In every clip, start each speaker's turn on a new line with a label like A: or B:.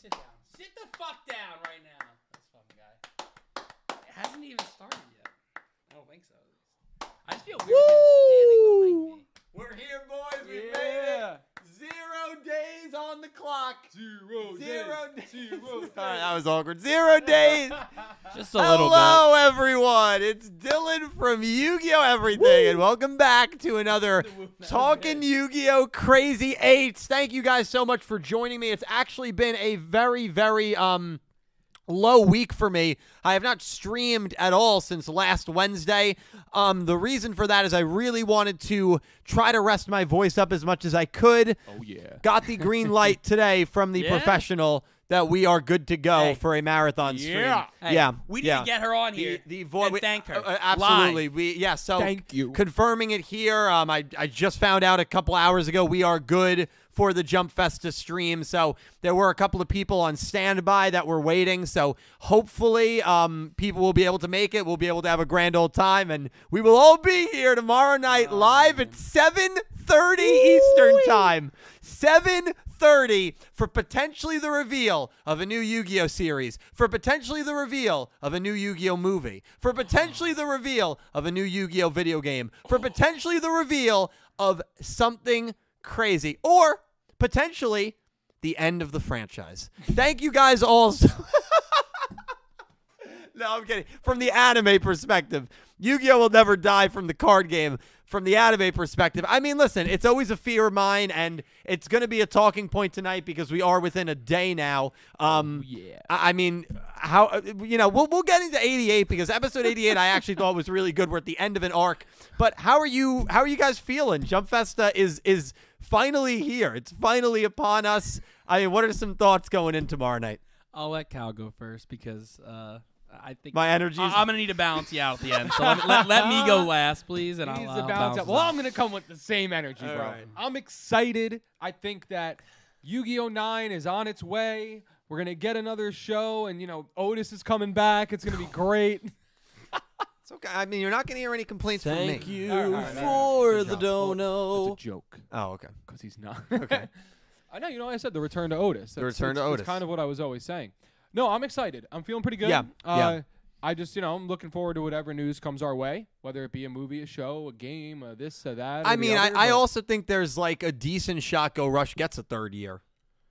A: Sit the fuck down right now. This fucking guy. It hasn't even started yet. I don't think so. at least. I just feel weird him standing behind me. We're here, boys. We made it. Zero days on the clock.
B: Zero
A: Zero days.
B: Zero
C: Sorry, that was awkward. Zero days.
D: Just a little
C: Hello, everyone. It's Dylan from Yu Gi Oh! Everything, and welcome back to another Talking Yu Gi Oh! Crazy Eights. Thank you guys so much for joining me. It's actually been a very, very, um, low week for me. I have not streamed at all since last Wednesday. Um, the reason for that is I really wanted to try to rest my voice up as much as I could.
B: Oh yeah.
C: Got the green light today from the
D: Yeah.
C: professional that we are good to go
D: Hey.
C: for a marathon stream.
B: Yeah.
A: Hey,
C: yeah.
A: We need
C: yeah.
A: to get her on here.
C: the, the vo-
A: and
C: we-
A: thank her.
C: uh, uh, absolutely. We yeah, so
B: Thank you.
C: confirming it here. Um, I, I just found out a couple hours ago we are good for the Jump Festa stream. So there were a couple of people on standby that were waiting. So hopefully, um, people will be able to make it. We'll be able to have a grand old time, and we will all be here tomorrow night live at seven thirty Eastern time. Seven thirty for potentially the reveal of a new Yu-Gi-Oh series, for potentially the reveal of a new Yu-Gi-Oh movie, for potentially the reveal of a new Yu-Gi-Oh video game, for potentially the reveal of something crazy, or potentially the end of the franchise. Thank you guys all. So- no, I'm kidding. From the anime perspective, Yu-Gi-Oh will never die from the card game. From the anime perspective, I mean, listen, it's always a fear of mine, and it's going to be a talking point tonight because we are within a day now. Um,
B: yeah.
C: I I mean, how uh, you know we'll we'll get into 88 because episode 88 I actually thought was really good. We're at the end of an arc, but how are you? How are you guys feeling? Jump Festa is is finally here. It's finally upon us. I mean, what are some thoughts going in tomorrow night?
D: I'll let Cal go first because uh, I think
C: My energy.
D: I- am gonna need to balance you out at the end. So let, let, let me go last, please, and
B: He
D: I'll,
B: needs
D: I'll
B: to balance out.
D: us
B: Well,
D: out.
B: I'm gonna come with the same energy,
C: All
B: bro.
C: right.
B: I'm excited. I think that Yu-Gi-Oh! 9 is on its way. We're gonna get another show, and you know Otis is coming back. It's gonna be great.
C: It's okay. I mean, you're not going to hear any complaints
D: Thank
C: from me.
D: you
B: All right, all right, all
D: for
B: right. Good
D: the
B: job.
D: dono.
B: It's a joke,
C: Oh, okay.
B: cause he's not.
C: Okay.
B: I know. You know, I said the return to Otis. That's,
C: return to
B: that's-
C: Otis.
B: That's kind of what I was always saying. No, I'm excited. I'm feeling pretty good.
C: Yeah,
B: Uh,
C: yeah.
B: I just, you know, I'm looking forward to whatever news comes our way, whether it be a movie, a show, a game, a this, a that.
C: I
B: or the
C: mean, I,
B: other,
C: I
B: but-
C: also think there's like a decent shot go rush gets a third year.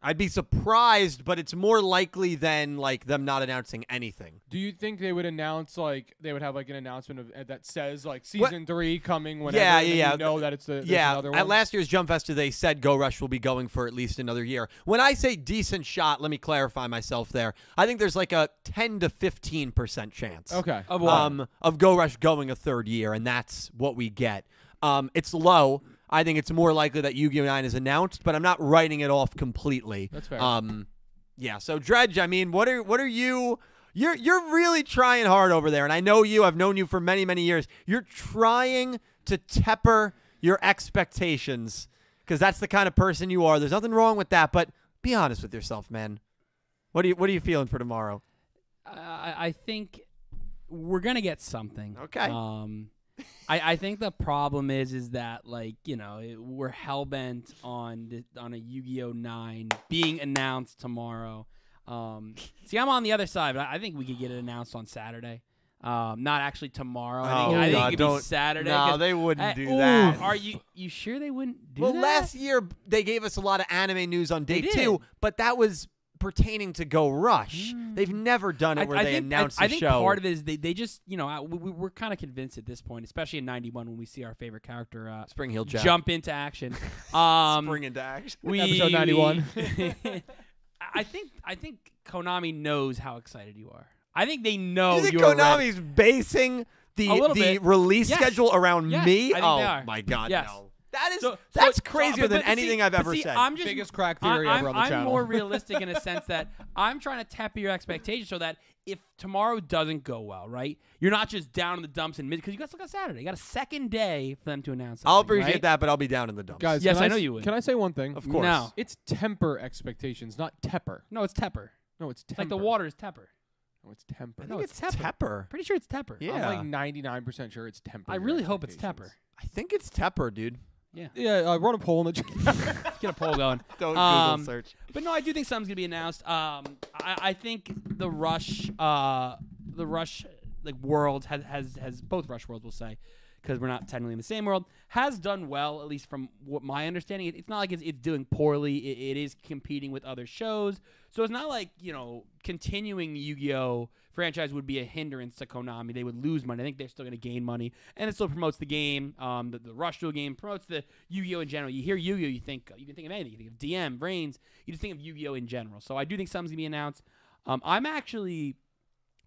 C: I'd be surprised, but it's more likely than like them not announcing anything.
B: Do you think they would announce like they would have like an announcement of uh, that says like
C: What-
B: season three coming whenever?
C: Yeah,
B: and then
C: yeah,
B: You know that it's the there's
C: yeah,
B: another one.
C: at last year's Jump Festa, they said Go Rush will be going for at least another year. When I say decent shot, let me clarify myself there. I think there's like a 10 to 15 percent chance.
B: Okay.
D: Of what?
C: Um, of Go Rush going a third year, and that's what we get. Um, it's low. I think it's more likely that Yu-Gi-Oh! 9 is announced, but I'm not writing it off completely.
B: That's fair.
C: Um, yeah. So Dredge, I mean, what are what are you? You're you're really trying hard over there, and I know you. I've known you for many many years. You're trying to temper your expectations because that's the kind of person you are. There's nothing wrong with that, but be honest with yourself, man. What are you What are you feeling for tomorrow?
D: I, I think we're gonna get something.
C: Okay.
D: Um, I, I think the problem is is that like you know it, we're hell bent on th- on a Yu-Gi-Oh nine being announced tomorrow. Um, see, I'm on the other side, but I, I think we could get it announced on Saturday. Um, not actually tomorrow. I think,
C: Oh,
D: I think
C: God,
D: it could
C: don't-
D: be Saturday.
C: No,
D: 'cause-
C: they wouldn't
D: Hey,
C: do
D: ooh,
C: that.
D: Are you you sure they wouldn't do
C: well,
D: that?
C: last year they gave us a lot of anime news on day
D: They did.
C: two, but that was pertaining to Go Rush. They've never done it where they
D: think,
C: announce
D: Hmm. I, I
C: the
D: think
C: show.
D: part of it is they, they just you know I- we, we- we're kind of convinced at this point, especially in '91 when we see our favorite character uh,
C: Spring Hill Jack.
D: jump into action. Um,
C: Spring into action.
D: we,
B: Episode 91.
D: we- I- I think I think Konami knows how excited you are. I think they know
C: you think
D: are ready.
C: Konami's basing the
D: oh, A little
C: the
D: bit.
C: release
D: Yes.
C: schedule around
D: Yes, I
C: me?
D: think they
C: oh
D: are.
C: my god,
D: Yes.
C: no. That is
D: So- so-
C: that's
D: so-
C: crazier
D: but-
C: than
D: but
C: anything
D: see-
C: I've
D: but
C: ever
D: see,
C: said.
D: I'm just
B: Biggest crack theory
D: I,
B: ever on
D: am
B: the channel.
D: more realistic in a sense that I'm trying to temper your expectations so that if tomorrow doesn't go well, right, you're not just down in the dumps in mid because you guys look at Saturday. You got a second day for them to announce.
C: I'll
D: something,
C: appreciate
D: right?
C: that, but I'll be down in the dumps.
B: guys.
D: Yes,
B: can
D: I
B: s-
D: know you would.
B: Can I say one thing?
C: of course.
D: No.
B: It's temper expectations, not tepper.
D: No, it's Tepper.
B: No, it's temper.
D: Like the water is Tepper.
B: No, it's temper.
C: I
D: No,
C: think
D: it's
C: it's Tepper.
D: Pretty sure it's Tepper.
C: Yeah.
B: I'm like 99 percent sure it's temper.
D: I really hope it's Tepper.
C: I think it's Tepper, dude.
D: Yeah.
B: Yeah, uh, run a poll in the chat.
D: Get a poll going.
C: Don't
D: Um,
C: Google search.
D: But no, I do think something's gonna be announced. Um, I, I think the rush, uh, the rush, like world has has has both rush worlds, we'll say, because we're not technically in the same world, has done well, at least from what my understanding. It, it's not like it's, it's doing poorly. It, it is competing with other shows, so it's not like you know continuing Yu-Gi-Oh franchise would be a hindrance to Konami. They would lose money. I think they're still going to gain money, and it still promotes the game. Um, the, the Rush Duel game promotes the Yu-Gi-Oh in general. You hear Yu-Gi-Oh, you think you can think of anything. You think of DM, Reigns. You just think of Yu-Gi-Oh in general. So I do think something's going to be announced. Um, I'm actually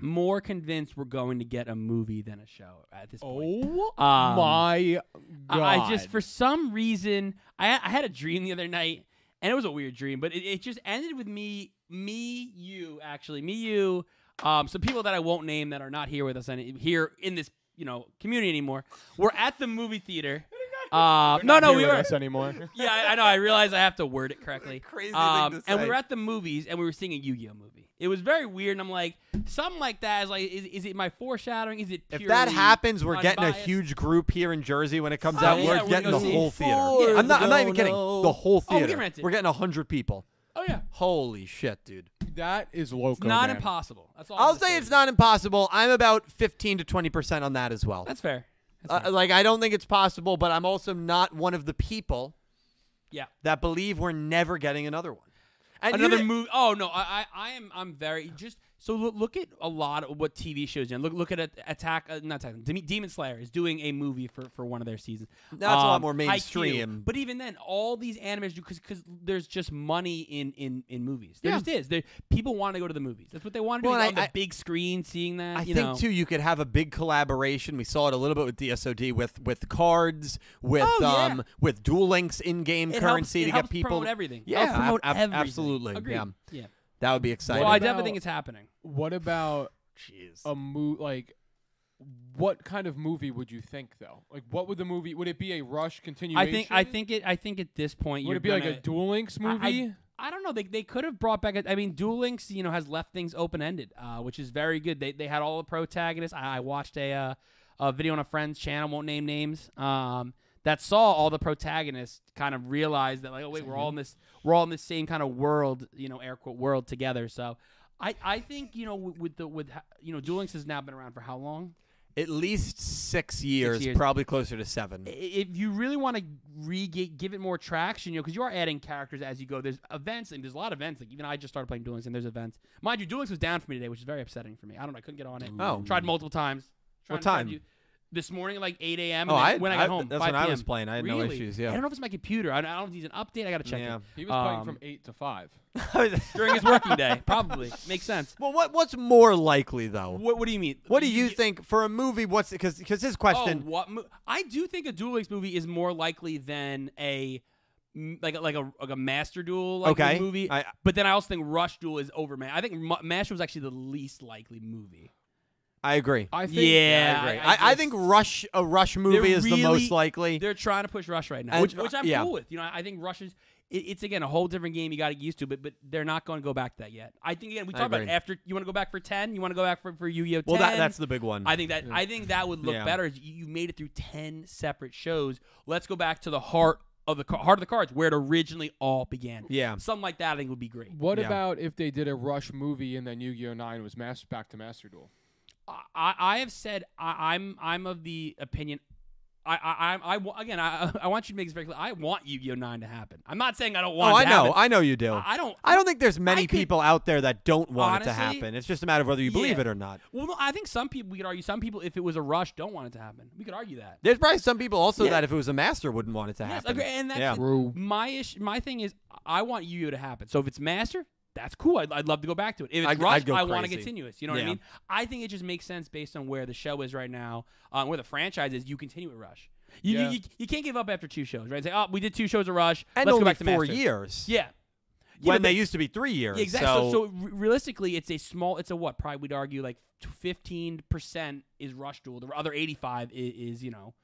D: more convinced we're going to get a movie than a show at this point.
B: oh
D: Um,
B: my god!
D: I, I just, for some reason, I, I had a dream the other night, and it was a weird dream, but it, it just ended with me, me, you, actually, me, you, um, some people that I won't name that are not here with us and here in this, you know, community anymore. We're at the movie theater. Uh, no,
B: Not
D: no,
B: here
D: we
B: with
D: were.
B: us anymore.
D: Yeah, I, I know. I realize I have to word it correctly.
C: Crazy thing
D: Um,
C: to
D: and we
C: say.
D: were at the movies, and we were seeing a Yu-Gi-Oh movie. It was very weird, and I'm like, something like that is like, is, is it my foreshadowing? Is it?
C: If
D: Purely
C: that happens, we're getting a
D: unbiased?
C: huge group here in Jersey when it comes
D: Oh,
C: out.
D: yeah,
C: we're,
D: we're gonna
C: getting the
D: go see
C: whole theater.
D: four.
C: I'm not. I'm not even kidding.
D: Don't
C: The whole
D: Oh, we can
C: theater.
D: rent it.
C: we're getting hundred people.
D: Oh yeah.
C: Holy shit, dude!
B: That is loco.
D: It's not
B: man.
D: impossible. That's all. I'm
C: I'll
D: gonna
C: say it's not impossible. I'm about fifteen to twenty percent on that as well.
D: That's fair. That's
C: Uh,
D: fair.
C: like I don't think it's possible, but I'm also not one of the people
D: yeah.
C: that believe we're never getting another one. And you
D: Another
C: didn't-
D: movie. Oh no, I, I, I am, I'm very just. So look, look at a lot of what TV shows. And look, look at a, Attack, uh, not Attack, Dem- Demon Slayer is doing a movie for, for one of their seasons.
C: That's a lot more
D: IQ.
C: mainstream.
D: But even then, all these animators do because because there's just money in in in movies. There
C: Yeah.
D: just is. There people want to go to the movies. That's what they want to
C: Well,
D: do. They
C: and
D: go
C: I-
D: on the big screen, seeing that.
C: I
D: you
C: think
D: know.
C: too you could have a big collaboration. We saw it a little bit with DSOD with with cards, with
D: Oh, yeah.
C: um with dual links in game
D: It helps-
C: currency
D: it
C: to
D: helps
C: get people
D: promote everything. It
C: Yeah,
D: helps promote
C: ab- ab-
D: everything.
C: absolutely.
D: Agreed.
C: Yeah.
D: yeah.
C: That would be exciting.
D: Well, I Oh. definitely
B: about-
D: think it's happening.
B: What about
C: Jeez.
B: a movie like what kind of movie would you think though? Like what would the movie would it be a rush
D: I
B: continuation?
D: think I think it. I think at this point,
B: would
D: you're
B: it be
D: gonna,
B: like a Duel Links
D: I-
B: movie?
D: I, I don't know. They, they could have brought back. A, I mean, Duel Links, you know, has left things open ended, uh, which is very good. They, they had all the protagonists. I, I watched a uh, a video on a friend's channel. Won't name names. Um, that saw all the protagonists kind of realize that like, oh wait, we're all in this we're all in this same kind of world, you know, air quote world together. So. I, I think you know with with the with ha- you know Duel Links has now been around for how long?
C: At least six years,
D: years. Eh,
C: probably closer to seven.
D: i- if you really want to re give it more traction, you know, because you are adding characters as you go. There's events and there's a lot of events. Like even I just started playing Duel Links and there's events. Mind you, Duel Links was down for me today, which is very upsetting for me. I don't know. I couldn't get on it.
C: Oh.
D: tried multiple times.
C: What
D: Tried- tried
C: time?
D: you- This morning, at like 8 a.m.
C: Oh,
D: and then
C: I-
D: when I got
C: I-
D: home.
C: that's
D: 5
C: when I
D: p.m..
C: was playing. I had no
D: really?
C: issues, yeah.
D: I don't know if it's my computer. I don't, I don't know if he needs an update. I gotta check.
C: Yeah.
D: It.
B: He was playing
D: Um,
B: from eight to five.
D: during his working day. Probably makes sense.
C: well, what what's more likely though?
D: What, what do you mean?
C: Oh. What do you think for a movie? What's because because his question?
D: Oh, what mo- I do think a Duel Links movie is more likely than a m- like a, like a like a Master Duel like
C: Okay.
D: movie.
C: I-
D: but then I also think Rush Duel is over Ma- I think Ma- Master was actually the least likely movie.
C: I agree.
B: I think
D: yeah,
C: I, I, think Rush a Rush movie is the
D: really-
C: most likely.
D: they're trying to push Rush right now,
C: And-
D: which, which I'm
C: yeah.
D: cool with. You know, I I think Rush is it, it's again a whole different game you got to get used to, but but they're not going to go back to that yet. I think again we
C: I
D: talked about it.
C: agree.
D: after you want to go back for ten, you want to go back for for Yu-Gi-Oh. 10.
C: Well, that that's the big one.
D: I think that I think that would look
C: Yeah.
D: better. is You you made it through ten separate shows. Let's go back to the heart of the ca- heart of the cards, where it originally all began.
C: Yeah.
D: something like that I think would be great.
B: What
C: Yeah.
B: about if they did a Rush movie and then Yu-Gi-Oh! Nine was master back to Master Duel?
D: I, I I have said I, I'm I'm of the opinion. I I I'm- I, wa- again I I want you to make this very clear. I want Yu-Gi-Oh Nine to happen. I'm not saying I don't want.
C: oh,
D: it
C: I
D: to
C: know,
D: happen.
C: I know you do.
D: I don't.
C: I don't think there's many
D: I could-
C: people out there that don't want it to
D: Honestly,
C: happen. It's just a matter of whether you believe
D: yeah.
C: it or not.
D: Well, no, I think some people we could argue. Some people, if it was a rush, don't want it to happen. We could argue that.
C: There's probably some people also
D: Yeah.
C: that if it was a master wouldn't want it to
D: Yes,
C: happen.
D: agree, and that's
C: Yeah.
D: it.
B: True.
D: my ish. My thing is, I want Yu-Gi-Oh to happen. So if it's Master, that's cool. I'd, I'd love to go back to it. If it's
C: I'd-
D: Rush,
C: I'd go
D: I want to
C: crazy.
D: continue it. You know what
C: Yeah.
D: I mean? I think it just makes sense based on where the show is right now, um, where the franchise is. You continue with Rush. You, you-
B: Yeah.
D: you, you, can't give up after two shows, right? Say, oh, we did two shows of Rush.
C: and
D: Let's
C: only
D: go back to
C: four
D: Master.
C: years.
D: Yeah. Yeah,
C: when
D: but
C: they used to be three years.
D: yeah, exactly. So,
C: So,
D: so re- realistically, it's a small. It's a what? Probably we'd argue like fifteen percent is rush duel. The other eighty-five is, is you know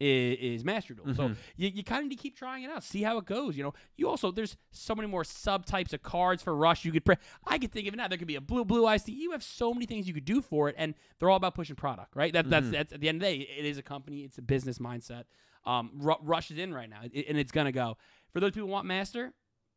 D: is, is master duel. So you, you kind of need to keep trying it out, see how it goes. You know, you also there's so many more subtypes of cards for rush. You could pre- I could think of it now. There could be a blue blue ice. You have so many things you could do for it, and they're all about pushing product, right? That that's that's at the end of the day, it is a company. It's a business mindset. um, ru- rushes in right now, i- and it's gonna go. For those people who want Master,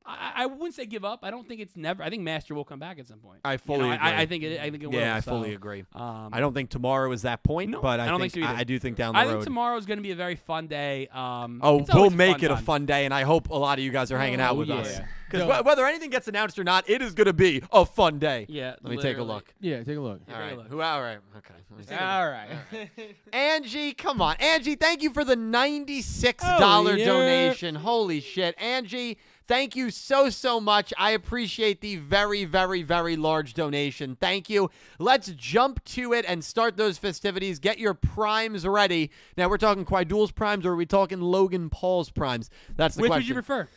D: I, I wouldn't say give up. I don't think it's never. I think Master will come back at some point.
C: I
D: You know,
C: fully agree.
D: I, I think it. I think it will.
C: yeah, I fully
D: so,
C: agree.
D: Um,
C: I don't think tomorrow is that point,
D: No,
C: but I,
D: I don't
C: think,
D: think so either.
C: I, I do think down the
D: I
C: road.
D: think tomorrow is going to be a very fun day. Um,
C: Oh,
D: it's
C: we'll
D: always
C: make it a
D: time.
C: fun day, and I hope a lot of you guys are hanging out
D: Oh,
C: with
D: yeah.
C: us.
D: Yeah.
C: Because
D: Dope.
C: whether anything gets announced or not, it is going to be a fun day.
D: Yeah,
C: Let me take a
D: literally.
C: look.
B: Yeah, take a look.
C: All right.
D: take a look. Ah,
C: Who? All right. Okay.
A: All right.
C: Angie, come on. Angie, thank you for the $96
D: Oh, yeah.
C: donation. Holy shit. Angie, thank you so, so much. I appreciate the very, very, very large donation. Thank you. Let's jump to it and start those festivities. Get your primes ready. Now, we're talking Quaidul's primes or are we talking Logan Paul's primes? That's the
D: Which
C: question.
D: would you prefer?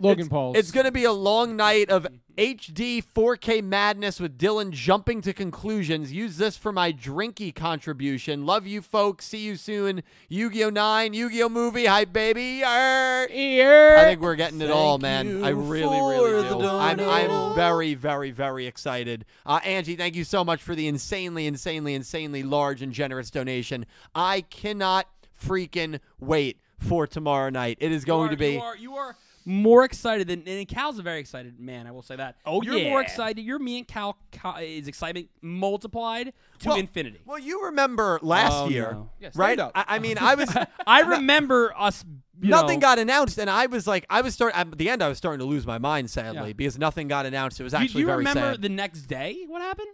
B: Logan Paul.
C: It's going to be a long night of HD 4K madness with Dylan jumping to conclusions. Use this for my drinky contribution. Love you, folks. See you soon. Yu Gi Oh! 9, Yu Gi Oh! movie. Hi, baby. Arr.
B: here.
C: I think we're getting it all,
D: Thank
C: man. I
D: you
C: really,
D: for
C: really
D: the
C: do. I'm, I'm
D: donation.
C: very, very, very excited. Uh, Angie, thank you so much for the insanely, insanely, insanely large and generous donation. I cannot freaking wait for tomorrow night. It is going
D: You are-
C: to be.
D: You are, you are more excited than and Cal's a very excited man. I will say that.
B: Oh,
D: you're more
B: yeah.
D: excited. You're me and Cal, Cal is excitement multiplied to
C: Well-
D: infinity.
C: Well, you remember last
D: Oh,
C: year,
D: no.
B: Yeah, stand
C: right?
B: up.
C: I, I mean, I was
D: I remember us. you
C: nothing
D: know,
C: got announced, and I was like, I was starting at the end. I was starting to lose my mind, sadly,
D: Yeah.
C: because nothing got announced. It was
D: Do you,
C: actually
D: do you
C: very
D: remember
C: sad.
D: the next day? What happened?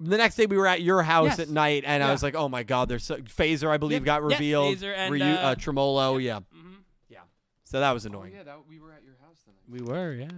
C: The next day, we were at your
D: Yes.
C: house at night, and I
D: Yeah.
C: was like, oh my god, there's so, Phaser, I believe,
D: Yep.
C: got
D: Yes,
C: revealed.
D: Phaser and,
C: Ryu-
D: uh, Oh
C: Tremolo, yeah.
D: Mhm.
C: yeah. So that was annoying.
B: yeah, that, we were at your house then.
D: We were, yeah.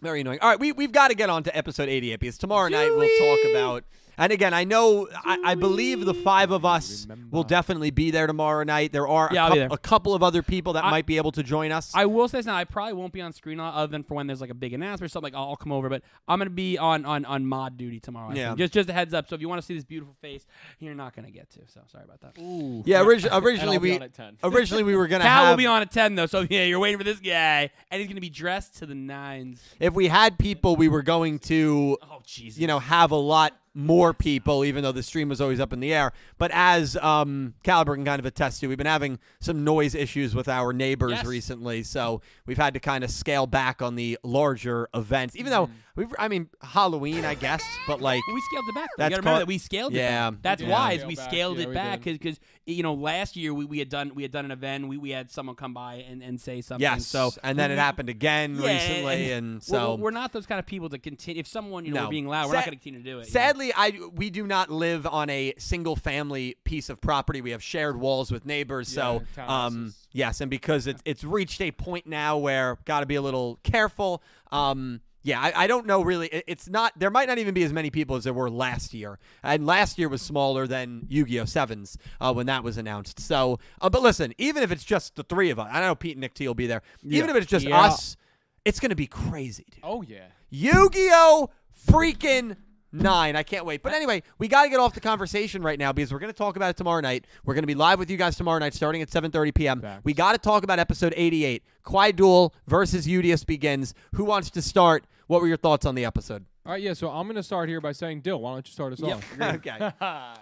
C: Very annoying. All right, we we've got to get on to episode 88 because tomorrow night we'll talk about. And again, I know I, I believe the five of us will
B: Remember.
C: definitely be there tomorrow night. There are
D: Yeah,
C: a,
D: I'll be
C: coup-
D: there.
C: a couple of other people that
D: I-
C: might be able to join us.
D: I will say this now. I probably won't be on screen o- other than for when there's like a big announcement or something. Like I'll, I'll come over, but I'm gonna be on on on mod duty tomorrow. I
C: Yeah.
D: think. Just just a heads up. So if you want to see this beautiful face, you're not gonna get to. So sorry about that.
B: Ooh.
C: yeah, origi-
B: And
C: originally
B: I'll be
C: we
B: on at 10.
C: originally we were gonna
D: Cal
C: have
D: will be on at ten though, so yeah, you're waiting for this guy, and he's gonna be dressed to the nines.
C: if we had people we were going to
D: Oh Jesus!
C: you know have a lot more people even though the stream was always up in the air. But as um, Caliber can kind of attest to, we've been having some noise issues with our neighbors
D: Yes.
C: recently, so we've had to kind of scale back on the larger events. Even though we've, I mean, Halloween, I guess, but like.
D: But Mm. we scaled it back.
C: That's
D: you gotta remember
C: called-
D: that we scaled
C: Yeah.
D: it. Back. That's
B: We did
D: why
B: scale
D: is we
B: back.
D: scaled
B: Yeah,
D: it
B: we
D: back
B: did.
D: because you know last year we, we had done we had done an event we, we had someone come by and, and say something.
C: Yes.
D: So
C: and then it happened again
D: Yeah,
C: recently, and,
D: we're-
C: so
D: we're, we're not those kind of people to continue. If someone you know
C: No.
D: we're being loud, we're
C: Sad-
D: not gonna continue to do it. you know?
C: Sadly, I we do not live on a single family piece of property. We have shared walls with neighbors. so,
B: Yeah,
C: um,
B: townhouses.
C: yes, and because it's it's reached a point now where got to be a little careful. Um, yeah, I, I don't know really. It- It's not there might not even be as many people as there were last year, and last year was smaller than Yu-Gi-Oh Sevens uh, when that was announced. So, uh, but listen, even if it's just the three of us, I know Pete and Nick T will be there. Even if it's just
B: Yeah.
C: us, it's gonna be crazy, dude.
B: Oh yeah.
C: Yu-Gi-Oh freaking nine. I can't wait. But anyway, we got to get off the conversation right now because we're going to talk about it tomorrow night. We're going to be live with you guys tomorrow night starting at 7:30 p.m.
B: Facts.
C: We got to talk about episode 88, Kwai Duel versus UDS begins. Who wants to start? What were your thoughts on the episode?
B: All right, yeah. So I'm gonna start here by saying, Dill, why don't you start us
D: Yep.
B: off?
C: okay.
B: Ah,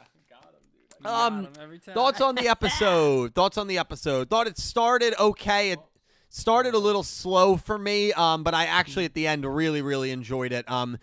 D: Got
C: Um,
D: 'em every time.
C: thoughts on the episode? thoughts on the episode? Thought it started okay. It started a little slow for me, um, but I actually at the end really, really enjoyed it. Um,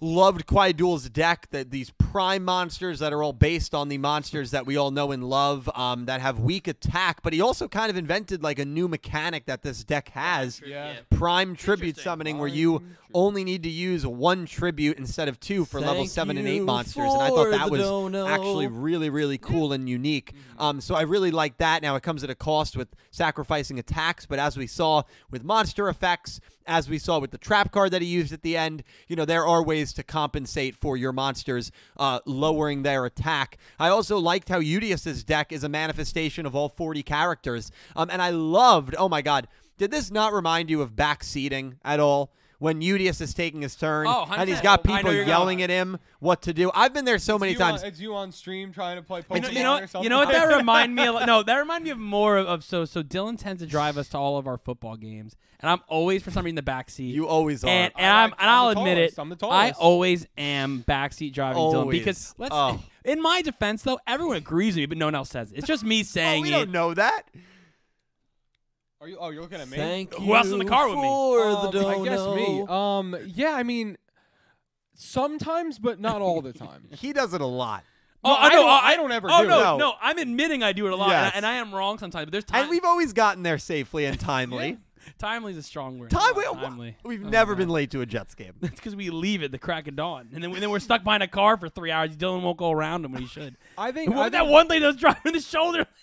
C: loved Quaidul's deck. That these prime monsters that are all based on the monsters that we all know and love um, that have weak attack, but he also kind of invented like a new mechanic that this deck has.
B: Yeah.
C: Prime tribute
D: Interesting.
C: summoning, where you
B: Prime tribute.
C: only need to use one tribute instead of two for level
D: Thank
C: seven and eight
D: you
C: monsters, and I thought
D: for
C: that
D: the
C: was
D: dono.
C: actually really, really cool and unique.
D: Mm-hmm.
C: Um, so I really like that. Now it comes at a cost with sacrificing attacks, but as we saw with monster effects, as we saw with the trap card that he used at the end, you know there are ways to compensate for your monsters uh, lowering their attack. I also liked how Udius's deck is a manifestation of all 40 characters, um, and I loved. Oh my god. Did this not remind you of backseating at all? When Udius is taking his turn
D: Oh,
C: and he's
D: 100%.
C: got
D: I know
C: people
D: you're gonna-
C: yelling at him what to do. I've been there so many
B: It's you on-
C: times.
B: it's you on stream trying to play
D: You
B: Pokemon
D: know, you know,
B: or something.
D: you know what that remind me of? No, that remind me of more of, of so so Dylan tends to drive us to all of our football games, and I'm always for some reason in the back seat.
C: You always are.
D: and, and
B: I
D: I'm
B: like-
D: and
B: I'm
D: I'll
B: the
D: admit
B: tallest.
D: it.
B: I'm the
D: I
B: tallest.
D: always am backseat driving Dylan
C: Always.
D: because let's.
C: Oh.
D: In my defense, though, everyone agrees with me, but no one else says it. It's just me
C: oh,
D: saying
C: we
D: it.
C: don't know that.
B: Are you? Oh, you're looking at me.
C: Thank you.
E: Who else in the car with me?
C: for
B: Um,
C: the
B: I guess me.
C: dono.
B: Um, yeah, I mean, sometimes, but not all the
E: Uh,
B: time.
C: He does it a lot.
D: Oh,
B: No, I don't- I don't ever
E: Oh
B: do.
E: no,
C: No.
E: no, I'm admitting I do it a lot,
C: Yes.
E: and, I, and I am wrong sometimes. But there's
C: And
E: time.
C: we've always gotten there safely and timely.
E: timely is a strong word.
C: Timely.
E: timely.
C: We've
E: Oh,
C: never
E: man.
C: been late to a Jets game.
E: That's because we leave at the crack of dawn, and then, then we're stuck behind a car for three hours. Dylan won't go around him when he should.
B: I think
E: And
B: I
E: what, that
B: think-
E: one lady that was driving the shoulder.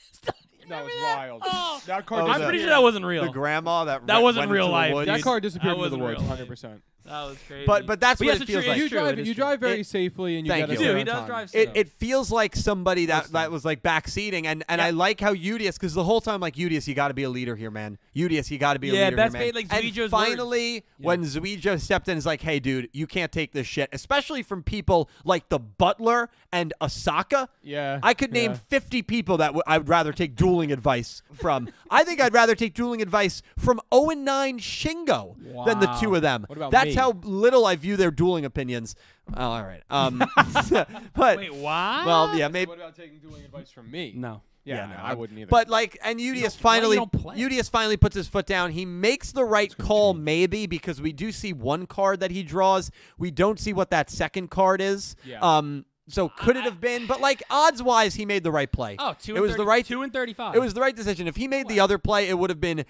B: That was
E: that?
B: wild.
E: Oh.
B: That car.
C: Oh,
E: I'm
C: the-
E: pretty
B: disappeared.
E: sure that wasn't real.
C: The grandma that
E: That
C: re-
E: wasn't
C: went into
E: real
C: the
E: life,
C: woods.
B: That
E: dude.
B: car disappeared into the
E: wasn't
B: woods.
E: real.
B: Hundred percent.
E: that
D: Oh,
E: was crazy.
C: But but that's
E: But
C: what
E: yes,
C: it
E: it's
C: feels
E: true,
C: like.
E: it
B: You
E: is true,
B: drive.
E: it is
B: You
E: true.
B: drive very
C: It-
B: safely, and you
C: Thank
B: get
C: you.
B: us
C: Dude,
B: there
E: he
B: on
E: does
B: time.
E: drive
C: It,
E: So-
C: it feels like somebody that, that
B: Listen.
C: was like backseating, and, and I like how Udius, because the whole time like Udius, you got to be a leader here, man. Udius, you got to be a
E: Yeah,
C: leader
E: that's
C: here, man.
E: made, like,
C: and
E: Zuijo's words.
C: finally, when Zuijo stepped in, is like, hey, dude, you can't take this shit, especially from people like the Butler and Asaka.
B: Yeah,
C: I could name
B: yeah.
C: 50 people that w- I would rather take dueling advice from. I think I'd rather take dueling advice from 0 and 9 Shingo than the
E: Wow.
C: two of them.
B: What about
C: That's
B: me?
C: how little I view their dueling opinions. Oh, all right. Um, but
E: wait, why?
C: well, yeah, maybe.
B: What about taking dueling advice from me?
D: No.
B: Yeah,
C: no,
B: no,
C: I-
B: I wouldn't either.
C: But like, and Udius
E: why you
C: finally,
E: don't play?
C: Udius finally puts his foot down. He makes the right call, maybe because we do see one card that he draws. We don't see what that second card is.
B: Yeah.
C: Um. So could it have been? But like odds wise, he made the right play.
D: Oh, two
C: It
D: and
C: was
D: 30
C: the right.
D: two and thirty-five.
C: It was the right decision. If he made the other play, it would have been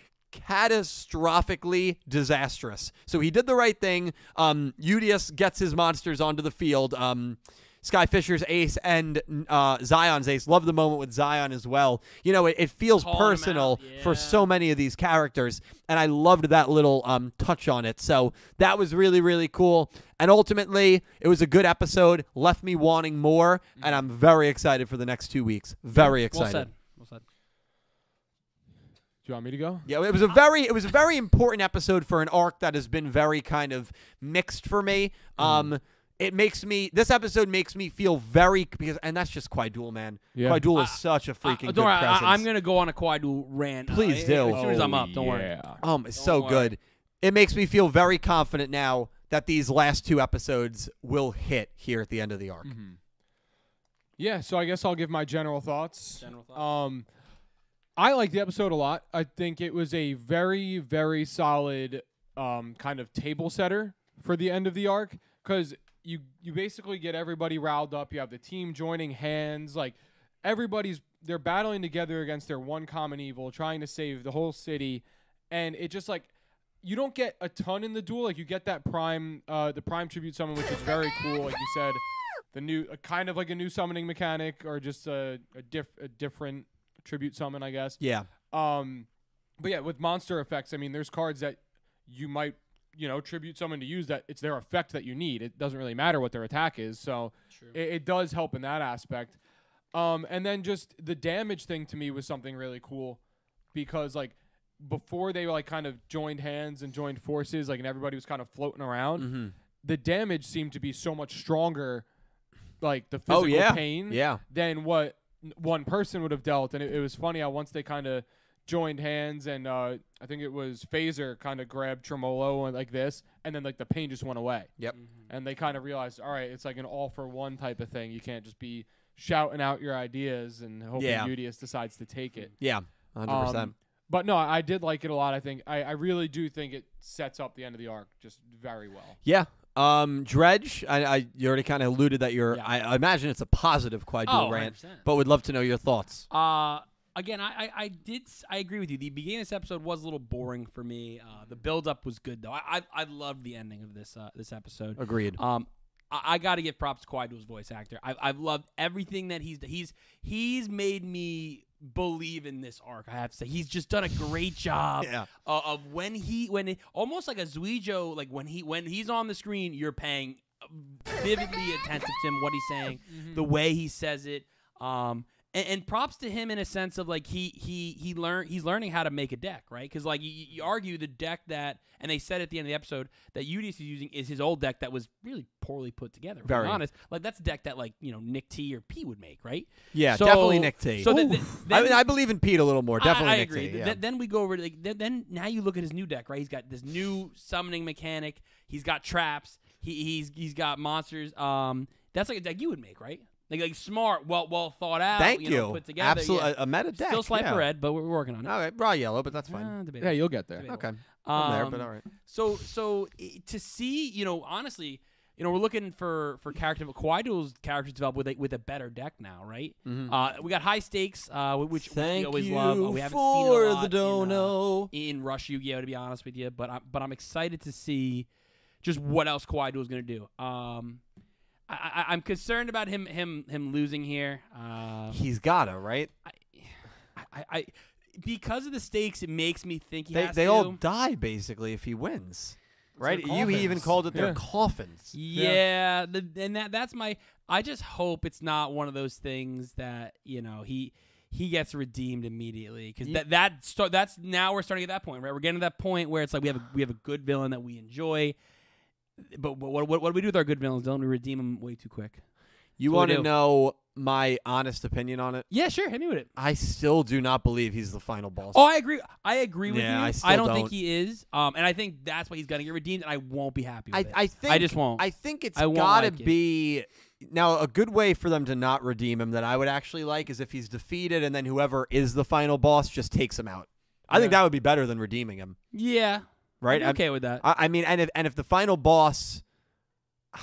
C: catastrophically disastrous. So he did the right thing. Um, Udius gets his monsters onto the field. Um, Sky Fisher's ace and uh, Zion's ace. Love the moment with Zion as well. You know, it, it feels
E: Calling him out,
C: personal for
E: yeah.
C: so many of these characters, and I loved that little um, touch on it. So that was really, really cool. And ultimately, it was a good episode. Left me wanting more, and I'm very excited for the next two weeks. Very
E: Mm-hmm. well
C: excited.
E: said. Well said.
B: do you want me to go?
C: Yeah, it was a very it was a very important episode for an arc that has been very kind of mixed for me.
B: Mm.
C: Um it makes me this episode makes me feel very because and that's just Quaidul, man.
B: Yeah.
C: Quaidul is such a freaking
D: Uh,
C: good
D: don't worry,
C: presence.
D: I, am gonna go on a Quadu rant. uh,
C: Please
D: as
C: do.
E: Oh,
D: soon as I'm up, don't
B: Oh,
D: worry.
C: um it's so
D: worry.
C: good. It makes me feel very confident now that these last two episodes will hit here at the end of the arc.
B: Mm-hmm. Yeah, so I guess I'll give my general thoughts.
D: General thoughts.
B: Um, I like the episode a lot. I think it was a very, very solid um, kind of table setter for the end of the arc because you you basically get everybody riled up. You have the team joining hands, like everybody's they're battling together against their one common evil, trying to save the whole city, and it just like you don't get a ton in the duel. Like you get that prime uh, the prime tribute summon, which is very cool. Like you said. The new, a kind of like a new summoning mechanic, or just a a, diff, a different tribute summon, I guess.
C: Yeah.
B: Um, but yeah, with monster effects, I mean, there's cards that you might, you know, tribute someone to use that it's their effect that you need. It doesn't really matter what their attack is, so it, it does help in that aspect. Um, and then just the damage thing to me was something really cool because like before they like kind of joined hands and joined forces, like and everybody was kind of floating around.
C: Mm-hmm.
D: Mm-hmm.
B: The damage seemed to be so much stronger, like the physical
C: Oh yeah.
B: pain
C: Yeah.
B: than what n- one person would have dealt. And it, it was funny how once they kind of joined hands, and uh, I think it was Phaser kind of grabbed Tremolo and like this, and then like the pain just went away.
C: Yep.
B: And they kind of realized, all right, it's like an all for one type of thing. You can't just be shouting out your ideas and hoping
C: Yeah.
B: Udius decides to take it.
C: Yeah. 100%.
B: Um, but no, I did like it a lot. I think I, I really do think it sets up the end of the arc just very well.
C: yeah. Um, Dredge, I, I you already kind of alluded that you're. I, I imagine it's a positive Quaidul
E: Oh,
C: rant,
E: 100%.
C: but would love to know your thoughts.
D: Uh, again, I, I, I did s- I agree with you. The beginning of this episode was a little boring for me. Uh, the build up was good though. I I, I loved the ending of this uh, this episode.
C: Agreed.
D: Um, I, I got to give props to Quaidul's voice actor. I've, I've loved everything that he's he's he's made me believe in this arc. I have to say, he's just done a great job
C: Yeah.
D: uh, of when he when it, almost like a Zuijo, like when he when he's on the screen, you're paying vividly attentive to him what he's saying,
C: Mm-hmm.
D: the way he says it. Um, and, and props to him in a sense of like he he he learn he's learning how to make a deck, right? Because like you, you argue the deck that and they said at the end of the episode that Udius is using is his old deck that was really poorly put together. If
C: Very.
D: I'm honest, like that's a deck that like you know Nick T or P would make, right?
C: Yeah,
D: So-
C: definitely Nick T.
D: So th- th-
C: I,
D: then-
C: mean, I believe in Pete a little more.
D: I-
C: Definitely
D: I,
C: Nick
D: agree.
C: T.
D: Th-
C: Yeah.
D: Then, we go over to like, th- then now you look at his new deck, right? He's got this new summoning mechanic. He's got traps. He, he's he's got monsters. Um, that's like a deck you would make, right? Like, like smart, well well thought out.
C: Thank
D: you. know,
C: you.
D: put together.
C: Absolutely,
D: yeah.
C: a, a meta deck.
D: Still slight
C: yeah.
D: for red, but we're working on it.
C: All right, raw yellow, but that's fine.
D: Uh,
B: Yeah,
D: debatable.
B: you'll get there.
D: Debatable.
C: okay, I'm there, but
D: Um,
C: all right.
D: So so i- to see, you know, honestly, you know, we're looking for for character. Kawhidu's characters develop with a, with a better deck now, right?
C: Mhm.
D: Uh, we got high stakes, uh, wh- which we
C: Thank
D: always
C: you
D: love. Uh, we haven't seen
C: for
D: it a lot in,
C: the
D: uh,
C: dono.
D: in Rush Yu-Gi-Oh to be honest with you, but I'm but I'm excited to see just what else Kawhi is going to do. Um, I, I I'm concerned about him him him losing here. Um,
C: He's gotta right.
D: I, I, I because of the stakes, it makes me think he
C: They
D: has
C: they
D: to.
C: all die basically if he wins, right? You even
B: coffins.
C: called it their
B: Yeah.
C: coffins.
D: yeah, the, and that that's my. I just hope it's not one of those things that you know he he gets redeemed immediately because
C: Ye-
D: that that start that's now we're starting at that point right we're getting to that point where it's like we have a, we have a good villain that we enjoy but what, what what do we do with our good villains don't we redeem them way too quick
C: You
D: That's what
C: want
D: we
C: to
D: do.
C: know my honest opinion on it?
D: yeah sure hit me with it
C: I still do not believe he's the final boss.
D: oh I agree I agree with
C: Yeah,
D: you
C: I still
D: don't,
C: don't.
D: think he is um and I think that's why he's gonna get redeemed and I won't be happy with
C: I,
D: it
C: I think
D: just won't.
C: I think it's
D: I won't
C: gotta
D: like it.
C: be now a good way for them to not redeem him that I would actually like is if he's defeated and then whoever is the final boss just takes him out. I think that would be better than redeeming him,
D: yeah
C: right?
D: I'm okay with that
C: I, I mean, and if and if the final boss,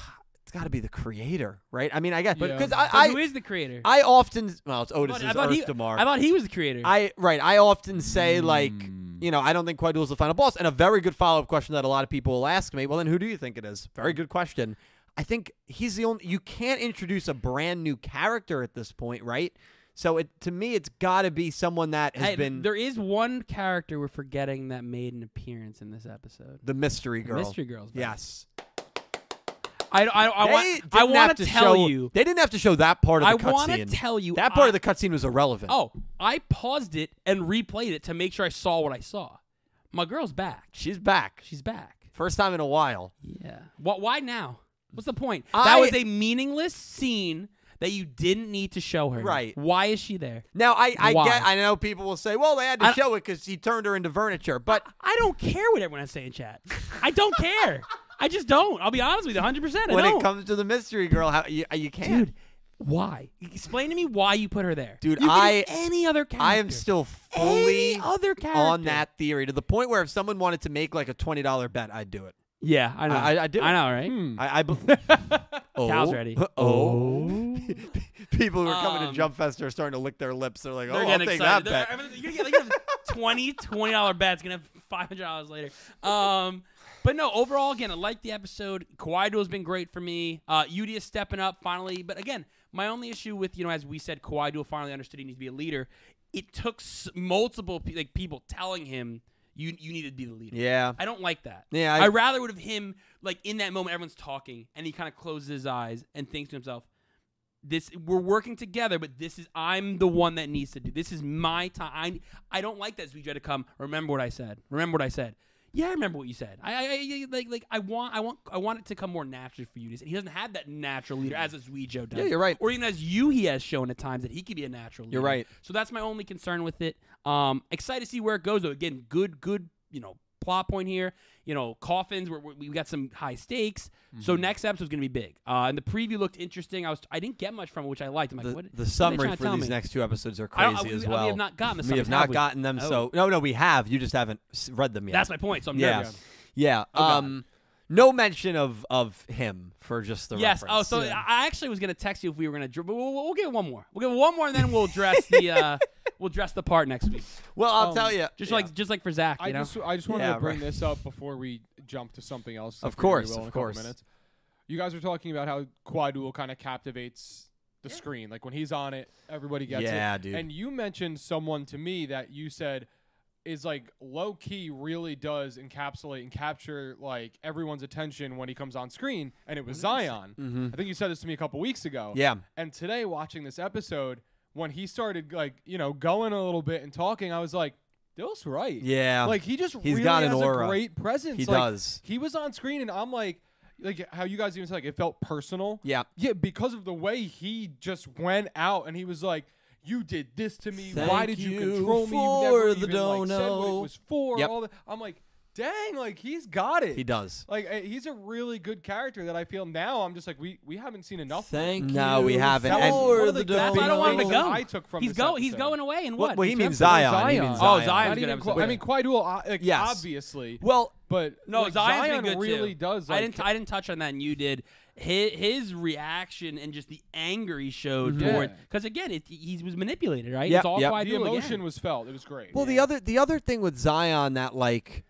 C: it's got to be the creator, right? I mean, I guess
B: But-
C: because
D: But
C: I
D: who
C: I,
D: is the creator
C: I often well, it's Otis
D: I thought
C: Earth
D: he-
C: Damar.
D: I thought he was the creator
C: I right. I often say like
B: Mm.
D: Hmm.
C: you know I don't think Quaidul is the final boss. And a very good follow up question that a lot of people will ask me. Well, then who do you think it is? Very good question. I think he's the only. You can't introduce a brand new character at this point, right? So it to me, it's got to be someone that has
D: Hey,
C: been
D: There is one character we're forgetting that made an appearance in this episode.
C: the mystery girl.
D: Mystery Girls. back.
C: Yes,
D: I I I,
C: They
D: want I
C: didn't have
D: want
C: to
D: to tell
C: show-
D: you.
C: they didn't have to show that part of
D: I
C: the
D: want to
C: cutscene.
D: tell you
C: that part
D: I-
C: of the cutscene was irrelevant.
D: Oh, I paused it and replayed it to make sure I saw what I saw. My girl's back.
C: she's back.
D: She's back.
C: First time in a while.
D: Yeah. What? Why now? What's the point?
C: I-
D: that was a meaningless scene that you didn't need to show her.
C: Right.
D: Why is she there?
C: Now I, I
D: Why?
C: get I know people will say, well, they had to
D: I-
C: show it because he turned her into furniture, but
D: I don't care what everyone has to say in chat. I don't care. I just don't. I'll be honest with you, 100. percent I
C: when
D: don't.
C: it comes to the mystery girl, how you, you can't.
D: Dude, why? Explain to me why you put her there.
C: Dude,
D: you can
C: I-
D: do any other character.
C: I am still fully
D: any other character
C: on that theory to the point where if someone wanted to make like a twenty dollar bet, I'd do it.
D: Yeah, I know.
C: I- I- I do.
D: I know, right?
B: Hmm.
C: I, I be- oh,
D: Cal's ready.
C: Oh, people who are coming to
D: Um,
C: Jump Fest are starting to lick their lips. They're like, oh,
D: They're
C: I'll
D: getting
C: take
D: excited.
C: that
D: They're-
C: bet.
D: I mean, you're gonna get like a 20 twenty dollar bets. Gonna have five hundred dollars later. Um, but no, overall, again, I like the episode. Kawhi has been great for me. Uh, Udi is stepping up finally. But again, my only issue with you know, as we said, Kawhi Duel finally understood he needs to be a leader. It took s- multiple pe- like people telling him you you need to be the leader.
C: Yeah,
D: I don't like that.
C: yeah.
D: I,
C: I,
D: rather would have him like in that moment everyone's talking and he kind of closes his eyes and thinks to himself, "This we're working together, but this is I'm the one that needs to do. This is my time. I I don't like that Zuja to come. Remember what I said. Remember what I said. Yeah, I remember what you said. I, I, I like like I want I want I want it to come more naturally for you. And he doesn't have that natural leader as Zuijo does.
C: Yeah, you're right.
D: Or even as you he has shown at times that he could be a natural leader.
C: You're right.
D: So that's my only concern with it. Um, excited to see where it goes though. Again, good, good, you know, plot point here. You know, coffins. Where we got some high stakes.
C: Mm-hmm.
D: So next episode's gonna be big. Uh, and the preview looked interesting. I was I didn't get much from it, which I liked. I'm like,
C: the,
D: what?
C: the
D: trying
C: summary
D: to
C: for
D: tell
C: these
D: me?
C: next two episodes are
D: I
C: crazy
D: don't- we-
C: as
D: we
C: well.
D: have not gotten the
C: we have
D: summaries,
C: not
D: have we?
C: gotten them.
D: Oh.
C: So no, no, we have. You just haven't s- read them yet.
D: That's my point. So I'm
C: yeah,
D: nervous.
C: yeah.
D: God.
C: um, no mention of of him for just the
D: Yes.
C: Reference.
D: Oh, so I I actually was gonna text you if we were gonna, dr- but we'll, we'll give one more. We'll give one more, and then we'll address the uh, we'll address the part next week.
C: well, I'll
B: um,
C: tell you.
D: Just
C: yeah.
D: like just like for Zach, you
B: I
D: know.
B: just I just wanted
C: Yeah,
B: to bring
C: right.
B: this up before we jump to something else.
C: Of
B: if we really
C: course,
B: will,
C: of
B: in a couple
C: course.
B: Minutes. You guys were talking about how Quadul kind of captivates the screen. Like when he's on it, everybody gets it.
C: Yeah, dude.
B: And you mentioned someone to me that you said is like low key really does encapsulate and capture like everyone's attention when he comes on screen, and it was Zion.
D: mm-hmm.
B: I think you said this to me a couple weeks ago.
C: Mm. Yeah.
B: And today, watching this episode, when he started like you know going a little bit and talking, I was like, "Dill's right."
C: Yeah.
B: Like he just
C: He's
B: really
C: got an
B: has
C: aura.
B: a great presence.
C: He
B: Like,
C: does.
B: He was on screen, and I'm like, like how you guys even said, like it felt personal.
C: Yeah.
B: Yeah, because of the way he just went out and he was like, "You did this to me. Why
C: Thank
B: did you,
C: you
B: control me? You
C: for
B: never
C: the
B: even like, said what
C: dono."
B: it was for."
C: Yep.
B: All that. I'm like, dang, like he's got it.
C: He does.
B: Like uh, he's a really good character that I feel now. I'm just like we we haven't seen enough. of.
F: Thank
C: No,
F: you
C: we haven't.
F: for
C: And-
B: One of the
F: the
B: big
E: That's why I don't want him to
B: things that
E: go.
B: I took from
E: he's
B: this
E: go. He's
B: episode.
E: going away, and
C: What?
E: what?
C: Well, he
E: He's
C: means
E: transferred?
C: Zion. He means
E: Oh,
C: Zion.
E: Zion's
B: Not
E: gonna
B: even
E: have a
B: close. I
E: split.
B: mean, Quaidu, uh, like,
C: Yes.
B: obviously.
C: Well,
B: But
E: No,
B: like,
E: Zion's
B: Zion
E: been good
B: really
E: too.
B: does. Like,
D: I didn't. I didn't touch on that, and you did. His, his reaction and just the anger he showed
B: Mm-hmm. Yeah.
D: toward because again, it, he was manipulated, right?
C: Yep,
D: it's all
C: yep.
D: Kawhi
B: the
D: Leonard again.
B: emotion was felt. It was great.
C: Well, the other the other thing with Zion that like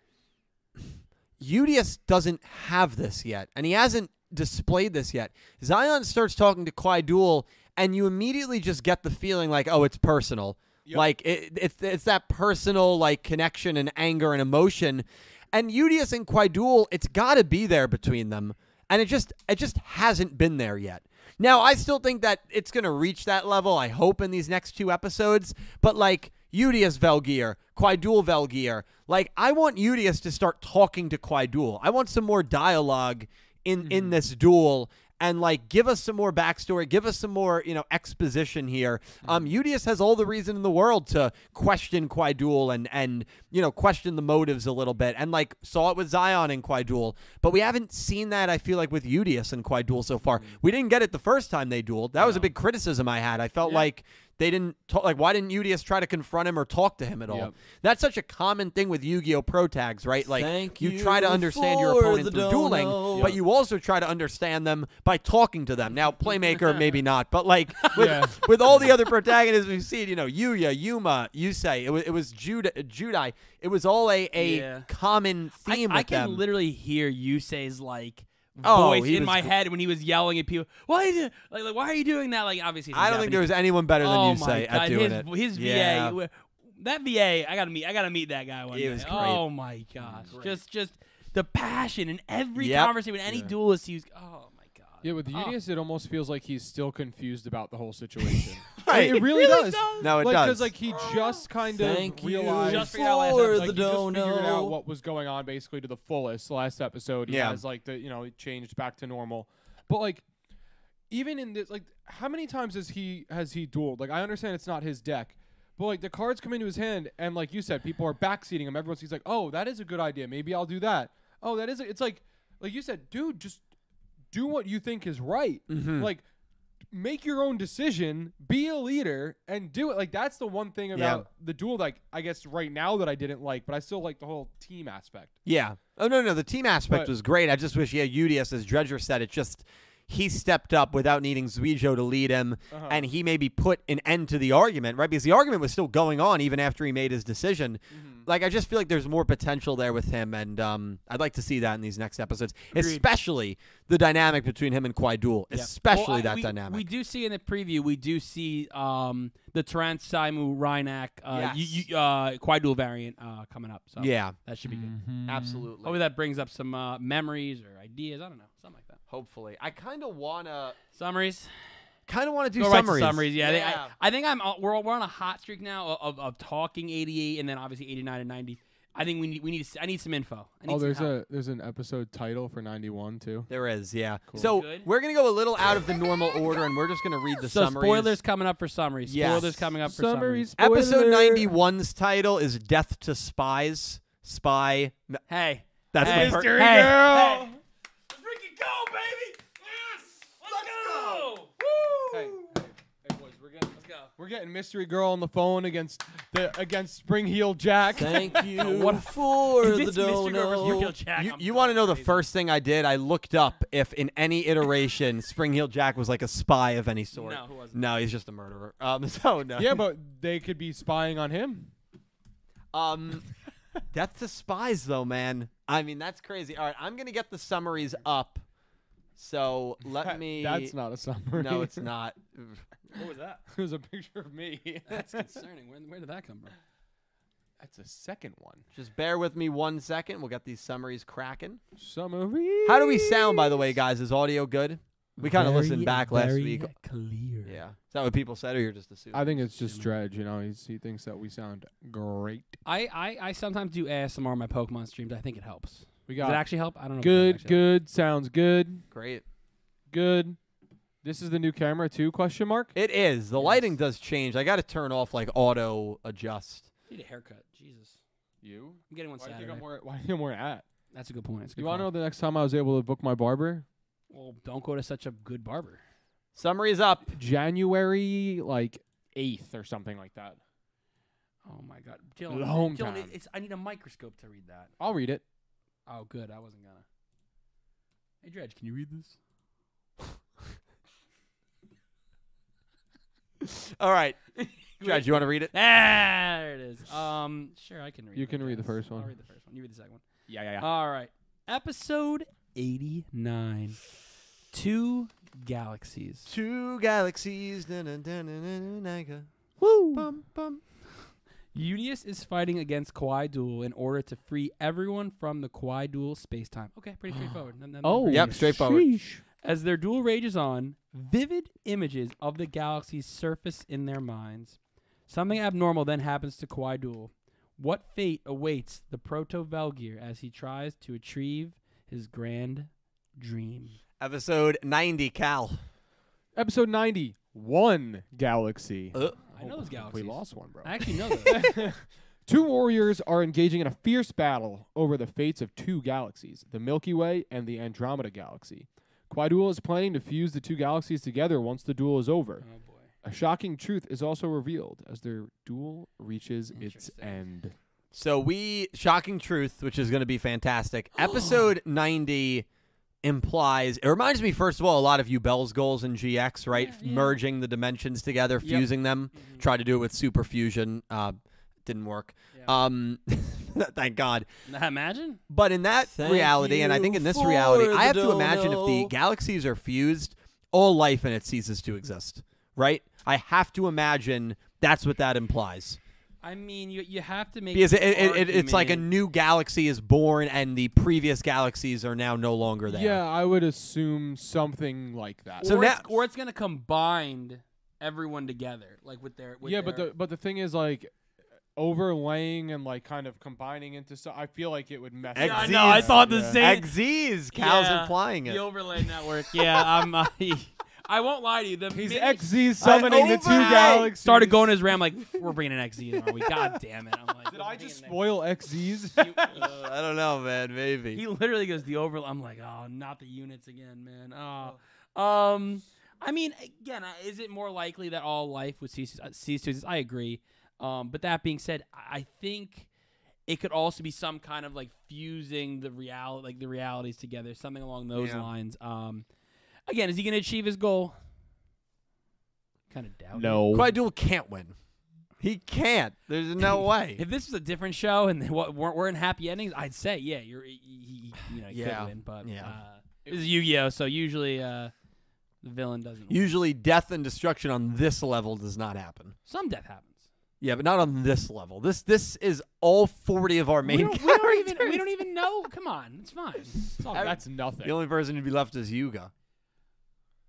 C: Udius doesn't have this yet, and he hasn't displayed this yet. Zion starts talking to Kawhi Duel, and you immediately just get the feeling like, oh, it's personal.
B: Yep.
C: Like it, it's it's that personal like connection and anger and emotion, and Udius and Kawhi Duel, it's got to be there between them, and it just it just hasn't been there yet. Now, I still think that it's going to reach that level, I hope, in these next two episodes. But, like, Udius Velgear, Quaidul Velgear, like, I want Udius to start talking to Quaidul. I want some more dialogue in, in this duel and, like, give us some more backstory, give us some more, you know, exposition here. Um, Udius has all the reason in the world to question Quaidul and, and, you know, question the motives a little bit. And, like, saw it with Zion and Quaidul. But we haven't seen that, I feel like, with Udius and Quaidul so
F: Mm.
C: far. We didn't get it the first time they dueled. That was a big criticism I had. I felt like they didn't talk, like why didn't Udius try to confront him or talk to him at all?
B: Yep.
C: That's such a common thing with Yu-Gi-Oh pro tags, right? Like
F: Thank
C: you, try to
F: you
C: understand your
F: for
C: opponent
F: the
C: through dueling,
F: dono.
C: but you also try to understand them by talking to them. Now, playmaker maybe not, but like with,
B: Yeah.
C: with all the other protagonists we've seen, you know, Yuya, Yuma, Yusei, it was it was Judah, Judai. It was all a, a
D: Yeah.
C: common
D: I,
C: theme with
D: I can
C: them.
D: literally hear you say's like
C: Oh,
D: voice
C: he
D: in
C: was
D: my
C: gr-
D: head when he was yelling at people. Why is it like, like why are you doing that? Like obviously he's
C: I don't think there
D: Japanese.
C: was anyone better than
D: oh
C: you
D: my
C: say
D: god,
C: at doing
D: his,
C: it.
D: his
C: Yeah.
D: VA, that VA, I gotta meet, I gotta meet that guy one
C: It
D: day.
C: was great.
D: Oh my gosh, just just the passion in every
C: Yep.
D: conversation with any duelist. He was oh my god.
B: Yeah, with
D: Oh.
B: Udius, it almost feels like he's still confused about the whole situation.
C: Right.
B: It, really, does.
C: No, it
B: like, 'cause,
C: does.
B: Like he just kind of
F: Thank you
B: realized
D: Just
F: for
D: figured out last episode,
F: the
B: like, he just figured out
F: dono.
B: what was going on basically to the fullest last episode. He
C: Yeah.
B: has like the you know it changed back to normal, but like even in this like how many times has he has he dueled? Like I understand it's not his deck. But like the cards come into his hand, and like you said, people are backseating him. Everyone's he's like, "Oh, that is a good idea. Maybe I'll do that." Oh, that is. A, it's like, like you said, dude, just do what you think is right. Like, make your own decision, be a leader, and do it. Like that's the one thing about the duel. Like I guess right now that I didn't like, but I still like the whole team aspect.
C: Yeah. Oh no, no, the team aspect
B: But-
C: was great. I just wish, yeah, UDS as Dredger said, it just he stepped up without needing Zuijo to lead him,
D: Uh-huh.
C: and he maybe put an end to the argument, right? Because the argument was still going on even after he made his decision.
D: Mm-hmm.
C: Like I just feel like there's more potential there with him, and um, I'd like to see that in these next episodes, especially the dynamic between him and Kwaidul, especially
D: Well, I-
C: that
D: we,
C: dynamic.
D: We do see in the preview. We do see um, the Trans Saimu Rhinak uh,
C: Yes.
D: you- you- uh, Quadul variant uh, coming up. So
C: yeah,
D: that should be good.
B: Mm-hmm.
C: absolutely.
D: Hopefully that brings up some uh, memories or ideas. I don't know, something like that.
C: Hopefully, I kind of wanna,
D: Summaries.
C: kind of wanna do
D: Go write some
C: summaries.
D: summaries. Yeah, I think-
C: Yeah.
D: I, I think I'm. uh, We're we're on a hot streak now of, of, of talking 88 and then obviously 89 and 90. I think we need we need I need some info. I need some
B: Oh, there's
D: help.
B: a there's an episode title for ninety one too.
C: There is, yeah. So
D: Good.
C: we're gonna go a little out of the normal order, and we're just gonna read the
D: so
C: summaries.
D: spoilers coming up for summaries.
C: Yes.
D: Spoilers coming up for summaries.
C: Episode 91's title is "Death to Spies." Spy.
D: Hey,
C: That's
D: hey,
C: my
D: hey,
C: per-
D: hey.
B: Hey, hey, hey, boys, we're getting let's go. We're getting Mystery Girl on the phone against the against Spring Heel Jack.
F: Thank you for the dono.
E: Jack.
C: You,
E: I'm
C: you want to know the first thing I did? I looked up if in any iteration Springheel Jack was like a spy of any sort.
D: No, who wasn't?
C: No, he's just a murderer. Um, so no.
B: yeah, but they could be spying on him.
C: Um, Death to Spies, though, man. I mean, that's crazy. All right, I'm gonna get the summaries up. So let me.
B: That's not a summary.
C: No, it's not.
D: What was that?
B: it was a picture of me.
D: That's concerning. Where, where did that come from?
B: That's a second one.
C: Just bear with me one second. We'll get these summaries cracking.
B: Summary.
C: How do we sound, by the way, guys? Is audio good? We kind of listened back last week.
D: Clear.
C: Yeah. Is that what people said, or you're just assuming?
B: I think it's just Dredge. You know, he's, he thinks that we sound great.
D: I, I, I sometimes do ASMR on my Pokemon streams. I think it helps.
B: We
D: Does
B: got
D: it actually help? I don't know. if it
B: good,
D: actually helps.
B: good, sounds good,
C: Great.
B: good. This is the new camera too? Question mark.
C: It is. The lighting does change. I got to turn off like auto adjust.
D: I Need a haircut. Jesus.
B: You?
D: I'm getting one
B: Why do you
D: Saturday.
B: think I'm where, why do you think I'm where I'm at?
D: That's a good point. That's a good
B: You want to know
D: point.
B: the next time I was able to book my barber?
D: Well, don't go to such a good barber.
C: Summary's up.
B: January like eighth or something like that.
D: Oh my God, Jill.
B: Long
D: Jill,
B: time.
D: it- it's I need a microscope to read that.
B: I'll read it.
D: Oh, good. I wasn't gonna. Hey, Dredge, can you read this?
C: All right. Judge, you want to read it?
D: Ah, there it is. Um, sure, I can read.
B: You
D: it, I
B: can read the
D: guess.
B: first
D: I'll
B: one.
D: read the first one. You read the second one.
B: Yeah, yeah, yeah.
D: All right. Episode 89. Two galaxies.
C: Two galaxies. dun, dun, dun, dun, dun, dun, dun. Bum, bum.
D: Unius is fighting against Kwai Duel in order to free everyone from the Kwai Duel spacetime. Okay, pretty straightforward. Nothing- nothing
B: oh,
D: crazy.
C: Yep, straightforward.
B: sheesh.
D: As their duel rages on, vivid images of the galaxies surface in their minds. Something abnormal then happens to Kwai Duel. What fate awaits the Proto Velgear as he tries to achieve his grand dream?
C: Episode 90, Cal.
B: Episode ninety. One galaxy. Oh,
C: Uh,
D: I know those
B: We
D: galaxies.
B: lost one, bro.
D: I actually know those.
B: Two warriors are engaging in a fierce battle over the fates of two galaxies, the Milky Way and the Andromeda Galaxy. Quaidul is planning to fuse the two galaxies together once the duel is over.
D: oh boy.
B: A shocking truth is also revealed as their duel reaches its
D: Interesting.
B: end.
C: so we, shocking truth, which is going to be fantastic. Episode 90 implies, it reminds me, first of all, a lot of you Bell's goals in GX, right?
D: Yeah, yeah.
C: Merging the dimensions together, fusing them. Tried to do it with super fusion. Uh, didn't work. Um, thank God.
D: Imagine.
C: But in that
F: Thank
C: reality, and I think
F: you
C: in this
F: for
C: reality,
F: the
C: I have to imagine if the
F: dono.
C: galaxies are fused, all life in it ceases to exist, right? I have to imagine that's what that implies.
D: I mean, you you have to make
C: Because it,
D: the
C: it, it, it's like a
D: argument-
C: new galaxy is born and the previous galaxies are now no longer there.
B: Yeah, I would assume something like that.
C: So
D: or,
C: now-
D: it's, or it's gonna combine everyone together, like with their with
B: yeah, but
D: their-
B: the but the thing is like overlaying and like kind of combining into so I feel like it would mess.
C: Yeah, I
B: up.
C: know, I
E: thought the same-
C: XZ's, Cal's
D: Yeah,
C: implying it.
D: the overlay network. Yeah, I'm. Uh, I won't lie to you. The
B: He's
D: minute-
B: XZ summoning the two
C: overlay-
B: galaxies.
D: started going his RAM like we're bringing an XZ, in, aren't we? God damn it! I'm like,
B: Did
D: we're
B: I
D: bringing
B: just
D: an
B: spoil XZ's?
C: Uh, I don't know, man. Maybe.
D: XZ. He literally goes the overlay. I'm like, oh, not the units again, man. Oh, um, I mean, again, I- is it more likely that all life would cease uh, cease to exist? I agree. Um, but that being said, I I think it could also be some kind of like fusing the real like the realities together, something along those
C: Yeah.
D: lines. Um, again, is he going to achieve his goal? Kind of doubt. it.
C: Quaidul can't win. He can't. There's no way.
D: If this was a different show and they wa- weren't weren't happy endings, I'd say yeah, you're he, he, you know, he
C: Yeah.
D: could win, but
C: Yeah.
D: uh, this is Yu-Gi-Oh, so usually uh, the villain doesn't. win.
C: Usually, death and destruction on this level does not happen.
D: Some death happens.
C: Yeah, but not on this level. This this is all forty of our
D: We
C: main
D: don't, we don't even we don't even know. Come on, it's fine. It's all
B: That's nothing.
C: The only person to be left is Yuga.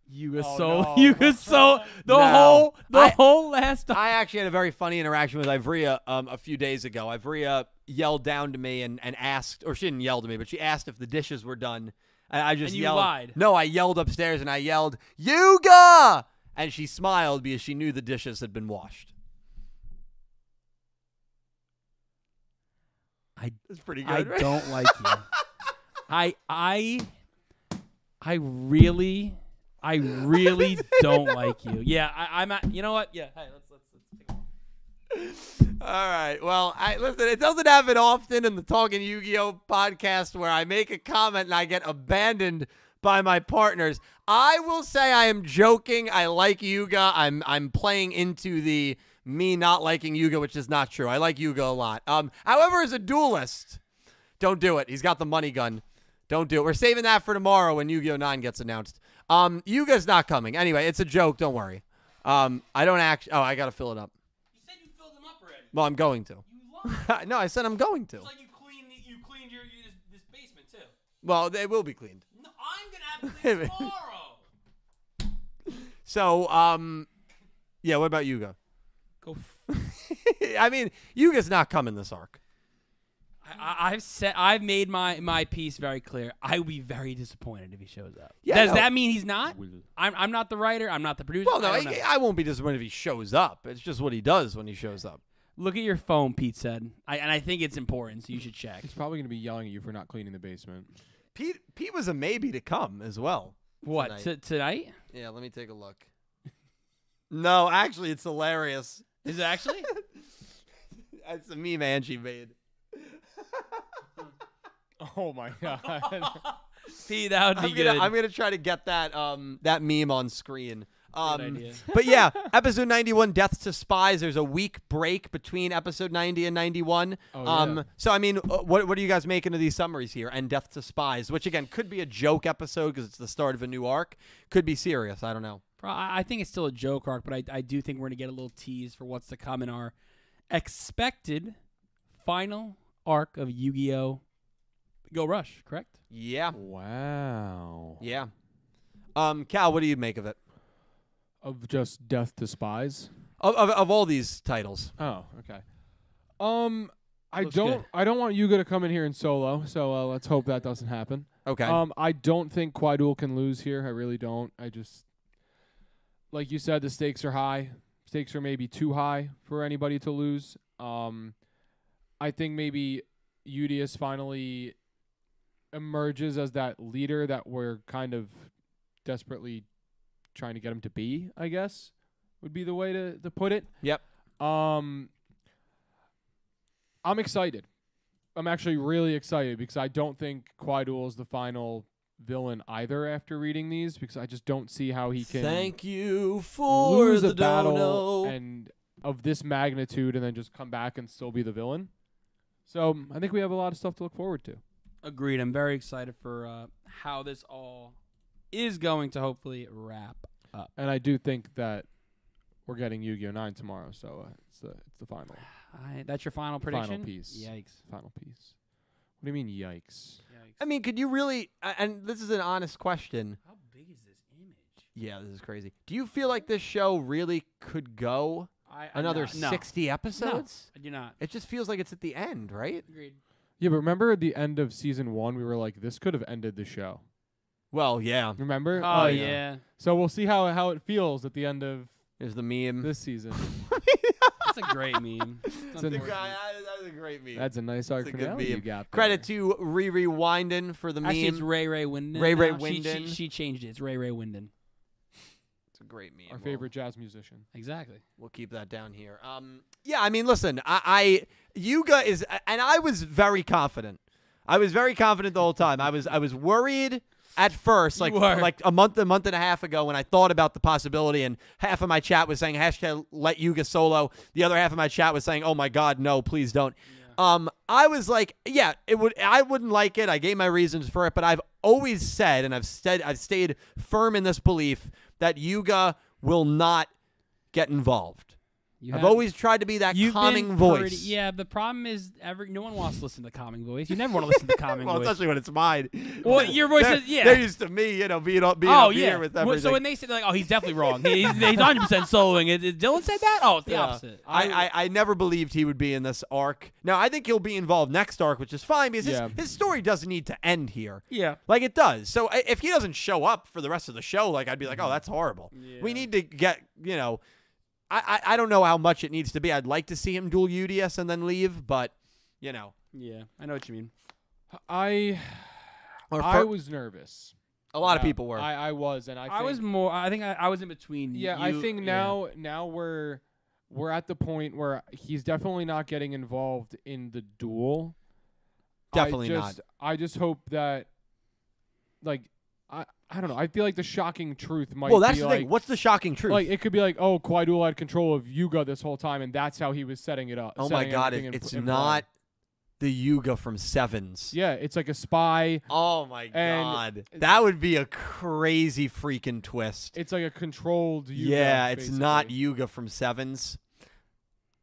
D: Yuga
B: Oh,
D: so
B: no.
D: Yuga so the
C: No.
D: whole the
C: I-
D: whole last
C: I actually had a very funny interaction with Ivrea um, a few days ago. Ivrea yelled down to me and, and asked, or she didn't yell to me, but she asked if the dishes were done. And I just
D: And you
C: yelled.
D: lied.
C: No, I yelled upstairs and I yelled, Yuga! And she smiled because she knew the dishes had been washed.
D: I
C: It's pretty good.
D: I
C: right?
D: don't like you. I I I really I really don't like you. Yeah, I, I'm at, you know what? Yeah, hey, let's let's let's take a walk.
C: All right. Well, I listen. It doesn't happen often in the Talking Yu-Gi-Oh podcast where I make a comment and I get abandoned by my partners. I will say I am joking. I like Yuga. I'm I'm playing into the me not liking Yuga, which is not true. I like Yuga a lot. Um, however, as a duelist, don't do it. He's got the money gun. Don't do it. We're saving that for tomorrow when Yu-Gi-Oh 9 gets announced. Um, Yuga's not coming. Anyway, it's a joke. Don't worry. Um, I don't act. Oh, I gotta fill it up.
D: You said you filled them up already.
C: Well, I'm going to.
D: You lied.
C: no, I said I'm going to.
D: It's like you cleaned the, you cleaned your, your this, this basement too.
C: Well, they will be cleaned.
D: No, I'm gonna have to clean tomorrow.
C: So, um, yeah. What about Yuga?
D: Go.
C: I mean, Yuga's not coming this arc.
D: I, I've said I've made my my piece very clear. I would be very disappointed if he shows up.
C: Yeah,
D: Does
C: no.
D: that mean he's not? I'm I'm not the writer. I'm not the producer.
C: Well, no,
D: I
C: I,
D: don't know.
C: I won't be disappointed if he shows up. It's just what he does when he shows up.
D: Look at your phone, Pete said. I, and I think it's important, so you should check.
B: He's probably going to be yelling at you for not cleaning the basement.
C: Pete Pete was a maybe to come as well.
D: What
C: Tonight.
D: t- tonight?
C: Yeah, let me take a look. No, actually, it's hilarious.
D: Is it actually?
C: That's a meme Angie made.
B: Oh my god.
D: Pete, that would be
C: I'm
D: good.
C: gonna, I'm gonna try to get that um that meme on screen. Um,
D: idea.
C: but yeah, episode 91, Deaths to Spies. There's a week break between episode 90 and 91.
B: Oh,
C: um,
B: yeah.
C: So I mean, uh, what what are you guys making of these summaries here? And Death to Spies, which again could be a joke episode because it's the start of a new arc. Could be serious. I don't know.
D: Pro- I I think it's still a joke arc, but I, I do think we're gonna get a little tease for what's to come in our expected final arc of Yu-Gi-Oh! Go Rush, correct?
C: Yeah,
B: wow.
C: yeah. Um, Cal, what do you make of it?
B: Of just death to spies.
C: Of of, of all these titles,
B: Oh, okay. Um, I
D: Looks
B: don't.
D: good.
B: I don't want Yuga to come in here and solo. So uh, let's hope that doesn't happen.
C: okay.
B: Um, I don't think Quaidul can lose here. I really don't. I just, like you said, the stakes are high. Stakes are maybe too high for anybody to lose. Um, I think maybe Udius finally emerges as that leader that we're kind of desperately trying to get him to be. I guess would be the way to to put it.
C: Yep.
B: Um, I'm excited. I'm actually really excited because I don't think Quaidul is the final villain either after reading these because I just don't see how he can
F: Thank you for
B: lose
F: the
B: a battle
F: dono.
B: and of this magnitude and then just come back and still be the villain. So um, I think we have a lot of stuff to look forward to.
D: Agreed. I'm very excited for uh, how this all is going to hopefully wrap.
B: And I do think that we're getting Yu-Gi-Oh 9 tomorrow, so uh, it's the it's the final
D: I, that's your final
B: Final
D: prediction.
B: piece.
D: Yikes.
B: final piece. What do you mean yikes?
D: Yikes.
C: I mean, could you really? a- And this is an honest question.
D: how big is this image?
C: Yeah, this is crazy. Do you feel like this show really could go
D: I, I-
C: another
D: Uh, no,
C: 60 episodes?
D: No, I do not.
C: It just feels like it's at the end, right?
D: Agreed.
B: Yeah, but remember at the end of season 1 we were like this could have ended the show.
C: Well, yeah.
B: Remember?
D: Oh,
B: Like,
D: yeah.
B: So we'll see how how it feels at the end of
C: There's the meme.
B: this season.
D: That's a great meme. It's
B: a-
D: unfortunate.
C: that was a great meme.
B: That's a nice arc
C: a
B: for
C: good
B: now. You
C: meme.
B: got
C: Credit
B: there.
C: to Riri Winden for the meme.
D: Actually, it's Ray Ray Winden.
C: Ray Ray
D: now. She- She,
C: Winden.
D: she changed it. It's Ray Ray Winden.
C: It's a great meme.
B: our
C: We'll-
B: favorite jazz musician.
D: Exactly.
C: We'll keep that down here. Um, yeah, I mean, listen, I, I Yuga is, and I was very confident. I was very confident the whole time. I was, I was worried at first, like
D: were.
C: like a month, a month and a half ago, when I thought about the possibility, and half of my chat was saying hashtag let Yuga solo. The other half of my chat was saying, oh my god, no, please don't. Um, I was like, yeah, it would. I wouldn't like it. I gave my reasons for it, but I've always said, and I've said, I've stayed firm in this belief that Yuga will not get involved.
D: You
C: I've
D: have-
C: always tried to be that
D: You've
C: calming
D: been
C: voice.
D: pretty- yeah, the problem is every no one wants to listen to the calming voice. You never want to listen to the calming
C: Well,
D: voice.
C: especially when it's mine.
D: Well, your voice
C: they're,
D: is- yeah.
C: They're used to me, you know, being on being
D: oh
C: up
D: yeah.
C: here with
D: Well,
C: everything.
D: so when they say they're like, oh, he's definitely wrong. He's he's 100 percent soloing. It, it- Dylan said that. Oh, it's the
C: Yeah.
D: opposite.
C: I, I, I never believed he would be in this arc. Now I think he'll be involved next arc, which is fine because
B: Yeah.
C: his, his story doesn't need to end here.
D: yeah.
C: Like it does. So I, if he doesn't show up for the rest of the show, like I'd be like, oh, that's horrible. We need to get, you know, I, I, I don't know how much it needs to be. I'd like to see him duel UDS and then leave, but you know,
D: Yeah. I know what you mean.
B: I
C: or
B: I
C: fir-
B: was nervous.
C: a lot of
B: Yeah,
C: people were.
B: I, I was, and I.
D: I, was
B: think-
D: more. I think I, I was in between.
B: Yeah,
D: You-
B: I think now now we're we're at the point where he's definitely not getting involved in the duel.
C: Definitely
B: I
C: not.
B: just, I just hope that, like, I I don't know. I feel like the shocking truth might.
C: well, that's
B: be
C: the
B: like,
C: thing. What's the shocking truth?
B: Like it could be like, oh, Quaidul had control of Yuga this whole time, and that's how he was setting it up.
C: Oh my
B: setting
C: god,
B: everything
C: it,
B: in-
C: it's
B: in play.
C: not the Yuga from Sevens.
B: Yeah, it's like a spy.
C: Oh my
B: And-
C: god. That would be a crazy freaking twist.
B: It's like a controlled. Yuga,
C: yeah, it's not
B: basically.
C: Yuga from Sevens.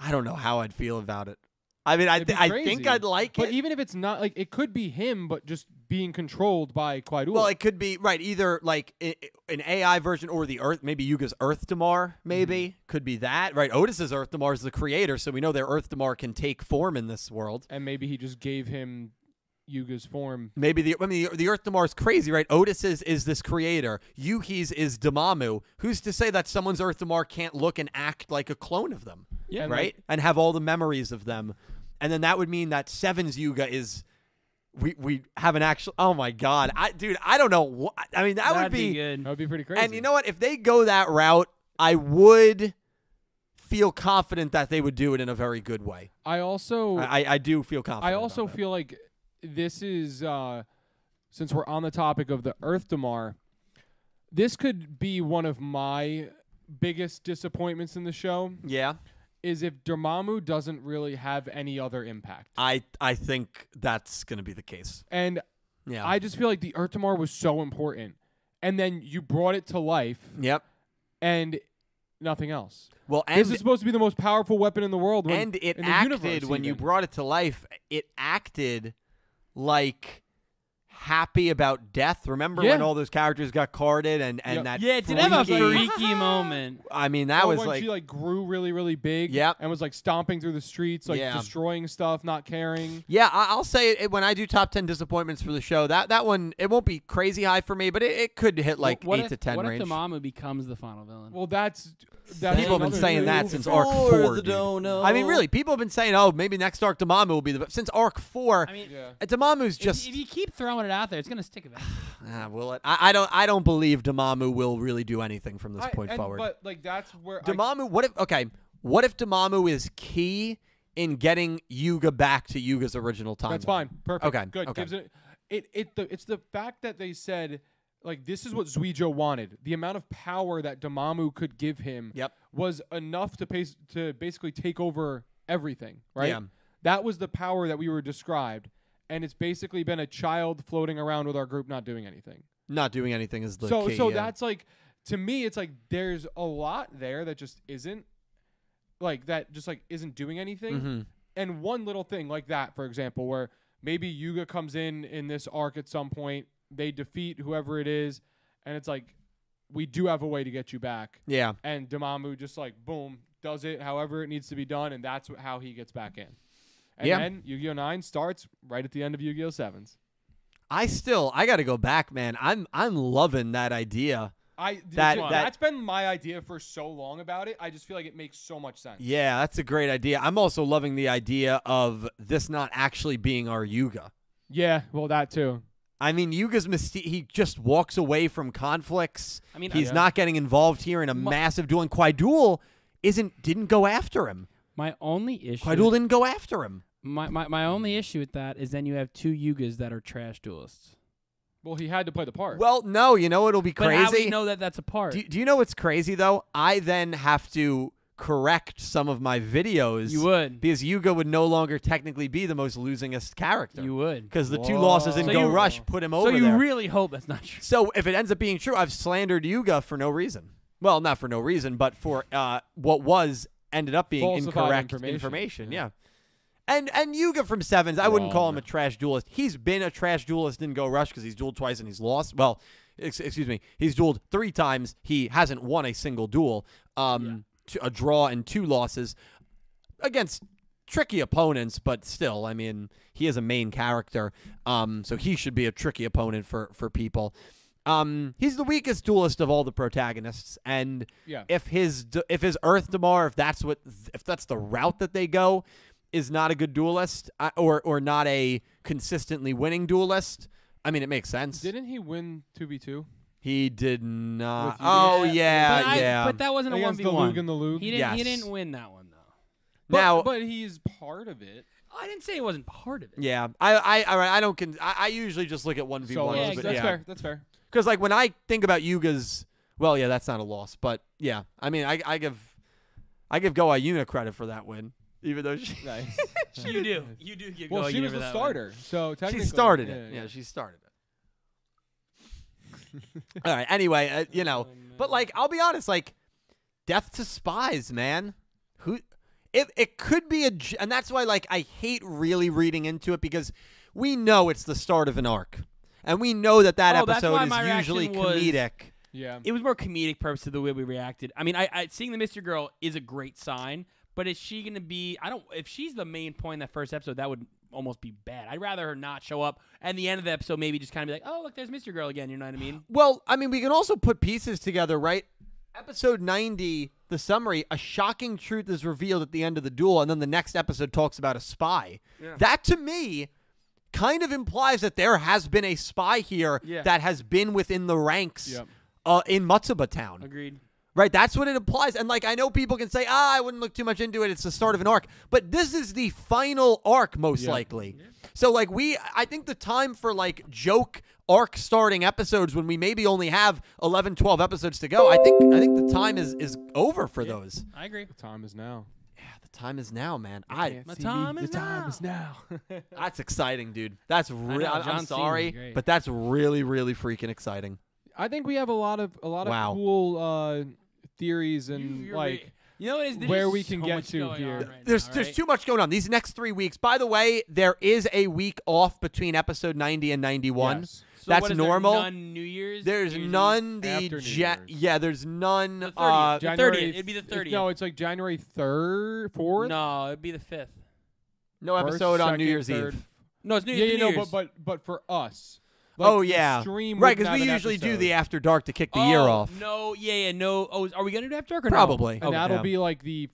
C: I don't know how I'd feel about it. I mean, I,
B: It'd be
C: th- I think
B: crazy.
C: I'd like
B: But
C: it.
B: even if it's not like it could be him, but just being controlled by Quaidul.
C: well, it could be right either like i- i- an AI version or the Earth. Maybe Yuga's Earth Damar. Maybe
B: Mm-hmm.
C: could be that. Right, Otis's Earth Damar is the creator, so we know their Earth Damar can take form in this world.
B: and maybe he just gave him Yuga's form.
C: Maybe the I mean the, the Earth Damar is crazy, right? Otis is, is this creator. Yuki's is Damamu. Who's to say that someone's Earth Damar can't look and act like a clone of them?
B: Yeah, and, like,
C: right? And have all the memories of them. And then that would mean that Seven's Yuga is we we have an actual Oh my god. I dude, I don't know what I mean that would
E: That'd
C: be,
E: be good.
B: that would be pretty crazy.
C: And you know what? If they go that route, I would feel confident that they would do it in a very good way.
B: I also
C: I I, I do feel confident.
B: I
C: about
B: also
C: that.
B: feel like this is uh, since we're on the topic of the Earth Damar, this could be one of my biggest disappointments in the show
C: Yeah.
B: is if Dormammu doesn't really have any other impact.
C: I I think that's going to be the case.
B: And
C: Yeah.
B: I just feel like the Earth Damar was so important. And then you brought it to life
C: Yep.
B: and nothing else.
C: Well, and
B: this is supposed to be the most powerful weapon in the world. When,
C: and it
B: in the
C: acted
B: universe
C: when you
B: even.
C: brought it to life it acted like happy about death remember when
B: Yeah.
C: all those characters got carded and and
B: Yep.
C: that
E: Yeah, it did have a
C: freaky-
E: freaky moment.
C: i mean that
B: Or
C: was
B: when
C: like,
B: she like grew really, really big.
C: Yep.
B: And was like stomping through the streets, like
C: Yeah.
B: destroying stuff, not caring.
C: yeah I- i'll say it, it- when i do top 10 disappointments for the show that that one it won't be crazy high for me but it, it could hit like
D: what
C: 8
D: if,
C: to 10
D: what
C: range
D: if Dormammu becomes the final villain?
B: Well, that's that's
C: People have
B: another
C: been saying
B: thing.
C: that since Arc 4.
F: the
C: dude.
F: dono.
C: I mean, really, people have been saying, oh, maybe next Arc Damamu will be the. Since Arc 4,
D: I mean,
B: Yeah.
C: Damamu's
D: if-
C: just.
D: if, you keep throwing it out there, it's gonna stick eventually.
C: Ah, will it? I, I don't. I don't believe Damamu will really do anything from this
B: I-
C: point
B: and-
C: forward.
B: But like that's where I-
C: Damamu, what if? Okay, what if Damamu is key in getting Yuga back to Yuga's original time?
B: that's fine. Perfect.
C: Okay,
B: Good.
C: okay.
B: Gives it it it the it's the fact that they said like this is what Zuijo wanted. The amount of power that Damamu could give him
C: Yep.
B: was enough to pace, to basically take over everything, right?
C: Yeah.
B: That was the power that we were described. And it's basically been a child floating around with our group not doing anything.
C: Not doing anything is the
B: so
C: key.
B: so
C: yeah.
B: that's like to me it's like there's a lot there that just isn't like that just like isn't doing anything
C: Mhm.
B: and one little thing like that for example where maybe yuga comes in in this arc at some point they defeat whoever it is and it's like we do have a way to get you back
C: yeah.
B: and Damamu just like boom does it however it needs to be done and that's wh- how he gets back in and
C: Yeah.
B: then Yu-Gi-Oh 9 starts right at the end of Yu-Gi-Oh 7s.
C: I still I got to go back, man. I'm I'm loving that idea.
B: I
C: That-
B: that,
C: that-
B: that's been my idea for so long about it. I just feel like it makes so much sense.
C: Yeah, that's a great idea. I'm also loving the idea of this not actually being our Yuga.
B: Yeah, well, that too.
C: I mean, Yuga's mystique. He just walks away from conflicts. I
D: mean,
C: he's not getting involved here in a massive duel. And Quaidul isn't didn't go after him.
D: My only issue.
C: Quaidul didn't go after him.
D: My, my my only issue with that is then you have two Yugas that are trash duelists.
B: Well, he had to play the part.
C: Well, no, you know it'll be
D: But how do
C: crazy.
D: you know that that's a part?
C: do, do you know what's crazy though? I then have to correct some of my videos
D: you would.
C: because Yuga would no longer technically be the most losingest character
D: You would.
C: because the two losses in
D: So
C: Go
D: you-
C: Rush put him
D: So
C: over
D: you
C: there.
D: really hope that's not true.
C: so if it ends up being true, I've slandered Yuga for no reason. Well, not for no reason, but for uh, what was ended up being
B: Falsified
C: incorrect
B: information,
C: Yeah. And and Yuga from Sevens, I wouldn't call him a trash duelist. He's been a trash duelist in Go Rush because he's dueled twice and he's lost. Well, ex- excuse me, he's dueled three times. He hasn't won a single duel. Um, t- a draw and two losses against tricky opponents, but still, I mean, he is a main character, um, so he should be a tricky opponent for for people. Um, he's the weakest duelist of all the protagonists, and
B: Yeah.
C: if his d- if his Earth Damar, if that's what if that's the route that they go, is not a good duelist I- or or not a consistently winning duelist. I mean, it makes sense.
B: Didn't he win 2v2?
C: he did not.
B: With you.
C: Oh
B: Yeah,
C: yeah,
D: but, I-
C: yeah.
D: but that wasn't a one
B: Against
D: v
B: the Lug
D: one.
B: and the Lug?
D: He didn't. He
C: Yes.
D: didn't win that one though.
B: But,
C: now,
B: but he's part of it.
D: I didn't say it wasn't part of it.
C: yeah, I I all right, I don't. Con- I, I usually just look at one v
B: So uh,
C: one.
D: Yeah,
B: that's
C: but
D: exactly.
C: yeah.
B: fair. That's fair.
C: Because like when I think about Yuga's, well, yeah, that's not a loss, but yeah, I mean, I, I give, I give Goa Yuna credit for that win, even though she,
B: Nice.
E: You do. You do get
B: well,
E: going
B: she was
E: over
B: the
E: that
B: starter, so
C: she
B: technically
C: started it.
B: Yeah,
C: Yeah, she started it. All right. Anyway, uh, you
E: Oh,
C: know, but like I'll be honest, like death to spies, man. Who? It it could be a, j- and that's why like I hate really reading into it because we know it's the start of an arc, and we know that that
E: Oh, that's
C: episode
E: why
C: is
E: my reaction
C: usually
E: was-
C: comedic.
B: yeah.
E: It was more comedic purpose of the way we reacted. I mean, I, I seeing the Mystery Girl is a great sign, but is she going to be? I don't. If she's the main point in that first episode, that would almost be bad. I'd rather her not show up. And the end of the episode, maybe just kind of be like, "Oh, look, there's Mystery Girl again." You know what I mean?
C: Well, I mean, we can also put pieces together, right? Episode 90 the summary, a shocking truth is revealed at the end of the duel, and then the next episode talks about a spy. That to me kind of implies that there has been a spy here
E: Yeah.
C: that has been within the ranks
B: Yep.
C: uh, in Matsuba Town.
E: Agreed.
C: Right, that's what it implies. And like I know people can say, "Ah, I wouldn't look too much into it. It's the start of an arc." But this is the final arc most
B: Yeah.
C: likely. So like we I think the time for like joke arc starting episodes when we maybe only have 11 12 episodes to go. I think I think the time is is over for those.
E: I agree.
B: The time is now.
C: Yeah, the time is now, man. I
E: My time is now.
B: now.
C: that's exciting, dude. That's really
E: know, John
C: I'm
E: Cena's
C: sorry,
E: great.
C: but that's really really freaking exciting.
B: I think we have a lot of a lot of
C: Wow.
B: cool uh, theories and
E: you're
B: like
E: right. You know what it is? There's
B: where
E: just
B: we can
E: so
B: get
E: much
B: to
E: going
B: here.
E: on right
C: there's
E: now,
C: there's
E: right?
C: too much going on these next three weeks. By the way, there is a week off between episode 90 and 91.
B: Yes.
E: So
C: That's
E: what is there,
C: normal.
E: none New Year's.
C: there's
E: New Year's Eve?
C: none the
B: After New
C: ja-
B: Year's.
C: yeah. There's none.
E: The 30th.
C: uh,
E: The 30th. It'd be the
B: th-
E: 30th.
B: No, it's like January third, fourth.
E: No, it'd be the fifth.
C: no
B: first,
C: episode on New
B: second,
C: Year's
B: third.
C: Eve.
E: No, it's New
B: Yeah,
E: Year's.
B: you
E: New
B: know,
E: Year's.
B: but but but for us. Like,
C: oh
B: the
C: yeah,
B: stream
C: right.
B: wouldn't
C: Because we
B: have an
C: usually do
B: episode.
C: the after dark to kick the
E: oh,
C: year off.
E: No, yeah, yeah, no. Oh, is- are we gonna do after dark or no?
C: Probably.
B: and
E: Okay.
B: that'll
C: Yeah.
B: be like the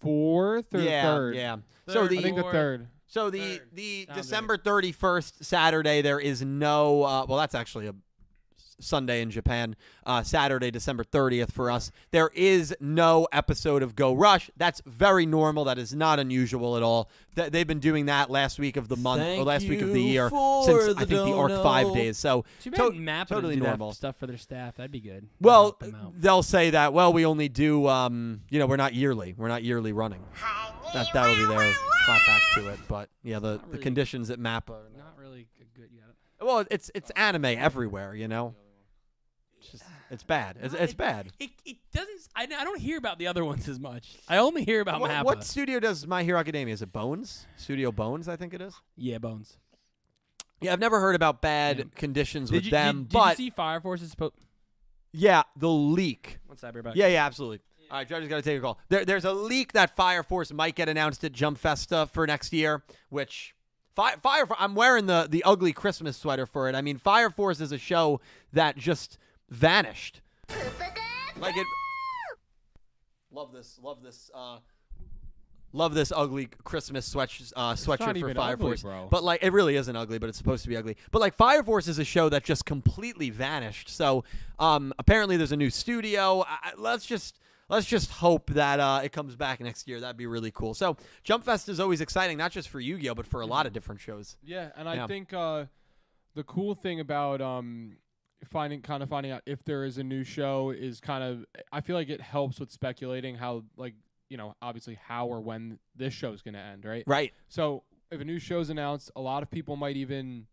B: fourth or
C: yeah,
B: third.
C: yeah. so
E: Third,
B: I think
C: the
B: the
E: Fourth.
B: third.
C: so the
E: third.
C: the
E: Sounds
C: December 31st Saturday there is no. Uh, well, that's actually a s- Sunday in Japan. Uh, Saturday, December 30th for us. There is no episode of Go Rush. That's very normal. That is not unusual at all. Th- they've been doing that last week of the month or
F: Thank
C: last week of the
F: you
C: year
F: for
C: since I
F: the
C: think the Arc Five
F: dono.
C: days. So
E: Too bad
C: to-
E: Matt wouldn't
C: totally
E: do that
C: normal.
E: stuff for their staff. That'd be good.
C: Well,
E: Help them out.
C: they'll say that. Well, we only do. Um, you know, we're not yearly. We're not yearly running. That that will be their clapback to it. But yeah, the, the
E: really.
C: conditions at MAPPA. Are not-
E: not really a good. You got it.
C: well, it's it's anime everywhere. You know, it's just it's bad. It's, it's bad.
E: It, it doesn't. I, I don't hear about the other ones as much. I only hear about
C: What,
E: Mappa.
C: what studio does My Hero Academia? Is it Bones? Studio Bones, I think it is.
E: yeah, Bones.
C: Yeah, I've never heard about bad
E: Yeah.
C: conditions
E: Did
C: with
E: you,
C: them,
E: did, did
C: but
E: you see Fire Force's po-
C: yeah, the leak
E: What's that about?
C: Yeah, yeah, absolutely. All right, Trevor's got to take a call. There, there's a leak that Fire Force might get announced at Jump Festa for next year, which Fire, Fire Fo- I'm wearing the the ugly Christmas sweater for it. I mean, Fire Force is a show that just vanished. Like it. Love this. Love this. Uh, love this ugly Christmas sweat uh,
B: not
C: sweatshirt for
B: even
C: Fire
B: ugly,
C: Force.
B: bro.
C: But like, it really isn't ugly, but it's supposed to be ugly. But like, Fire Force is a show that just completely vanished. So um, apparently, there's a new studio. I, I- let's just. Let's just hope that uh, it comes back next year. That'd be really cool. So, Jump Fest is always exciting, not just for Yu-Gi-Oh, but for a
B: Mm-hmm.
C: lot of different shows.
B: Yeah, and I
C: Yeah.
B: think uh, the cool thing about um, finding kind of finding out if there is a new show is kind of I feel like it helps with speculating how like you know obviously how or when this show's going to end, right?
C: Right.
B: So if a new show's announced, a lot of people might even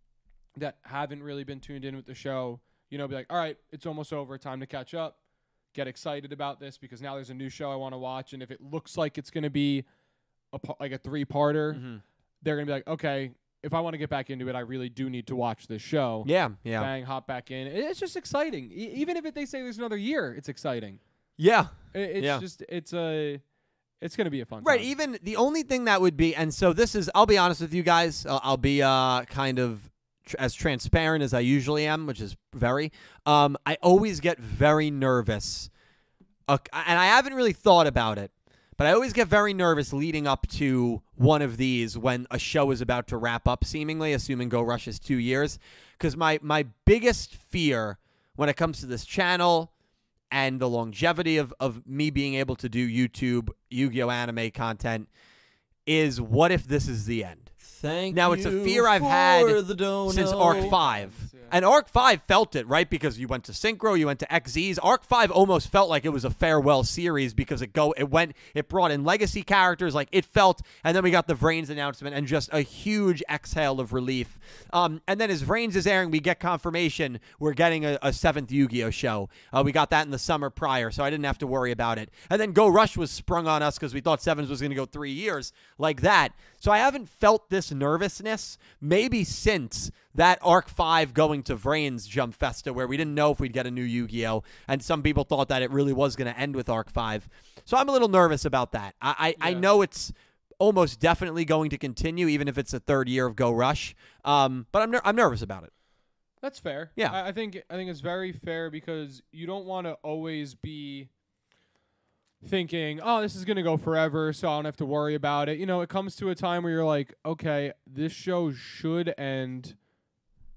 B: that haven't really been tuned in with the show, you know, be like, all right, it's almost over, time to catch up. Get excited about this because now there's a new show I want to watch, and if it looks like it's going to be a pa- like a three-parter,
C: Mm-hmm.
B: they're gonna be like, okay, if I want to get back into it, I really do need to watch this show.
C: Yeah. Yeah.
B: Bang, hop back in. It- It's just exciting. E- even if it, they say there's another year, it's exciting.
C: Yeah.
B: I- it's
C: Yeah.
B: just it's a it's gonna be a fun
C: Right.
B: time.
C: Even the only thing that would be, and so this is, I'll be honest with you guys. Uh, I'll be uh, kind of tr- as transparent as I usually am, which is very. Um, I always get very nervous, uh, and I haven't really thought about it, but I always get very nervous leading up to one of these when a show is about to wrap up, seemingly, assuming Go Rush is two years, because my my biggest fear when it comes to this channel and the longevity of, of me being able to do YouTube Yu-Gi-Oh anime content is what if this is the end?
F: Thank
C: Now, it's a
F: you
C: fear I've
F: for
C: had
F: the dono.
C: Since
D: Oh,
C: Arc 5. And Arc 5 felt it, right? Because you went to Synchro, you went to XZs. Arc 5 almost felt like it was a farewell series because it go it went it brought in legacy characters like it felt and then we got the Vrains announcement and just a huge exhale of relief. Um, and then as Vrains is airing, we get confirmation we're getting a, a 7th Yu-Gi-Oh show. Uh, we got that in the summer prior, so I didn't have to worry about it. And then Go Rush was sprung on us because we thought Sevens was going to go three years like that. So I haven't felt this nervousness maybe since that Arc 5 going to Vrain's Jump Festa, where we didn't know if we'd get a new Yu Gi Oh! And some people thought that it really was going to end with Arc 5. So I'm a little nervous about that. I, I, I know it's almost definitely going to continue, even if it's the third year of Go Rush. Um, but I'm, ner- I'm nervous about it.
B: That's fair.
C: Yeah.
B: I, I think I think it's very fair because you don't want to always be thinking, oh, this is going to go forever, so I don't have to worry about it. You know, it comes to a time where you're like, okay, this show should end,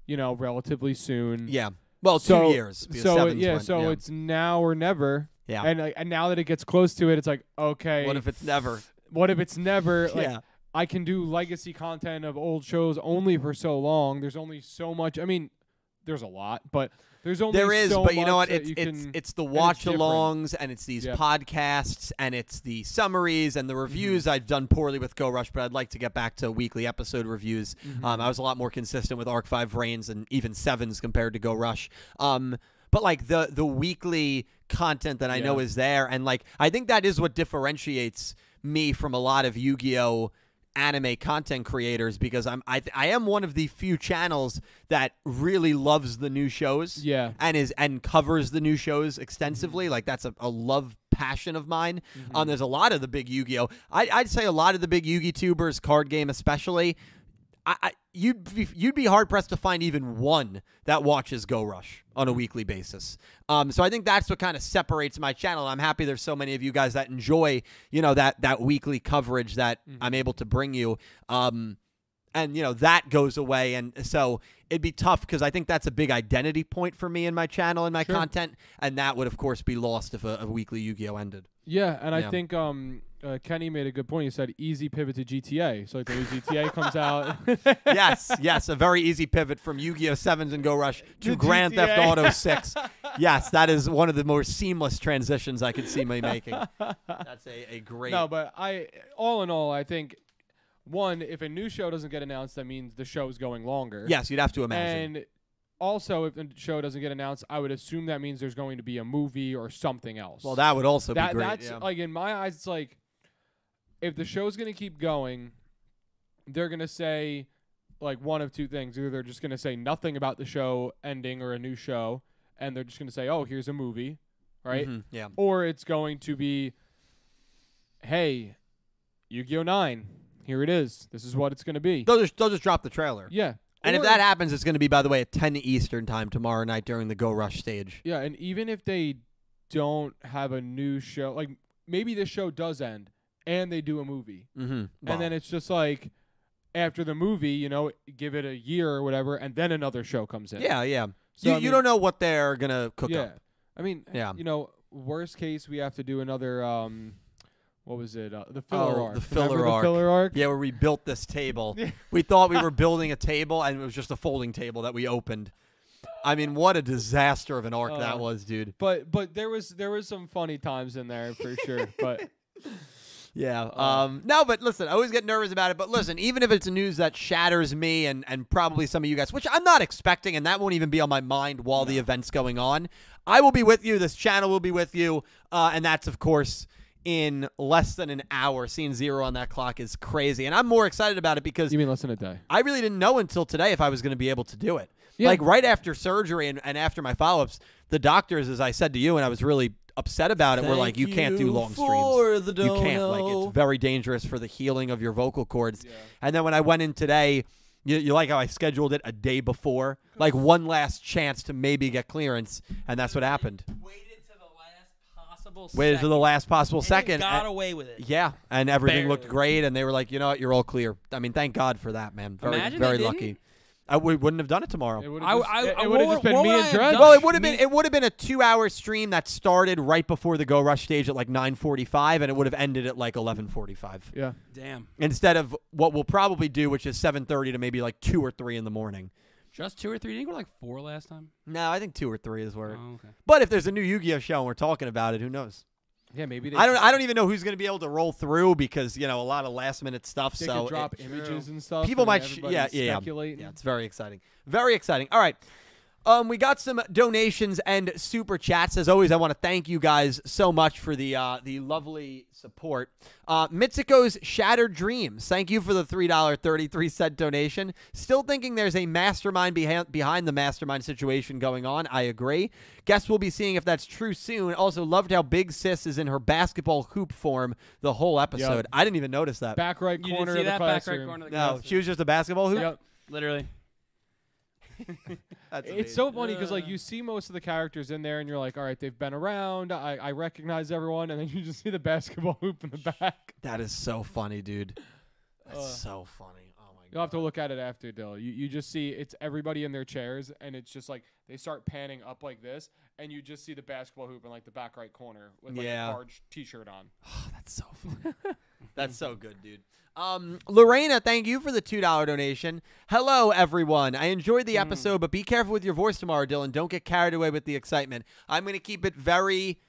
B: you know, relatively soon.
C: Yeah. Well, two
B: Mm. So-
C: years. because
B: So it,
C: seven's
B: yeah,
C: when-
B: so
C: yeah.
B: it's now or never.
C: Yeah.
B: And like, and now that it gets close to it, it's like, okay,
C: what if it's never?
B: what if it's never? Like,
C: yeah.
B: I can do legacy content of old shows only for so long. There's only so much. I mean, there's a lot, but there's only
C: There is,
B: so
C: but you
B: much
C: know what?
B: that
C: It's
B: you
C: it's
B: can,
C: it's the
B: it's
C: watch
B: different.
C: alongs and it's these
B: Yep. Mm-hmm.
C: podcasts and it's the summaries and the reviews. I've done poorly with Go Rush, but I'd like to get back to weekly episode reviews.
B: Mm-hmm.
C: Um, I was a lot more consistent with Arc Five Reigns and even Sevens compared to Go Rush. Um, but like the the weekly content that I know
B: Yeah.
C: is there, and like I think that is what differentiates me from a lot of Yu Gi Oh anime content creators because I'm I, I am one of the few channels that really loves the new shows
B: yeah.
C: and is and covers the new shows extensively. Like that's a, a love passion of mine. Um, there's a lot of the big Yu-Gi-Oh. I, I'd say a lot of the big Yu-Gi tubers, card game especially. I, I you'd be, you'd be hard pressed to find even one that watches Go Rush on a weekly basis. Um, so I think that's what kind of separates my channel. I'm happy there's so many of you guys that enjoy you know that that weekly coverage that I'm able to bring you. Um, and you know that goes away and so it'd be tough because i think that's a big identity point for me in my channel and my
B: Sure.
C: content and that would of course be lost if a, a weekly yu-gi-oh ended
B: Yeah, and
C: Yeah.
B: I think um, uh, Kenny made a good point. He said easy pivot to GTA. So like the new GTA comes out.
C: yes yes a very easy pivot from yu-gi-oh 7s and go rush to
B: The
C: grand theft
B: GTA.
C: auto 6 yes that is one of the more seamless transitions i could see me making that's a, a great
B: no, but I all in all, I think one if a new show doesn't get announced, that means the show's going longer.
C: yes you'd have to imagine
B: And also, if the show doesn't get announced, I would assume that means there's going to be a movie or something else.
C: well that would also
B: that
C: be great
B: that's uh,
C: yeah.
B: like in my eyes, it's like if the show's gonna keep going, they're gonna say like one of two things: either they're just gonna say nothing about the show ending or a new show, and they're just gonna say, "Oh, here's a movie," right?
C: Mhm, yeah
B: Or it's going to be, "Hey, Yu-Gi-Oh! Nine, here it is. This is what it's gonna be."
C: they'll just, they'll just drop the trailer
B: yeah.
C: And if
B: Or-
C: that happens, it's going to be, by the way, at 10 Eastern time tomorrow night during the Go Rush stage.
B: Yeah, and even if they don't have a new show, like maybe this show does end and they do a movie.
C: Mm-hmm.
B: And then it's just like after the movie, you know, give it a year or whatever, and then another show comes in.
C: yeah, yeah.
B: So,
C: you,
B: I
C: you
B: mean-
C: don't know what they're going to cook
B: yeah.
C: up.
B: I mean,
C: Yeah.
B: you know, worst case, we have to do another, um, what was it? Uh, the filler
C: Oh,
B: arc.
C: the
B: Remember
C: filler arc.
B: The filler arc?
C: Yeah, where we built this table. we thought we were building a table, and it was just a folding table that we opened. I mean, what a disaster of an arc that
B: Uh,
C: was, dude.
B: But but there was there was some funny times in there for sure. But
C: Yeah. Um, no, but listen, I always get nervous about it. But listen, even if it's news that shatters me and, and probably some of you guys, which I'm not expecting, and that won't even be on my mind while the event's going on, I will be with you. This channel will be with you. Uh, and that's, of course, in less than an hour. Seeing zero on that clock is crazy. And I'm more excited about it because
B: you mean less than a day?
C: I really didn't know until today if I was going to be able to do it.
B: Yeah.
C: Like right after surgery and, and after my follow ups, the doctors, as I said to you, and I was really upset about it, were like, you can't do long
F: for
C: streams.
F: the
C: you can't. Like,
F: dono."
C: it's very dangerous for the healing of your vocal cords. And then when I went in today, you, you like how I scheduled it a day before? Like one last chance to maybe get clearance. And that's what happened.
D: Waited to the last possible
C: Waited to the last possible second.
D: got
C: and-
D: away with it.
C: yeah, and everything looked
D: Barely.
C: great, and they were like, you know what, you're all clear. I mean, thank God for that, man. Very,
D: Imagine they
C: very
D: didn't.
C: lucky. I we wouldn't have done it tomorrow.
B: It would've
D: I-
B: just-
D: I-
B: it-
D: I-
B: it would have
D: what
B: just
D: would-
B: been
D: what
B: me
D: would I
B: and
D: have
B: Dredge.
D: done?
C: well, it would have been it would have been a two hour stream that started right before the Go Rush stage at like 9:45, and it would have ended at like 11:45
B: Yeah.
D: Damn.
C: instead of what we'll probably do, which is 7:30 to maybe like two or three in the morning.
D: Just two or three. Didn't you go like four last time?
C: No, I think two or three is where.
D: Oh, okay.
C: But if there's a new Yu-Gi-Oh show and we're talking about it, who knows?
B: Yeah, maybe they
C: I don't.
B: could-
C: I don't even know who's going to be able to roll through because you know a lot of last minute stuff.
B: They
C: so
B: could
C: it-
B: drop images and stuff.
C: People
B: and
C: might, sh-
B: everybody
C: yeah, yeah, yeah.
B: speculating.
C: yeah. It's very exciting, very exciting. All right, um, we got some donations and super chats. As always, I want to thank you guys so much for the uh, the lovely support. Uh, Mitsuko's Shattered Dreams, thank you for the three dollar thirty three cent donation. Still thinking there's a mastermind behind behind the mastermind situation going on. I agree. Guess we'll be seeing if that's true soon. Also, loved how Big Sis is in her basketball hoop form the whole episode. I didn't even notice that.
B: Back right
D: You didn't
B: corner
D: see
B: of the
D: that back right
B: classroom.
D: corner of the
C: no,
D: classroom.
C: she was just a basketball hoop.
B: Yep.
D: Literally.
C: That's
B: It's so funny because like you see most of the characters in there, and you're like, all right, they've been around. I, I recognize everyone, and then you just see the basketball hoop in the back.
C: that is so funny, dude. That's
B: Ugh.
C: so funny. Oh my god.
B: You'll have to look at it after, Dill. You you just see it's everybody in their chairs, and it's just like they start panning up like this, and you just see the basketball hoop in like the back right corner with like
C: Yeah.
B: a large T-shirt on.
C: Oh, that's so funny. that's so good, dude. Um, Lorena, thank you for the two dollar donation. Hello, everyone. I enjoyed the episode, but be careful with your voice tomorrow, Dylan. Don't get carried away with the excitement. I'm gonna keep it very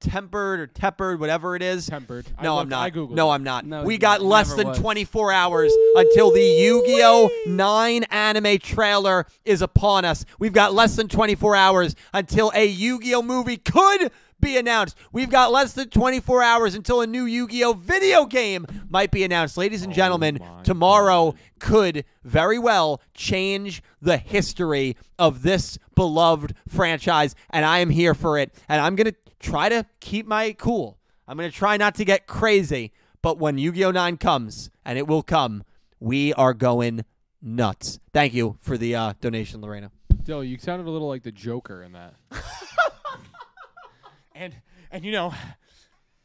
C: tempered or teppered, whatever it is.
B: Tempered. I
C: No, I'm
B: looked-
C: not.
B: I googled.
C: no,
B: it.
C: I'm not.
D: No,
C: we
D: you
C: got less
D: never
C: than
D: was.
C: 24 hours until the Yu-Gi-Oh 9 anime trailer is upon us. We've got less than 24 hours until a Yu-Gi-Oh movie could be announced. We've got less than 24 hours until a new Yu-Gi-Oh video game might be announced. Ladies and gentlemen,
B: Oh my
C: tomorrow could very well change the history of this beloved franchise and I am here for it and I'm going to try to keep my cool. I'm going to try not to get crazy, but when Yu Gi Oh! 9 comes, and it will come, we are going nuts. Thank you for the uh, donation, Lorena.
B: Dill, you sounded a little like the Joker in that. and and you know,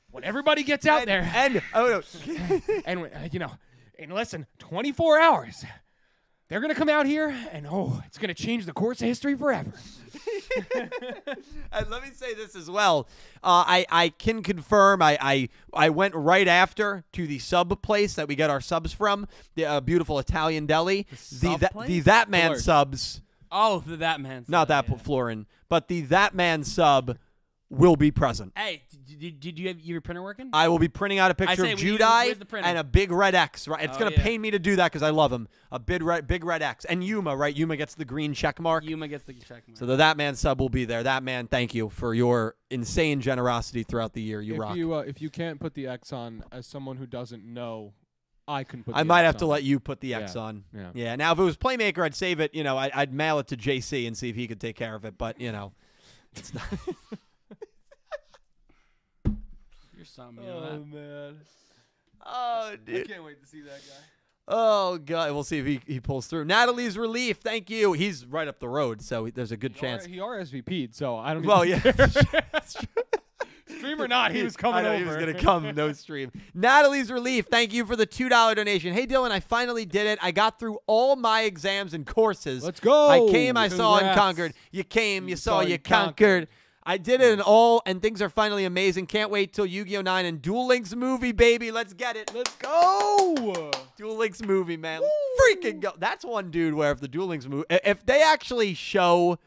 B: when everybody gets out there,
C: And, oh, no.
B: and when- uh, you know, in less than 24 hours, they're gonna come out here, and oh, it's gonna change the course of history forever.
C: and Uh, let me say this as well. Uh, I, I can confirm, I, I, I went right after to the sub place that we get our subs from, the uh, beautiful Italian deli. The,
D: sub
C: Tha-
D: place?
C: the That Man
B: Fleur.
C: subs,
D: Oh, the, that man.
C: not that
D: yeah.
C: Florin, but the That Man sub will be present.
D: Hey, did, did, did you have your printer working?
C: I will be printing out a picture
D: say
C: of
D: we need-
C: Judai
D: where's the printer?
C: and a big red X. Right, it's
D: Oh,
C: gonna
D: yeah.
C: pain me to do that because I love him. A big red, big red X, and Yuma. Right, Yuma gets the green check mark.
D: Yuma gets the check mark.
C: so the that man sub will be there. That man, thank you for your insane generosity throughout the year. You rock.
B: if you uh, if you can't put the X on as someone who doesn't know, I can put.
C: I
B: the
C: might
B: X
C: have to
B: on.
C: let you put the X
B: Yeah,
C: on.
B: yeah.
C: Now, if it was Playmaker, I'd save it. You know, I, I'd mail it to JC and see if he could take care of it. But you know, it's not.
D: You're something. You know that.
B: man,
C: oh, dude.
B: can't wait to see that guy.
C: Oh god, we'll see if he, he pulls through. Natalie's relief, thank you. He's right up the road, so there's a good chance.
B: He RSVP'd, so I don't.
C: Well,
B: even
C: yeah.
B: stream or not, he was coming
C: I know
B: over.
C: he was gonna come. No stream. Natalie's relief. Thank you for the two dollar donation. Hey Dylan, I finally did it. I got through all my exams and courses.
B: Let's go.
C: I came, I saw, and
B: Congrats.
C: conquered. You came, you, saw, you conquered. I did it in all, and things are finally amazing. Can't wait till Yu-Gi-Oh! 9 and Duel Links movie, baby. Let's get it.
B: Let's go.
C: Duel Links movie, man. Let's Freaking go. That's one dude where if the Duel Links movie, if they actually show,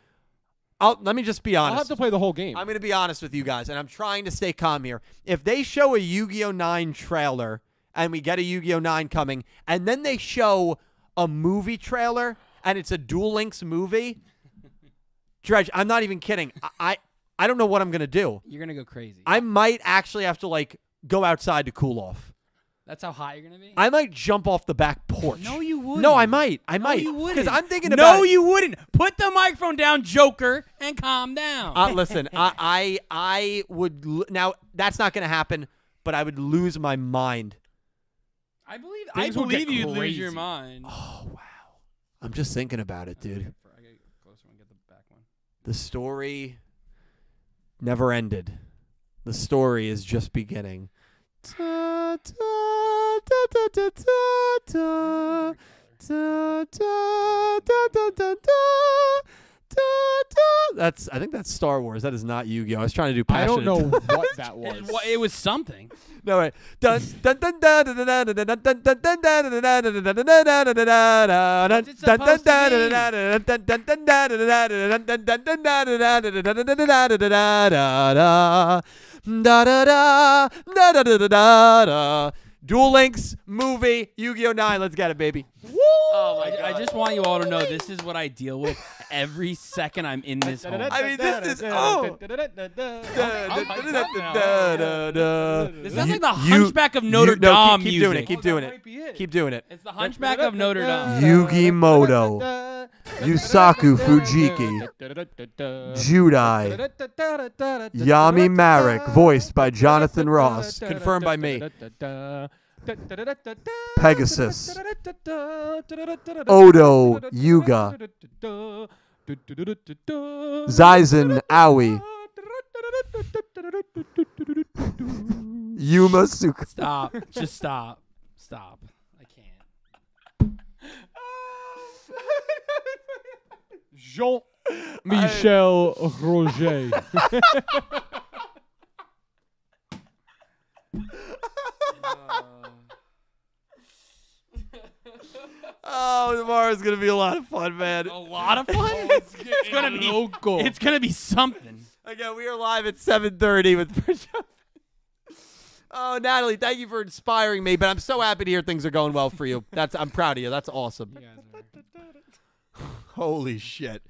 C: I'll, let me just be honest.
B: I'll have to play the whole game.
C: I'm going to be honest with you guys, and I'm trying to stay calm here. If they show a Yu Gi Oh! 9 trailer and we get a Yu Gi Oh! 9 coming, and then they show a movie trailer and it's a Duel Links movie, Dredge, I'm not even kidding. I, I, I don't know what I'm going to do.
D: You're gonna go crazy.
C: I might actually have to, like, go outside to cool off.
D: That's how hot you're gonna be.
C: I might jump off the back porch.
D: No, you wouldn't.
C: No, I might. I
D: No,
C: might.
D: you wouldn't.
C: Because I'm thinking about.
D: No,
C: it.
D: you wouldn't. Put the microphone down, Joker, and calm down.
C: uh, listen, I, I I would l- now that's not going to happen, but I would lose my mind.
D: I believe. I
B: Things will get
D: believe you would lose your
B: crazy.
D: mind.
C: Oh wow, I'm just thinking about it, dude.
D: I gotta get closer and get the back one.
C: The story never ended. The story is just beginning. Da, da, da, da, da, da, da. Da, da, da, da, da, da. Da, da. That's I think that's Star Wars. That is not Yu-Gi-Oh. I was trying to do
B: I
C: passionate.
B: don't know what that was.
D: It, wa- it was something.
C: No wait. Dun dun dun dun dun dun dun dun dun dun dun dun dun dun dun dun dun dun dun dun dun
D: What's it
C: dun dun
D: supposed to
C: dun dun dun dun dun dun dun dun dun dun dun dun Duel Links movie Yu-Gi-Oh 9 let's get it baby.
D: Oh my I, I just want you all to know this is what I deal with every second I'm in this home.
C: I mean, this is- oh.
D: This sounds like the
C: You-
D: Hunchback of
C: you-
D: Notre
C: no,
D: Dame
C: keep- keep doing it.
D: music.
C: Keep doing it. Keep doing it.
D: It's the Hunchback of Notre Dame.
C: Yugimoto. Yusaku Fujiki. Judai. Yami Marek, voiced by Jonathan Ross, confirmed by me. Pegasus. Odo Yuga. Zizen Aoi. Yuma Suka.
D: Stop. Just stop. Stop.
A: I can't.
B: Jean Michel Roger.
C: Oh, tomorrow's gonna be a lot of fun, man.
D: A lot of fun. it's, gonna be.
B: Local.
D: It's gonna be something.
C: Again, we are live at 7:30 with Bridge Up. Oh, Natalie, thank you for inspiring me, but I'm so happy to hear things are going well for you. That's I'm proud of you. That's awesome. Holy shit.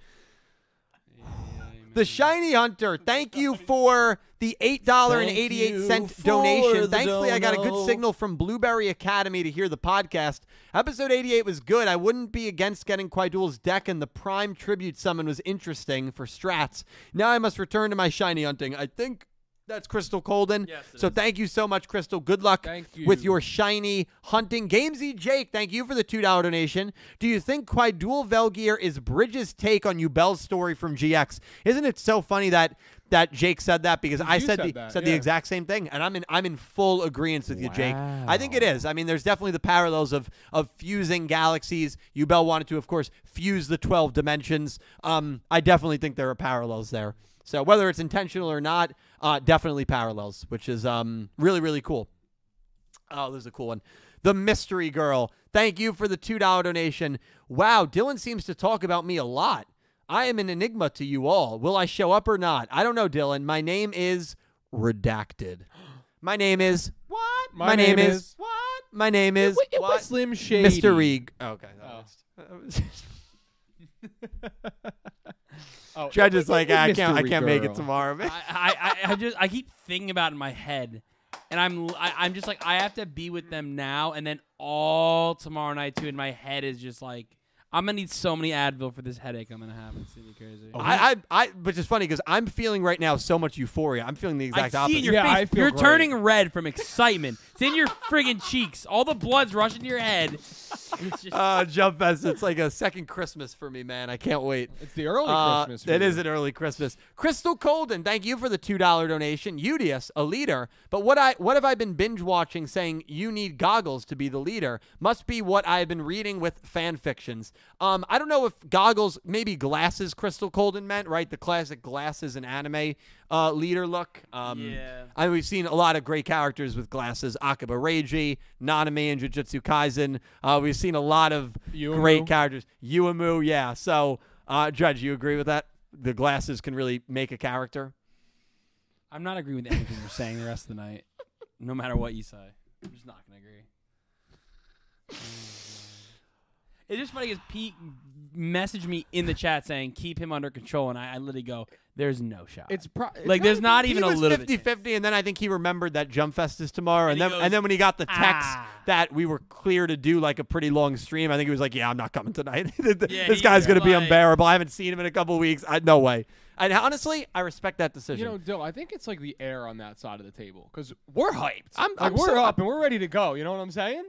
C: The Shiny Hunter, thank you for the eight dollar and eighty eight cent donation. Thankfully, I got a good signal from Blueberry Academy to hear the podcast. Episode eighty eight was good. I wouldn't be against getting Quaidul's deck, and the Prime Tribute summon was interesting for strats. Now I must return to my Shiny hunting. I think that's Crystal Colden.
E: Yes, it
C: so
E: is.
C: thank you so much, Crystal. Good luck
B: Thank
C: with
B: you.
C: your shiny hunting. Gamesy Jake, thank you for the $2 donation. Do you think Quaidul Velgear is Bridges' take on Ubel's story from GX? Isn't it so funny that that Jake said that because I
B: You
C: said,
B: said
C: the,
B: that,
C: said the
B: yeah.
C: exact same thing and I'm in I'm in full agreement with you Jake. I think it is. I mean there's definitely the parallels of of fusing galaxies. Ubel wanted to of course fuse the 12 dimensions. Um I definitely think there are parallels there. So whether it's intentional or not, uh, definitely parallels, which is um, really really cool. Oh, this is a cool one. The Mystery Girl. Thank you for the $2 donation. Wow, Dylan seems to talk about me a lot. I am an enigma to you all. Will I show up or not? I don't know, Dylan. My name is Redacted. My name is What?
B: My name is-
C: What? My name is
B: It
C: what?
B: was Slim Shady.
C: Mr. Reeg. Okay. that was-
B: Oh,
C: Judge is
B: it
C: like,
B: was
C: I can't, I
B: Mystery
C: can't make it
B: Girl.
C: tomorrow. man."
D: I, I, I just I keep thinking about it in my head, and I'm I, I'm just like I have to be with them now, and then all tomorrow night too. And my head is just like I'm gonna need so many Advil for this headache I'm gonna have. It's gonna be crazy.
B: Oh.
C: I, I, I, which is funny because I'm feeling right now so much euphoria. I'm feeling the
D: I
C: exact
D: see
C: opposite.
D: in your
B: Yeah, I
D: face.
B: feel
D: You're
B: great.
D: turning red from excitement. It's in your friggin' cheeks. All the blood's rushing to your head. It's just-
C: uh, Jump Fest. It's like a second Christmas for me, man. I can't wait.
B: It's the early
C: Uh,
B: Christmas.
C: it
B: for
C: is
B: you.
C: an early Christmas. Crystal Colden, thank you for the two dollar donation. Udius, a leader. But what I what have I been binge watching? Saying you need goggles to be the leader must be what I have been reading with fan fictions. Um, I don't know if goggles, maybe glasses. Crystal Colden meant right the classic glasses and anime uh, leader look. Um,
D: Yeah.
C: I mean, we've seen a lot of great characters with glasses. Akiba Reiji, Nanami and Jujutsu Kaisen. Uh, we've seen a lot of
B: Yuumu.
C: great characters. Yuumu, yeah. So, uh, Judge, you agree with that? The glasses can really make a character.
D: I'm not agreeing with anything you're saying the rest of the night, no matter what you say. I'm just not gonna agree. It's just funny because Pete messaged me in the chat saying keep him under control, and I, I literally go, "There's no shot."
B: It's pro- it's
D: like there's not even
C: he
D: a
C: was
D: little
C: 50
D: bit. chance.
C: 50, and then I think he remembered that Jump Fest is tomorrow. And,
D: And he
C: then
D: goes,
C: and then when he got the text
D: "Ah."
C: that we were clear to do like a pretty long stream, I think he was like, Yeah, I'm not coming tonight. Th- th-
D: Yeah,
C: this
D: he
C: guy's
D: was
C: going to be
D: like-
C: unbearable. I haven't seen him in a couple weeks. I, no way. And honestly, I respect that decision.
B: You know, Dill, I think it's like the air on that side of the table because we're hyped.
C: I'm-
B: like,
C: I'm
B: we're
C: so-
B: up and we're ready to go. You know what I'm saying?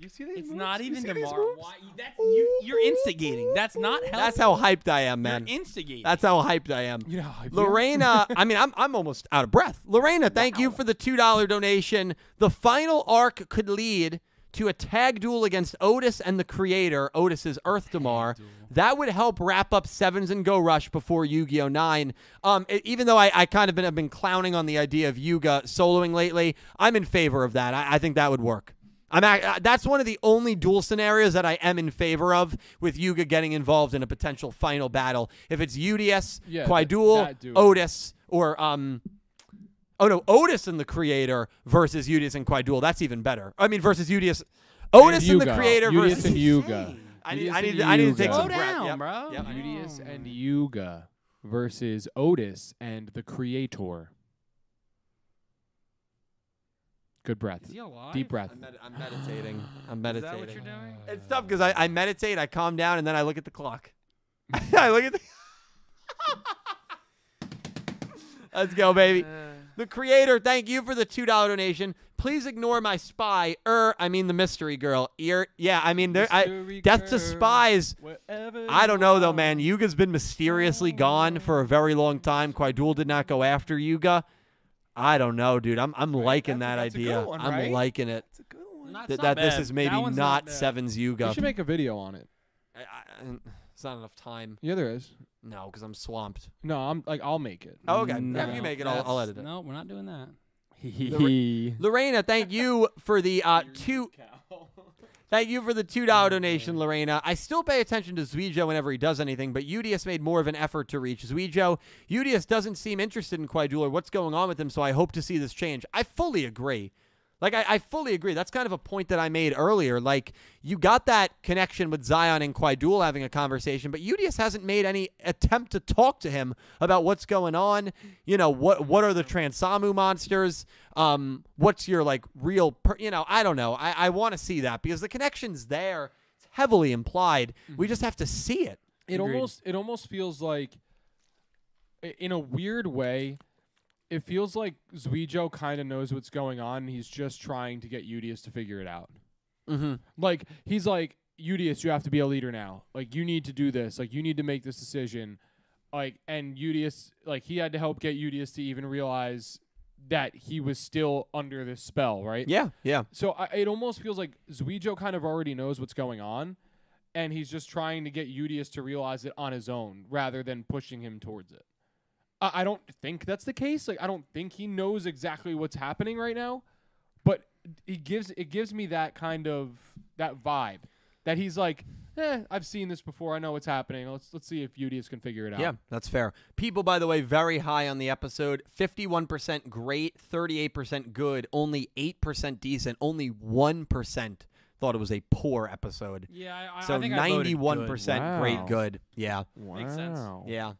B: You see these?
D: It's
B: moves?
D: not
B: You
D: even
B: see these
D: tomorrow.
B: moves?
D: Why? That's, you, you're instigating. That's not helpful.
C: That's how hyped I am, man.
D: You're instigating.
C: That's how hyped I am.
B: You know, how I feel?
C: Lorena, I mean, I'm, I'm almost out of breath. Lorena, thank you for the $2 donation. The final arc could lead to a tag duel against Otis and the creator, Otis's Earth Damar. That would help wrap up Sevens and Go Rush before Yu Gi Oh! 9. Um, e- even though I, I kind of been, have been clowning on the idea of Yuga soloing lately, I'm in favor of that. I, I think that would work. I'm ac- uh, that's one of the only duel scenarios that I am in favor of with Yuga getting involved in a potential final battle. If it's UDS,
B: Yeah, that- that
C: Quaidul,
B: duo.
C: Otis, or um, oh no, Otis and the Creator versus Udius and Quaidul. That's even better. I mean, versus Udius, Otis and, the
B: Yuga.
C: Creator
B: Udius
C: versus.
B: and Yuga.
C: I need,
B: Udius
C: I
B: and
C: need, I need to take
B: Yuga.
C: some
D: Slow
C: breath.
D: down,
C: Yep.
D: bro.
C: Yep.
B: Udius and Yuga versus Otis and the Creator. Good breath.
D: Is he alive?
B: Deep breath.
C: I'm, med- I'm meditating. I'm
D: Is that
C: meditating.
D: what you're doing?
C: It's tough because I, I meditate, I calm down, and then I look at the clock. I look at the. Let's go, baby. The creator, thank you for the $2 donation. Please ignore my spy. Er, I mean the mystery girl. Er, yeah, I mean there. I, Death to Spies. I don't know though, man. Yuga's been mysteriously gone for a very long time. Quaidul did not go after Yuga. I don't know, dude. I'm I'm liking
A: That's a- that's
C: that
A: a good
C: idea.
A: one,
C: I'm
A: right?
C: liking it.
A: It's a good one.
D: Not-
C: That,
D: not
C: that this
D: bad.
C: is maybe
D: That
C: not,
D: one's not bad.
C: Seven's
B: You
C: Yuga.
B: should make a video on it.
C: I- I- it's not enough time.
B: Yeah, there is.
C: No, because I'm swamped.
B: No, I'm like I'll make it.
C: Oh, okay.
D: No,
C: if you make it, I'll, I'll
D: that's-
C: edit it.
D: No, we're not doing that.
C: Lorena, thank you for the uh, two. Thank you for the two dollar donation, Lorena. I still pay attention to Zuijo whenever he does anything, but UDS made more of an effort to reach Zuijo. UDS doesn't seem interested in Quaidul or what's going on with him, so I hope to see this change. I fully agree. Like I, I fully agree. That's kind of a point that I made earlier. Like you got that connection with Zion and Quaidul having a conversation, but UDS hasn't made any attempt to talk to him about what's going on. You know what? What are the Transamu monsters? Um, what's your like real? Per- you know, I don't know. I, I want to see that because the connection's there. It's heavily implied. We just have to see it.
B: It almost it almost feels like, i- in a weird way, it feels like Zuijo kind of knows what's going on. and He's just trying to get Udius to figure it out.
C: Mm-hmm.
B: Like he's like Udius, you have to be a leader now. Like you need to do this. Like you need to make this decision. Like and Udius, like he had to help get Udius to even realize that he was still under this spell, right?
C: Yeah, yeah.
B: So I, it almost feels like Zuijo kind of already knows what's going on, and he's just trying to get Udius to realize it on his own rather than pushing him towards it. I, I don't think that's the case. Like I don't think he knows exactly what's happening right now, but it gives it gives me that kind of that vibe that he's like, eh, I've seen this before. I know what's happening. Let's let's see if Udius can figure it out.
C: Yeah, that's fair. People, by the way, very high on the episode. 51% great, 38% good, only 8% decent, only 1% thought it was a poor episode.
D: Yeah, I,
C: So 91%
B: Wow.
C: great, good. Yeah,
B: Wow.
D: Makes sense.
C: yeah.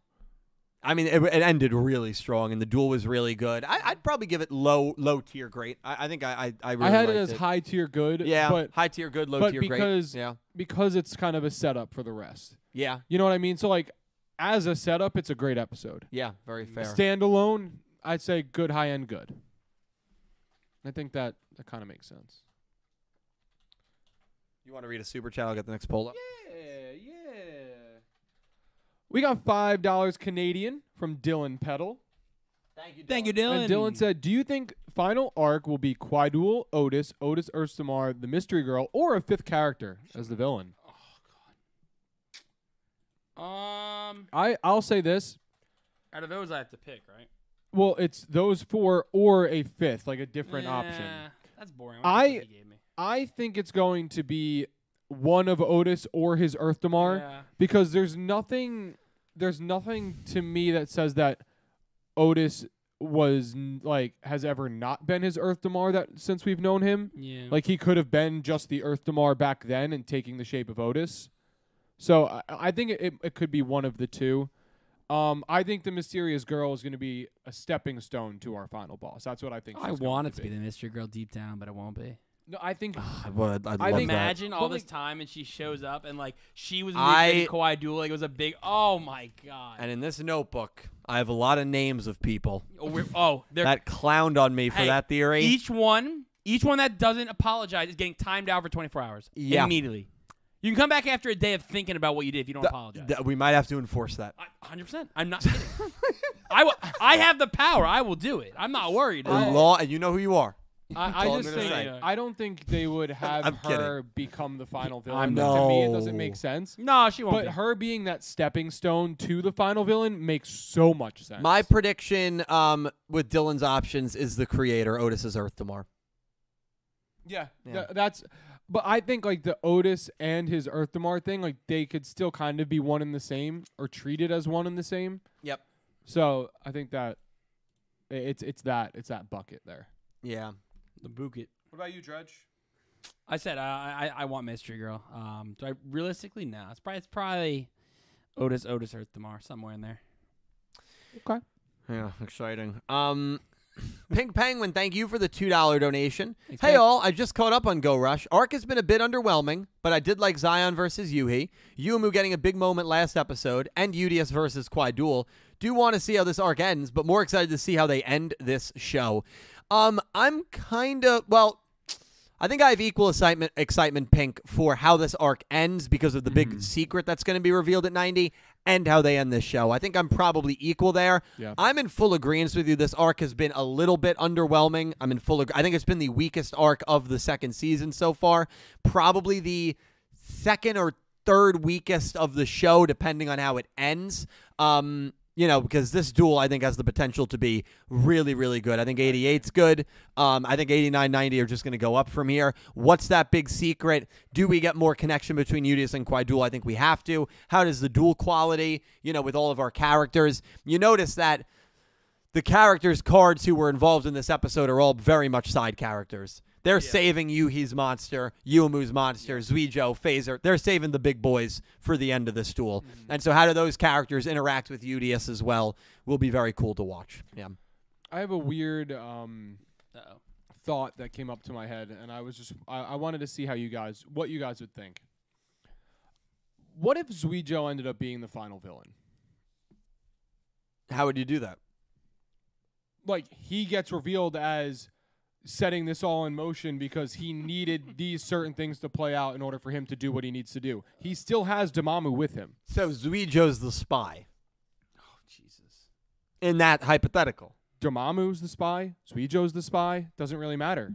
C: I mean, it, it ended really strong, and the duel was really good. I, I'd probably give it low, low tier great. I, I think I, I, I really
B: I had it
C: liked
B: as high tier good.
C: Yeah,
B: but
C: high tier good, low
B: but
C: tier
B: because-
C: great. Yeah,
B: because it's kind of a setup for the rest.
C: yeah,
B: You know what I mean? So like as a setup, it's a great episode.
C: yeah. Very fair.
B: Standalone, I'd say good high end good. I think that that kind of makes sense.
C: you want to read a super chat? I'll get the next poll up.
B: Yeah, yeah. We got five dollars Canadian from Dylan Peddle.
D: Thank you, Dylan.
B: And Dylan said, "Do you think final arc will be Quaidul, Otis, Otis Urstamar, the Mystery Girl, or a fifth character as the villain?"
D: Oh, um,
B: I I'll say this:
D: out of those, I have to pick, right?
B: well, it's those four or a fifth, like a different option.
D: Yeah, That's boring.
B: I-
D: I. Gave me.
B: I think it's going to be one of Otis or his Earth Damar
D: Yeah.
B: because there's nothing there's nothing to me that says that Otis was n- like has ever not been his Earth Damar that since we've known him.
D: Yeah.
B: Like he could have been just the Earth Damar back then and taking the shape of Otis. So I, I think it, it could be one of the two. Um, I think the mysterious girl is going to be a stepping stone to our final boss. That's what I think.
D: I
B: she's going
D: want it to be the mystery girl deep down, but it won't be.
B: No, I think
C: I would. I'd
B: I
C: love
B: think-
C: that.
D: Imagine all
B: But,
D: this
B: like-
D: time and she shows up and like she was in
C: I-
D: the Kawhi duel. Like it was a big. Oh my god.
C: And in this notebook, I have a lot of names of people
D: oh, we're, oh, they're
C: that clowned on me for
D: Hey,
C: that theory.
D: each one, each one that doesn't apologize is getting timed out for 24 hours.
C: Yeah.
D: Immediately. You can come back after a day of thinking about what you did if you don't
C: Th-
D: apologize.
C: th- we might have to enforce that.
D: I- 100%. I'm not kidding. I, w- I have the power. I will do it. I'm not worried.
C: The
B: Oh.
C: law, and you know who you are.
B: I,
C: all
B: I
C: I'm
B: just
C: gonna
B: think
C: say.
B: I don't think they would have
C: I'm kidding.
B: her become the final villain.
C: I'm
B: But To me, it doesn't
C: No.
B: make sense.
D: no, she won't.
B: But
D: be.
B: her being that stepping stone to the final villain makes so much sense.
C: My prediction um, with Dylan's options is the creator, Otis's Earth Damar.
B: yeah,
C: Yeah.
B: th- that's. But I think like the Otis and his Earth Damar thing, like they could still kind of be one and the same or treated as one and the same.
C: Yep.
B: So I think that i- it's it's that it's that bucket there.
C: Yeah.
D: the book it.
B: What about you, Dredge?
D: I said uh, I I want Mystery Girl. Um, do I realistically no? It's probably it's probably Otis Otis Earth Damar somewhere in there.
C: Yeah, exciting. Um, Pink Penguin, thank you for the $2 donation.
D: Thanks,
C: hey,
D: Pink.
C: all, I just caught up on Go Rush. Arc has been a bit underwhelming, but I did like Zion versus Yuhi, Yumu getting a big moment last episode, and UDS versus Quaidul. Do want to see how this arc ends, but more excited to see how they end this show. Um, I'm kind of well. I think I have equal excitement, excitement, Pink, for how this arc ends because of the
D: Mm-hmm.
C: big secret that's going to be revealed at 90 and how they end this show. I think I'm probably equal there.
B: Yeah.
C: I'm in full agreement with you. This arc has been a little bit underwhelming. I'm in full. Ag- I think it's been the weakest arc of the second season so far. Probably the second or third weakest of the show, depending on how it ends. Um, you know, because this duel I think has the potential to be really, really good. I think 88's good. Um, I think 89, 90 are just going to go up from here. What's that big secret? Do we get more connection between Udius and Quaidul? I think we have to. How does the duel quality, you know, with all of our characters? You notice that the characters cards who were involved in this episode are all very much side characters. They're saving Yuhi's monster, Yuumu's monster, Zuijo, Phaser. They're saving the big boys for the end of this duel. And so how do those characters interact with UDS as well will be very cool to watch. Yeah.
B: I have a weird um,
D: Uh-oh.
B: thought that came up to my head, and I was just I, I wanted to see how you guys what you guys would think. What if Zuijo ended up being the final villain?
C: How would you do that?
B: Like he gets revealed as setting this all in motion because he needed these certain things to play out in order for him to do what he needs to do. He still has Damamu with him.
C: So Zuijo's the spy. Oh Jesus. In that hypothetical.
B: Dormammu's the spy, Suijo's the spy, doesn't really matter.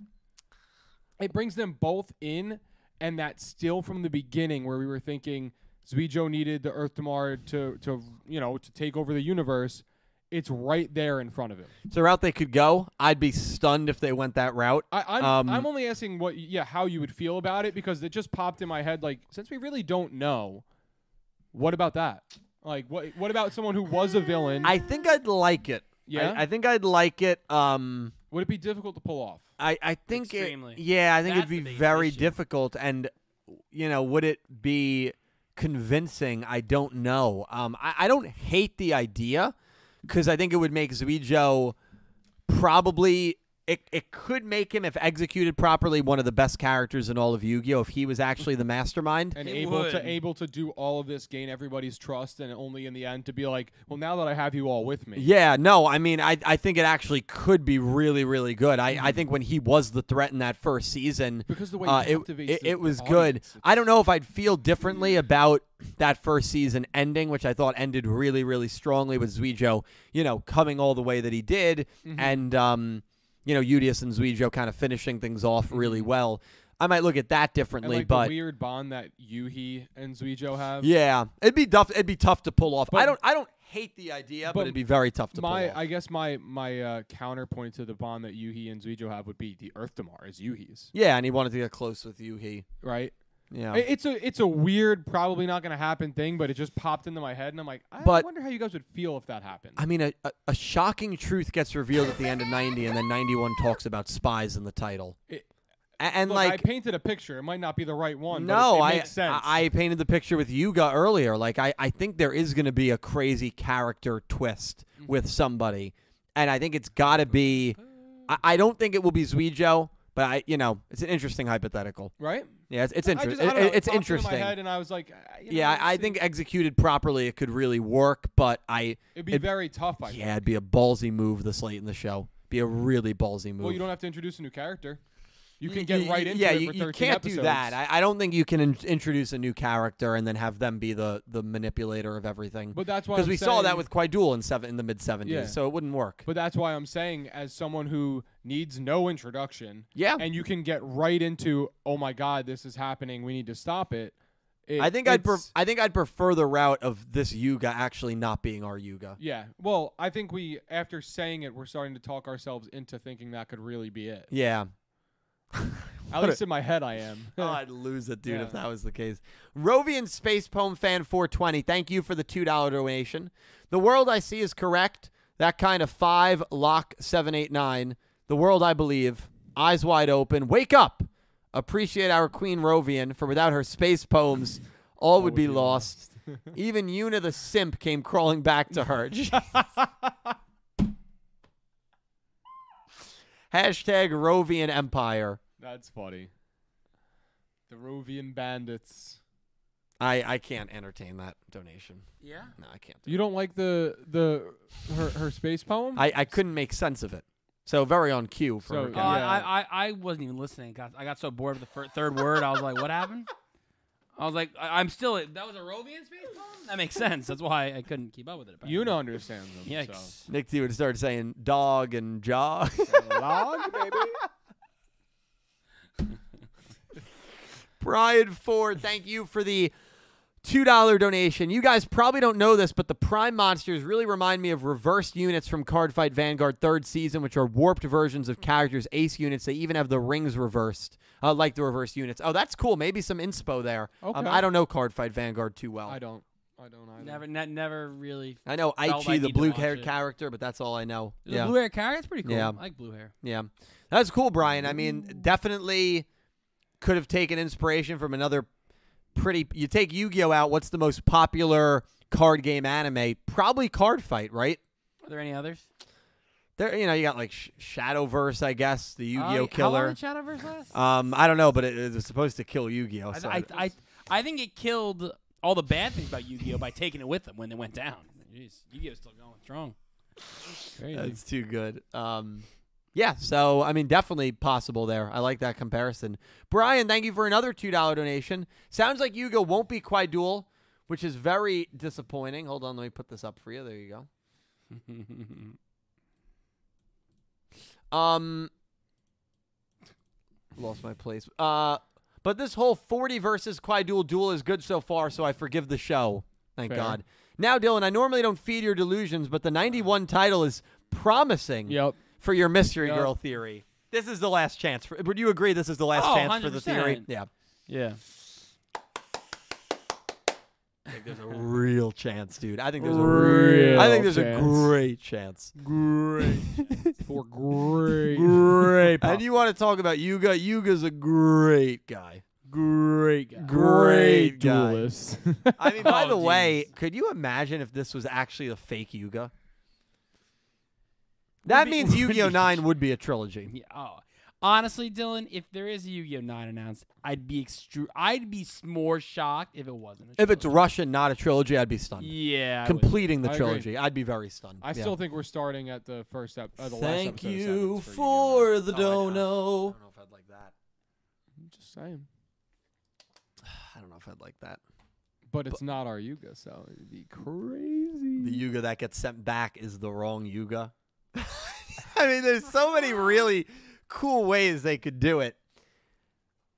B: It brings them both in, and that still from the beginning where we were thinking Zuijo needed the Earth Tomorrow to, to you know to take over the universe. It's right there in front of him.
C: It's a route they could go. I'd be stunned if they went that route.
B: I, I'm
C: Um,
B: I'm only asking what yeah how you would feel about it because it just popped in my head like since we really don't know, what about that? Like what what about someone who was a villain?
C: I think I'd like it.
B: Yeah?
C: I, I think I'd like it. Um
B: would it be difficult to pull off?
C: I, I think it,
D: Extremely.
C: yeah, I think
D: That's the
C: it'd be
D: biggest
C: very
D: issue.
C: difficult and you know, would it be convincing? I don't know. Um I, I don't hate the idea because I think it would make Zuijo probably it, it could make him, if executed properly, one of the best characters in all of Yu-Gi-Oh! if he was actually the mastermind.
B: and
D: It
B: able
D: would.
B: to able to do all of this, gain everybody's trust, and only in the end to be like, well, now that I have you all with me,
C: Yeah, no, I mean, I, I think it actually could be really, really good. I,
D: Mm-hmm.
C: I think when he was the threat in that first season,
B: because the way
C: uh,
B: he
C: it,
B: captivates
C: it,
B: the
C: it was good.
B: audience,
C: I don't know if I'd feel differently about that first season ending, which I thought ended really, really strongly with Zuijo, you know, coming all the way that he did,
B: Mm-hmm.
C: and um, you know, Udius and Zuijo kind of finishing things off really well. I might look at that
B: and
C: differently,
B: Mm-hmm. like
C: but
B: the weird bond that Yuhi and Zuijo have.
C: yeah, it'd be tough. It'd be tough to pull off. I
B: But-
C: don't. I don't hate the idea, but,
B: but
C: it'd be very tough to pull
B: my
C: off.
B: I guess my my uh, counterpoint to the bond that Yuhi and Zuijo have would be the Earth Damar is Yuhi's,
C: yeah, and he wanted to get close with you. He
B: right?
C: yeah.
B: I- It's a it's a weird, probably not going to happen thing, but it just popped into my head, and I'm like, I
C: But-
B: wonder how you guys would feel if that happened.
C: I mean, a, a, a shocking truth gets revealed at the end of 90, and then 91 talks about spies in the title.
B: It-
C: A- and,
B: Look, I
C: like,
B: painted a picture. It might not be the right one.
C: no,
B: but it, it
C: I,
B: makes sense.
C: I I painted the picture with Yuga earlier. Like, I, I think there is going to be a crazy character twist
B: Mm-hmm.
C: with somebody, and I think it's got to be. I, I don't think it will be Zuijo, but I, you know, it's an interesting hypothetical.
B: right?
C: Yeah, it's, it's
B: I
C: interesting.
B: just- I don't know, it
C: it's
B: popped into
C: interesting.
B: my head, and I was like, I- you know,
C: yeah,
B: let's
C: I, I
B: see.
C: think executed properly, it could really work, but I.
B: It'd be
C: It'd-
B: very tough. I
C: Yeah, it'd be a ballsy move this late in the show. Be a really ballsy move.
B: Well, you don't have to introduce a new character. You
C: Y-
B: can get
C: y-
B: right into
C: yeah,
B: it
C: you,
B: for
C: you
B: 13
C: can't
B: episodes.
C: do that. I, I don't think you can in- introduce a new character and then have them be the, the manipulator of everything.
B: but that's why
C: Because
B: I'm
C: we saw that
B: saying-
C: with Quaidul in seven in the mid seventies,
B: Yeah.
C: so it wouldn't work.
B: But that's why I'm saying, as someone who needs no introduction,
C: yeah,
B: and you can get right into, oh my god, this is happening. We need to stop it. It-
C: I think I'd pre-
B: it's-
C: I think I'd prefer the route of this Yuga actually not being our Yuga.
B: yeah. Well, I think we after saying it, we're starting to talk ourselves into thinking that could really be it.
C: Yeah,
B: At least in my head, I am.
C: Oh, I'd lose it, dude, if
B: Yeah.
C: that was the case. Rovian Space Poem Fan 420, thank you for the $2 donation. The world I see is correct. That kind of five lock 789. The world I believe. Eyes wide open. Wake up. Appreciate our Queen Rovian, for without her space poems, all would be lost. Even Una the simp came crawling back to her. Hashtag Rovian Empire.
B: that's funny. The Rovian bandits.
C: I, I can't entertain that donation.
D: Yeah.
C: No, I can't.
B: You don't like the the her her space poem?
C: I, I couldn't make sense of it. So very on cue for
B: So,
C: her.
B: yeah.
E: Oh, I, I, I I wasn't even listening. Got, I got so bored of the fir- third word. I was like, what happened? I was like, I, I'm still. That was a Rovian space bomb. That makes sense. That's why I couldn't keep up with it. apparently.
B: Una understands them. So.
E: Yikes.
C: Nick T would start saying dog and jog.
B: Log, baby.
E: Oh.
C: Brian Ford, thank you for the $2 donation. You guys probably don't know this, but the Prime Monsters really remind me of reversed units from Card Fight Vanguard 3rd Season, which are warped versions of characters' ace units. They even have the rings reversed, uh, like the reversed units. Oh, that's cool. Maybe some inspo there. Um,
B: Okay.
C: I don't know Card Fight Vanguard too well.
B: I
C: I,
B: don't. I don't either.
E: Never, ne- never really.
C: know
E: Felt
C: Aichi,
E: like
C: the
E: you didn't
C: blue
E: watch
C: haired
E: it.
C: character, but that's all I know.
E: The
C: yeah.
E: blue hair character. That's pretty cool.
C: Yeah.
E: I like blue hair.
C: Yeah. That's cool, Brian. I mean, definitely could have taken inspiration from another pretty you take Yu-Gi-Oh out, what's the most popular card game anime? Probably Card Fight, right?
E: Are there any others?
C: There you know, you got like Sh- Shadowverse, I guess, the
E: Oh, yeah. How
C: Yu-Gi-Oh
E: long
C: killer.
E: did Shadowverse last?
C: Um, I don't know, but it, it was supposed to kill Yu-Gi-Oh.
E: I,
C: So
E: I, I, I think it killed all the bad things about Yu-Gi-Oh by taking it with them when they went down. Jeez, Yu-Gi-Oh's still going strong.
C: That's too good. Um, yeah, so I mean, definitely possible there. I like that comparison. Brian, thank you for another two dollar donation. Sounds like Yugo won't be Quaidul, which is very disappointing. Hold on, let me put this up for you. There you go. Um, lost my place. Uh, but this whole forty versus Quaidul duel is good so far, so I forgive the show. Thank
B: Fair.
C: God. Now, Dylan, I normally don't feed your delusions, but the 91 title is promising
B: Yep.
C: for your mystery
B: Yep.
C: girl theory. This is the last chance. For, would you agree this is the last
E: Oh,
C: chance for the theory?
E: 100%.
C: Yeah.
E: Yeah.
C: I think there's a real chance, dude. I think there's a
B: Real
C: I think there's
B: chance.
C: a great chance.
B: Great. For great.
C: Great. and Uh, you want to talk about Yuga? Yuga's a great guy.
B: Great guy.
C: Great
B: Great
C: guy.
B: duelist.
C: I mean, by
E: Oh,
C: the way, could you imagine if this was actually a fake Yuga? That
E: be-
C: means
E: would
C: Yu-Gi-Oh!
E: be-
C: 9 would be a trilogy.
E: Yeah. Oh. Honestly, Dylan, if there is a Yu-Gi-Oh! 9 announced, I'd be extru- I'd be s- more shocked if it wasn't. A
C: If it's
E: trilogy.
C: Russian, not a trilogy, I'd be stunned.
E: yeah, I would.
C: Completing the
B: I agree.
C: trilogy, I'd be very stunned.
B: I
C: Yeah.
B: still think we're starting at the first ep- uh, the last
C: Thank
B: episode. of
C: you
B: Severance for
C: for
B: Yu-Gi-Oh!
C: the
B: Nine.
C: dono. I don't know if I'd like that.
B: I'm Just saying.
C: I don't know if I'd like that.
B: But it's not our Yuga, so it'd be crazy.
C: The Yuga that gets sent back is the wrong Yuga. I mean, there's so many really cool ways they could do it.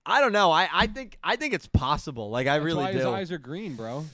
C: I don't know. I, I think I think it's possible. Like I
B: That's
C: really
B: why
C: do.
B: his eyes are green, bro.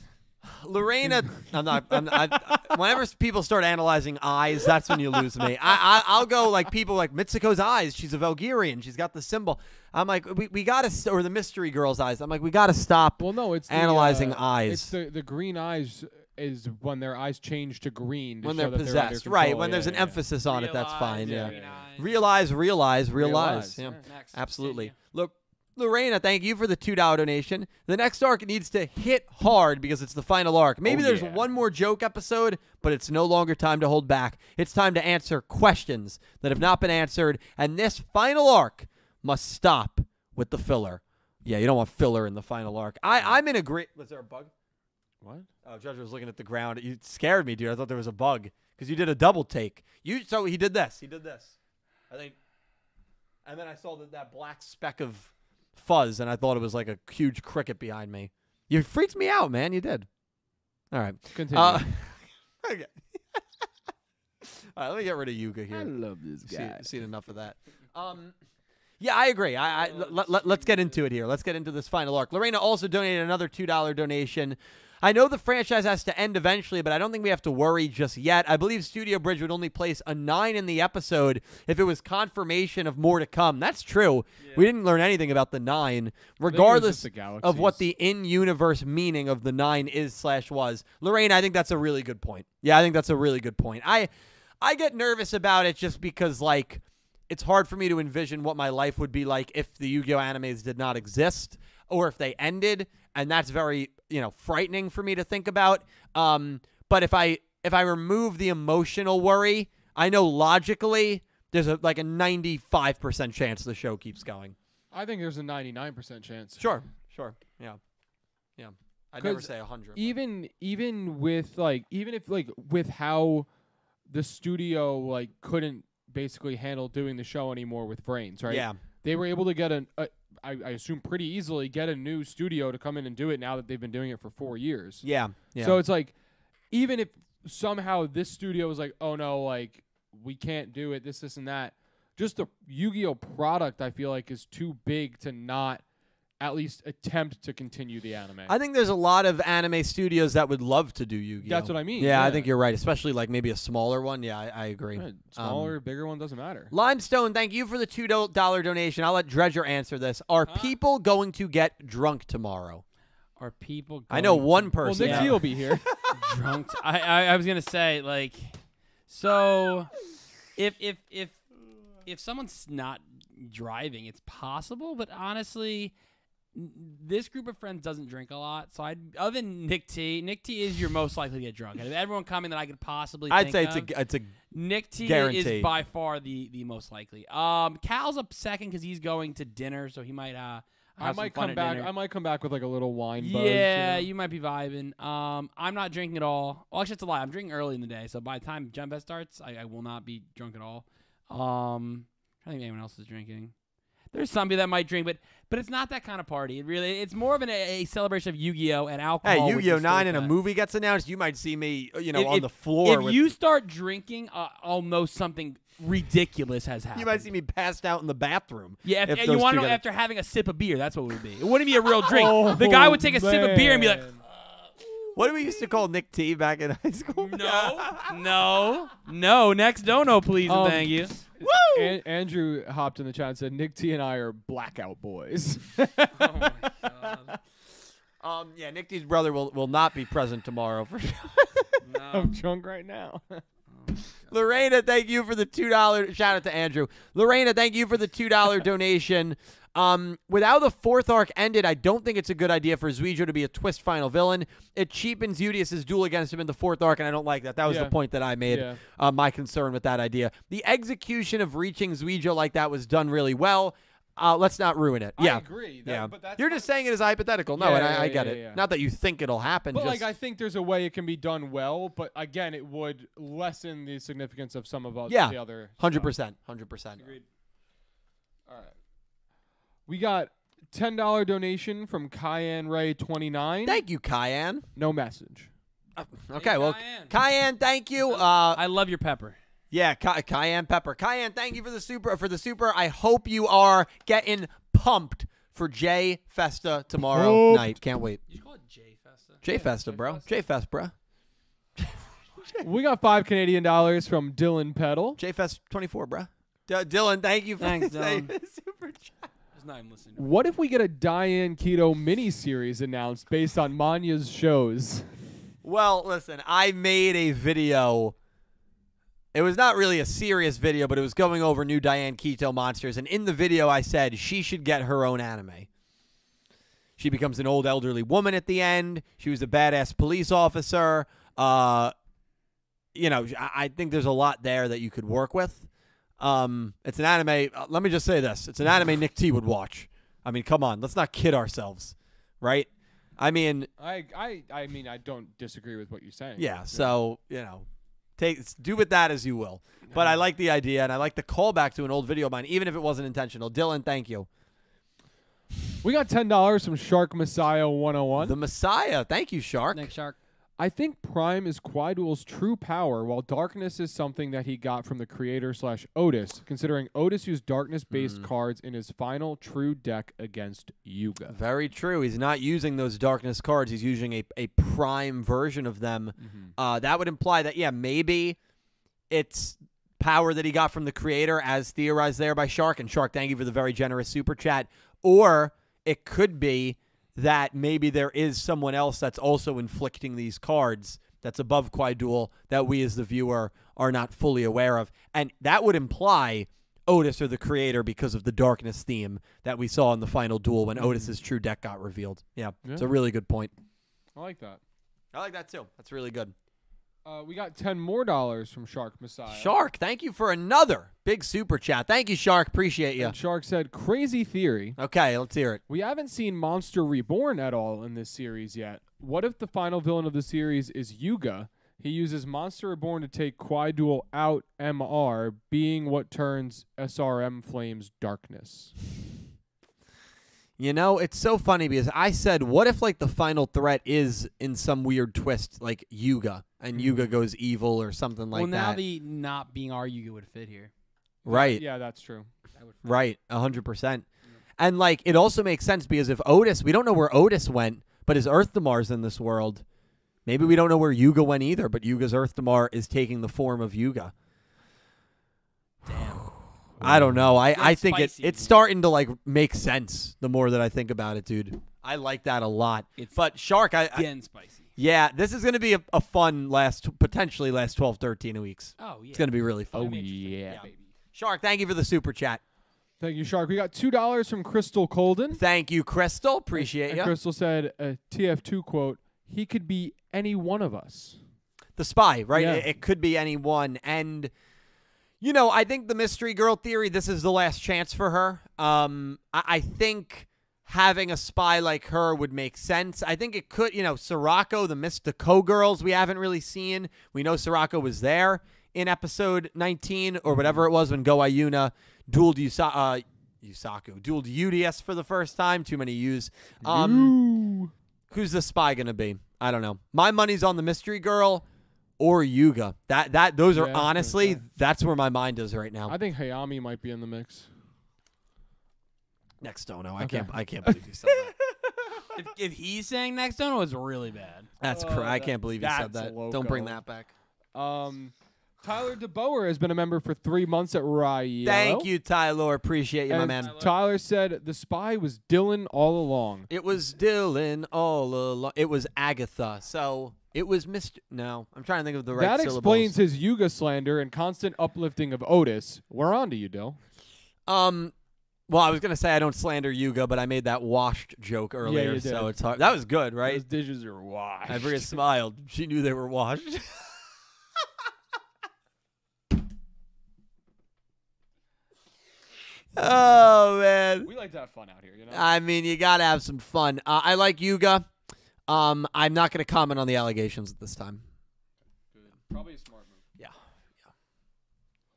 C: Lorena, I'm not. I'm, I, whenever people start analyzing eyes, that's when you lose me. I, I I'll go like people like Mitsuko's eyes. She's a Valgirian. She's got the symbol. I'm like we, we gotta st- or the mystery girl's eyes. I'm like we gotta stop.
B: Well, no, it's the,
C: Analyzing
B: uh,
C: eyes.
B: It's the the green eyes is when their eyes change to green to
C: when
B: show
C: they're
B: that under
C: possessed, right?
B: control.
C: When
B: Yeah,
C: there's an
B: yeah, yeah.
C: emphasis on it, that's
E: Realize,
C: fine. Yeah.
E: green eyes.
C: Realize, realize, realize.
B: Realize,
C: Yeah.
B: sure.
E: Next,
C: Absolutely.
E: continue.
C: Look, Lorena, thank you for the two dollar donation. The next arc needs to hit hard because it's the final arc. Maybe
B: Oh,
C: there's
B: yeah.
C: one more joke episode, but it's no longer time to hold back. It's time to answer questions that have not been answered, and this final arc must stop with the filler. Yeah, you don't want filler in the final arc. I, I'm in a great. Was there a bug?
B: What?
C: Oh, Judge was looking at the ground. You scared me, dude. I thought there was a bug because you did a double take. You so he did this. He did this. I think, and then I saw that, that black speck of fuzz, and I thought it was like a huge cricket behind me. You freaked me out, man. You did. All right.
B: Continue.
C: Uh, okay. All right. Let me get rid of Yuga here.
B: love this
C: See- seen enough of that. Um, yeah, I agree. I, I let, let, us get into it here. Let's get into this final arc. Lorena also donated another two dollar donation. I know the franchise has to end eventually, but I don't think we have to worry just yet. I believe Studio Bridge would only place a nine in the episode if it was confirmation of more to come. That's true. We didn't learn anything about the nine, regardless
B: the
C: of what
B: galaxies.
C: the in-universe meaning of the nine is slash was. Lorraine, I think that's a really good point. Yeah, I think that's a really good point. I I get nervous about it just because like it's hard for me to envision what my life would be like if the Yu-Gi-Oh animes did not exist or if they ended, and that's very, you know, frightening for me to think about. Um, but if I if I remove the emotional worry, I know logically there's a like a 95% chance the show keeps going.
B: I think there's a 99% chance.
C: Sure, sure, yeah, yeah. I'd never
B: 'Cause
C: say a hundred.
B: Even even with like even if like with how the studio like couldn't basically handle doing the show anymore with brains, right?
C: Yeah.
B: They were able to get an, a, I, I assume pretty easily, get a new studio to come in and do it now that they've been doing it for four years.
C: Yeah. Yeah.
B: So it's like, even if somehow this studio was like, oh no, like we can't do it, this, this, and that, just the Yu Gi Oh product, I feel like, is too big to not at least attempt to continue the anime.
C: I think there's a lot of anime studios that would love to do Yu-Gi-Oh.
B: That's what I mean,
C: Yeah, I
B: yeah.
C: think you're right, especially like maybe a smaller one. Yeah, I, I agree.
B: Yeah,
C: Um,
B: smaller, bigger one doesn't matter.
C: Limestone, thank you for the two dollar donation. I'll let Dredger answer this. Are people going to get drunk tomorrow?
D: Are people? Going
C: I know one
B: Well,
C: person.
B: Nick G will be here.
D: drunk. I, I I was gonna say like, so if if if if someone's not driving, it's possible. But honestly, n- this group of friends doesn't drink a lot. So I would other than Nick T, Nick T is your most likely to get drunk. Out of everyone coming that I could possibly,
C: I'd
D: think um,
C: say
D: of,
C: it's a it's a
D: Nick T
C: Guaranteed.
D: is by far the the most likely. Um, Cal's up second because he's going to dinner, so he might uh.
B: I
D: have some
B: might
D: fun
B: come
D: at
B: back.
D: dinner.
B: I might come back with like a little wine buzz.
D: Yeah,
B: you
D: you might be vibing. Um, I'm not drinking at all. Well, actually, it's a lie. I'm drinking early in the day, so by the time Jump Fest starts, I, I will not be drunk at all. Um, I don't think anyone else is drinking. There's some people that might drink, but but it's not that kind of party. It really, it's more of an, a celebration of Yu-Gi-Oh and alcohol.
C: hey
D: which
C: Yu-Gi-Oh
D: is
C: nine
D: still
C: and a
D: that.
C: movie gets announced. You might see me, you know,
D: If-
C: on
D: if-
C: the floor.
D: If
C: with,
D: you start drinking, uh, I'll know something ridiculous has happened.
C: you might see me passed out in the bathroom.
D: Yeah, if,
C: if
D: and
C: those
D: you want
C: two
D: to know
C: get-
D: after having a sip of beer, that's what it would be. It wouldn't be a real drink.
C: Oh,
D: the guy would take a sip of beer and be like,
C: What do we used to call Nick T back in high school?
D: No, Oh. no, no. Next dono, please and
B: Um,
D: thank you.
B: An- Andrew hopped in the chat and said, "Nick T and I are blackout boys."
D: Oh
C: um, yeah, Nick T's brother will, will not be present tomorrow for sure.
D: Oh,
B: I'm drunk right now.
C: Lorena, thank you for the two dollar shout out to Andrew. Lorena, thank you for the two dollar donation. Um, with how the fourth arc ended, I don't think it's a good idea for Zuijo to be a twist final villain. It cheapens Udius's duel against him in the fourth arc, and I don't like that. That was
B: Yeah.
C: the point that I made.
B: Yeah.
C: Uh, my concern with that idea, the execution of reaching Zuijo like that was done really well. Uh, let's not ruin it. yeah,
B: I agree. That,
C: yeah.
B: But that's
C: You're just saying it as hypothetical. No,
B: Yeah,
C: and I,
B: yeah,
C: I get
B: yeah,
C: it.
B: yeah.
C: Not that you think it'll happen.
B: But
C: just,
B: like, I think there's a way it can be done well. But again, it would lessen the significance of some of us,
C: Yeah.
B: the other.
C: hundred
B: stuff.
C: percent, hundred percent.
B: We got ten dollar donation from Cayenne Ray twenty nine.
C: Thank you, Kyan.
B: No message.
C: Okay, well, Cayenne, thank you. Uh,
D: I love your pepper.
C: yeah, Ca- Cayenne Pepper. Cayenne, thank you for the super for the super. I hope you are getting pumped for J Festa tomorrow
B: Pumped.
C: night. Can't wait.
D: You call it J Festa.
C: J Festa, bro. J Fest, bro.
B: we got five Canadian dollars from Dylan Pedal.
C: J Fest 24, bro. D- Dylan, thank you for
D: Thanks,
C: saying
D: Dylan.
C: the super chat.
D: He's not even listening. To
B: What if we get a Diane Keto miniseries announced based on Manya's shows?
C: Well, listen, I made a video. It was not really a serious video, but it was going over new Diane Keto monsters. And in the video, I said she should get her own anime. She becomes an old elderly woman at the end. She was a badass police officer. Uh, you know, I, I think there's a lot there that you could work with. Um, it's an anime. uh, let me just say this: it's an anime Nick T would watch. I mean, come on, let's not kid ourselves, right? I mean,
B: I, I, I mean, I don't disagree with what you're saying.
C: yeah, so you know, take do with that as you will. But I like the idea, and I like the callback to an old video of mine, even if it wasn't intentional. Dylan, thank you.
B: We got ten dollars from Shark Messiah 101.
C: The Messiah, thank you, Shark.
D: Next shark.
B: I think Prime is Quaidul's true power, while darkness is something that he got from the creator slash Otis. Considering Otis used darkness-based
C: Hmm.
B: cards in his final true deck against Yuga.
C: Very true. He's not using those darkness cards. He's using a, a prime version of them. Uh, that would imply that, yeah, maybe it's power that he got from the creator, as theorized there by Shark. And Shark, thank you for the very generous super chat. Or it could be that maybe there is someone else that's also inflicting these cards that's above Quaidul that we as the viewer are not fully aware of. And that would imply Otis or the creator because of the darkness theme that we saw in the final duel when Otis's true deck got revealed. Yeah, it's a
B: Yeah.
C: really good point.
B: I like that.
C: I like that too. That's really good.
B: Uh, we got ten more dollars from Shark Messiah.
C: Shark, thank you for another big super chat. Thank you, Shark. Appreciate you.
B: And Shark said, "Crazy theory.
C: Okay, let's hear it.
B: We haven't seen Monster Reborn at all in this series yet. What if the final villain of the series is Yuga? He uses Monster Reborn to take Quaidul out MR, being what turns SRM Flame's darkness.
C: You know, it's so funny because I said, what if like the final threat is in some weird twist, like Yuga, and Yuga goes evil or something like
D: Mm-hmm. well, now
C: that.
D: the not being our Yuga would fit here.
C: right,
B: Yeah, that's true.
C: right, a hundred percent. And like, it also makes sense because if Otis, we don't know where Otis went, but is Earth Damar's in this world? Maybe we don't know where Yuga went either, but Yuga's Earth Damar is taking the form of Yuga. I don't know. I, I think it,
D: spicy.
C: it's starting to like make sense the more that I think about it, dude. I like that a lot.
D: It's
C: but Shark, I, I
D: Again, spicy.
C: yeah, this is going to be a, a fun last potentially last 12 13 weeks.
D: Oh yeah.
C: It's going to be really fun.
B: Oh yeah.
C: Yeah. Shark, thank you for the super chat.
B: Thank you, Shark. We got two dollars from Crystal Colden.
C: Thank you, Crystal. Appreciate
B: And
C: you.
B: Crystal said uh, a TF2 quote, he could be any one of us.
C: the spy, right?
B: Yeah.
C: It, it could be anyone. And, you know, I think the mystery girl theory, this is the last chance for her. Um, I, I think having a spy like her would make sense. I think it could, you know, Sirocco, the Mystico girls we haven't really seen. We know Sirocco was there in episode 19 or whatever it was when Go Ayuna dueled Yusa- uh, Yusaku, dueled UDS for the first time. Too many U's. Um,
B: Ooh.
C: who's the spy gonna be? I don't know. My money's on the mystery girl or Yuga. That that those are
B: Yeah,
C: honestly
B: yeah.
C: that's where my mind is right now.
B: I think Hayami might be in the mix.
C: Next Dono. I
B: Okay.
C: can't I can't believe you said that.
D: if, if he's saying next one, it's really bad.
C: That's cr- I can't believe you said
B: Oh, that's
C: that. Don't bring
B: loco.
C: that back.
B: Um, Tyler DeBoer has been a member for three months at Rai.
C: Thank you, Tyler. Appreciate you, my man.
B: Tyler said the spy was Dylan all along.
C: It was Dylan all along. It was Agatha. So it was Mr. No, I'm trying to think of the right
B: that
C: syllables.
B: explains his Yuga slander and constant uplifting of Otis. We're on to you, Dill.
C: Um, well, I was gonna say I don't slander Yuga, but I made that washed joke earlier,
B: you
C: so
B: did.
C: it's hard. That was good, right?
B: Those dishes are washed.
C: Every smiled. She knew they were washed. oh man.
B: we like to have fun out here, you know.
C: I mean, you gotta have some fun. Uh, I like Yuga. Um, I'm not gonna comment on the allegations at this time.
B: Probably a smart move.
C: Yeah.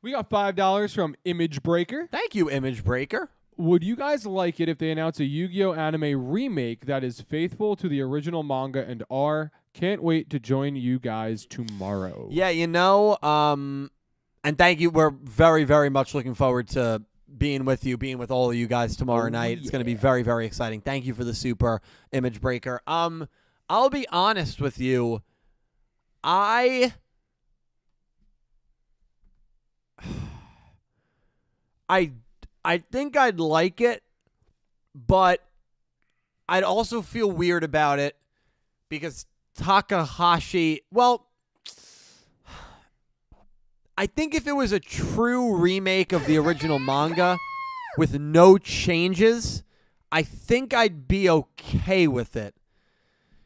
B: We got five dollars from Image Breaker.
C: Thank you, Image Breaker.
B: Would you guys like it if they announce a Yu-Gi-Oh anime remake that is faithful to the original manga and R? Can't wait to join you guys tomorrow.
C: Yeah, you know, um, and thank you. We're very, very much looking forward to being with you, being with all of you guys tomorrow night. It's going to be very, very exciting. Thank you for the super image breaker. Um, I'll be honest with you. I. I I think I'd like it, but I'd also feel weird about it because Takahashi, well, I think if it was a true remake of the original manga with no changes, I think I'd be okay with it.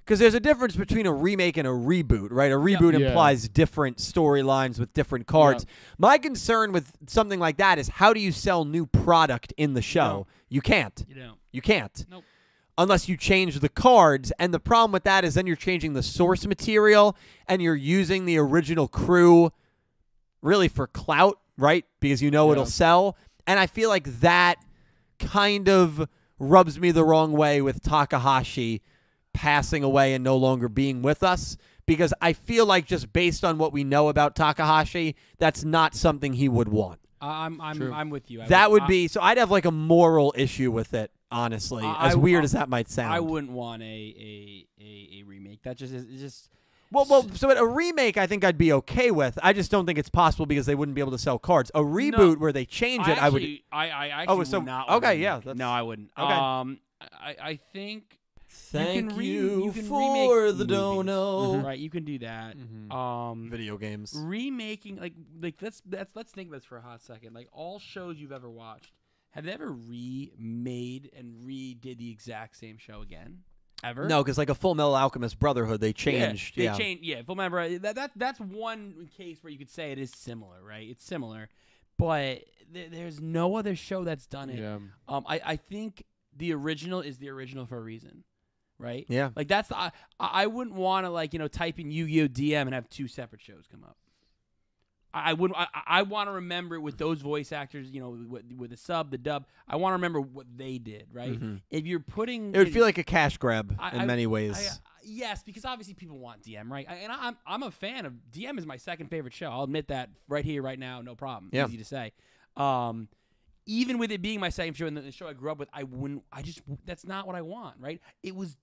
C: Because there's a difference between a remake and a reboot, right? A reboot
B: Yeah.
C: implies different storylines with different cards. My concern with something like that is how do you sell new product in the show? You can't.
D: You don't.
C: You can't.
D: Nope.
C: Unless you change the cards. And the problem with that is then you're changing the source material and you're using the original crew really for clout, right? Because you know it'll sell. And I feel like that kind of rubs me the wrong way with Takahashi passing away and no longer being with us. Because I feel like just based on what we know about Takahashi, that's not something he would want.
D: I- I'm I'm I'm with you. I
C: That would
D: I-
C: be so. I'd have like a moral issue with it, honestly.
D: I-
C: as
D: I-
C: weird
D: I-
C: as that might sound.
D: I wouldn't want a a a, a remake. That just is it's just.
C: Well, well. So at a remake, I think I'd be okay with. I just don't think it's possible because they wouldn't be able to sell cards. A reboot where they change it, I would.
E: actually- I, I actually
C: Oh,
E: would
C: so-
E: not.
C: okay,
E: wanna
C: yeah,
E: make-
C: that's-
E: No, I wouldn't.
C: okay.
E: Um, I, I think
C: Thank
E: you, can re-
C: you
E: you can
C: for
E: remake
C: the
E: movies, Mm-hmm.
C: dono. Mhm.
E: Right, you can do that.
B: Mhm.
E: Um,
C: Video games.
E: remaking like like let's that's let's think about this for a hot second. Like all shows you've ever watched, have they ever remade and redid the exact same show again? Ever?
C: No, because like a Full Metal Alchemist Brotherhood, they changed.
E: Yeah, they
C: yeah.
E: changed. Yeah, full member. uh, That, that that's one case where you could say it is similar, right? It's similar, but there, there's no other show that's done it.
B: Yeah.
E: Um, I, I think the original is the original for a reason.
D: right?
C: Yeah.
D: Like that's the, I I wouldn't want to like you know type in Yu Gi Oh DM and have two separate shows come up. I I wouldn't. I, I want to remember it with those voice actors. You know, with, with the sub, the dub. I want to remember what they did. Right.
C: Mhm.
D: If you're putting,
C: It would feel like a cash grab
D: I-
C: in
D: I-
C: many
D: I-
C: ways.
D: yes, because obviously people want DM, right? I, and I, I'm I'm a fan of DM is my second favorite show. I'll admit that right here, right now, no problem.
C: Yeah.
D: Easy to say. Um, even with it being my second show and the, the show I grew up with, I wouldn't. I just that's not what I want, right? It was,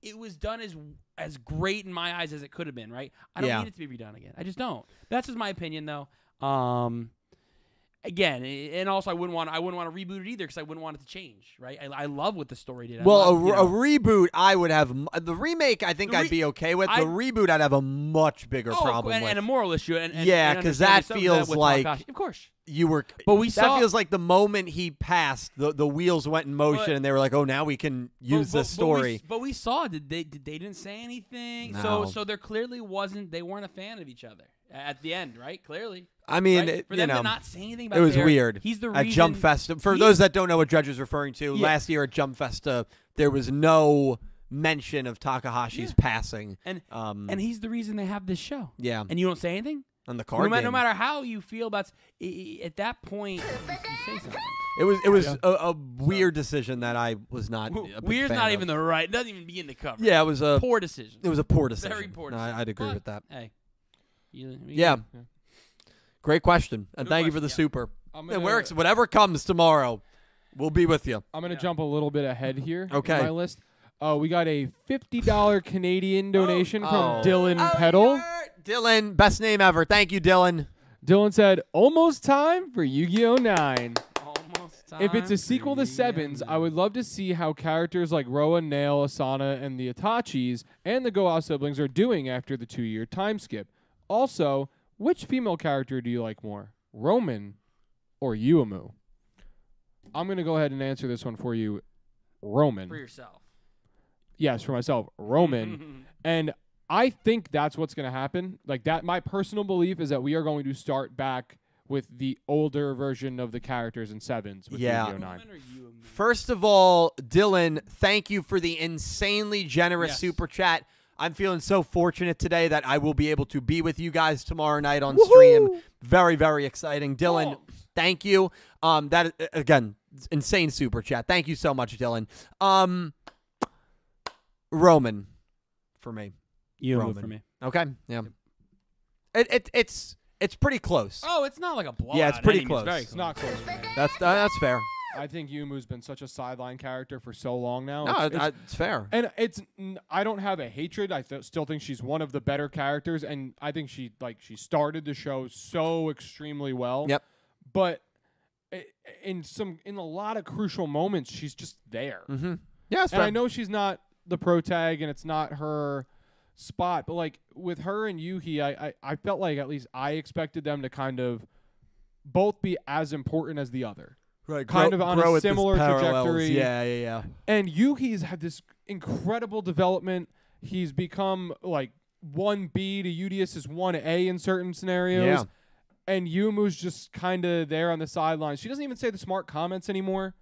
D: it was done as as great in my eyes as it could have been, right? I don't
C: Yeah.
D: need it to be redone again. I just don't. That's just my opinion, though. Um, again, a- and also I wouldn't want I wouldn't want to reboot it either because I wouldn't want it to change, right? I, I love what the story did. I
C: well, a,
D: love, you know-
C: a reboot, I would have m- the remake. I think
D: The re-
C: I'd be okay with
D: I-
C: the reboot. I'd have a much bigger
D: Oh,
C: problem
D: and,
C: with.
D: and a moral issue. And, and-
C: Yeah,
D: and
C: 'cause
D: understanding
C: that
D: some of
C: feels
D: with
C: like-
D: Takashi. of course.
C: you were,
D: But we
C: that
D: saw
C: feels like the moment he passed, the the wheels went in motion,
D: But-
C: and they were like, "Oh, now we can
D: but-
C: use
D: but-
C: this
D: but we-
C: story."
D: But we, saw did they did, they didn't say anything.
C: No.
D: So so there clearly wasn't they weren't a fan of each other a- at the end, right? Clearly,
C: I mean,
D: right?
C: it-
D: for
C: you
D: them
C: know,
D: to not say anything about
C: it was
D: their-
C: weird.
D: He's the
C: at
D: reason
C: Jump Festa. For
D: he-
C: those that don't know what Judge is referring to,
D: Yeah.
C: last year at Jump Festa, there was no mention of Takahashi's passing.
D: and
C: Um,
D: and he's the reason they have this show.
C: yeah,
D: And you don't say anything.
C: on the card
D: No, ma- no
C: game.
D: matter how you feel about i- i- at that point, you say something.
C: It was it was a, a weird decision that I was not. a big
D: Weird's
C: fan
D: not
C: of.
D: even the right. Doesn't even begin to cover.
C: Yeah, it was a
D: Poor decision.
C: it was a poor decision.
D: Very poor
C: No,
D: decision.
C: I, I'd agree
D: But,
C: with that.
D: Hey. You- we-
C: Yeah. Great question, and
D: Good
C: thank you for the
D: question, yeah.
C: super.
B: I'm
C: And
B: gonna-
C: we're ex- whatever comes tomorrow, we'll be with you.
B: I'm gonna jump a little bit ahead here.
C: Okay.
B: In my list. Uh, we got a fifty dollar Canadian donation from
C: Oh.
B: Dylan
C: Oh,
B: Peddle.
C: yeah. Dylan, best name ever. Thank you, Dylan.
B: Dylan said, "Almost time for Yu-Gi-Oh! 9.
D: Almost time.
B: If it's
D: for
B: a sequel to
D: you
B: Sevens,
D: and
B: I would love to see how characters like Roa, Nail, Asana, and the Itachis and the Goa siblings are doing after the two-year time skip. Also, which female character do you like more, Roman or Yuumu? I'm gonna go ahead and answer this one for you, Roman.
D: for yourself.
B: yes, for myself, Roman. and I think that's what's going to happen. Like that my personal belief is that we are going to start back with the older version of the characters in sevens with
C: Yeah.
B: Yu-Gi-Oh! 9.
D: Woman or you and me?
C: First of all, Dylan, thank you for the insanely generous
D: Yes.
C: super chat. I'm feeling so fortunate today that I will be able to be with you guys tomorrow night on stream. Very, very exciting. Dylan, thank you. Um, that again, insane super chat. Thank you so much, Dylan. Um, Roman, for me.
D: You
C: Roman.
D: for me.
C: Okay, yeah. It, it it's it's pretty close.
D: Oh, it's not like a blowout.
C: Yeah, it's
D: I
C: pretty
D: mean,
C: close.
D: very
B: It's not close. man.
C: That's uh, that's fair.
B: I think Yuumu's been such a sideline character for so long now.
C: No,
B: Oh, It's-
C: it's,
B: it's-
C: it's fair.
B: and it's n- I don't have a hatred. I th- still think she's one of the better characters and I think she like she started the show so extremely well.
C: Yep.
B: But i- in some in a lot of crucial moments she's just there.
C: Mm-hmm. Yeah, it's
B: and
C: fair.
B: I know she's not the pro tag and it's not her spot, but like with her and Yuhi, I, I, I felt like at least I expected them to kind of both be as important as the other.
C: Right,
B: kind of on a
C: grow with this
B: similar
C: parallels.
B: trajectory.
C: Yeah, yeah, yeah.
B: And Yuhi's had this incredible development. He's become like one B to Udius is one A in certain scenarios.
C: Yeah.
B: And Yumu's just kind of there on the sidelines. She doesn't even say the smart comments anymore.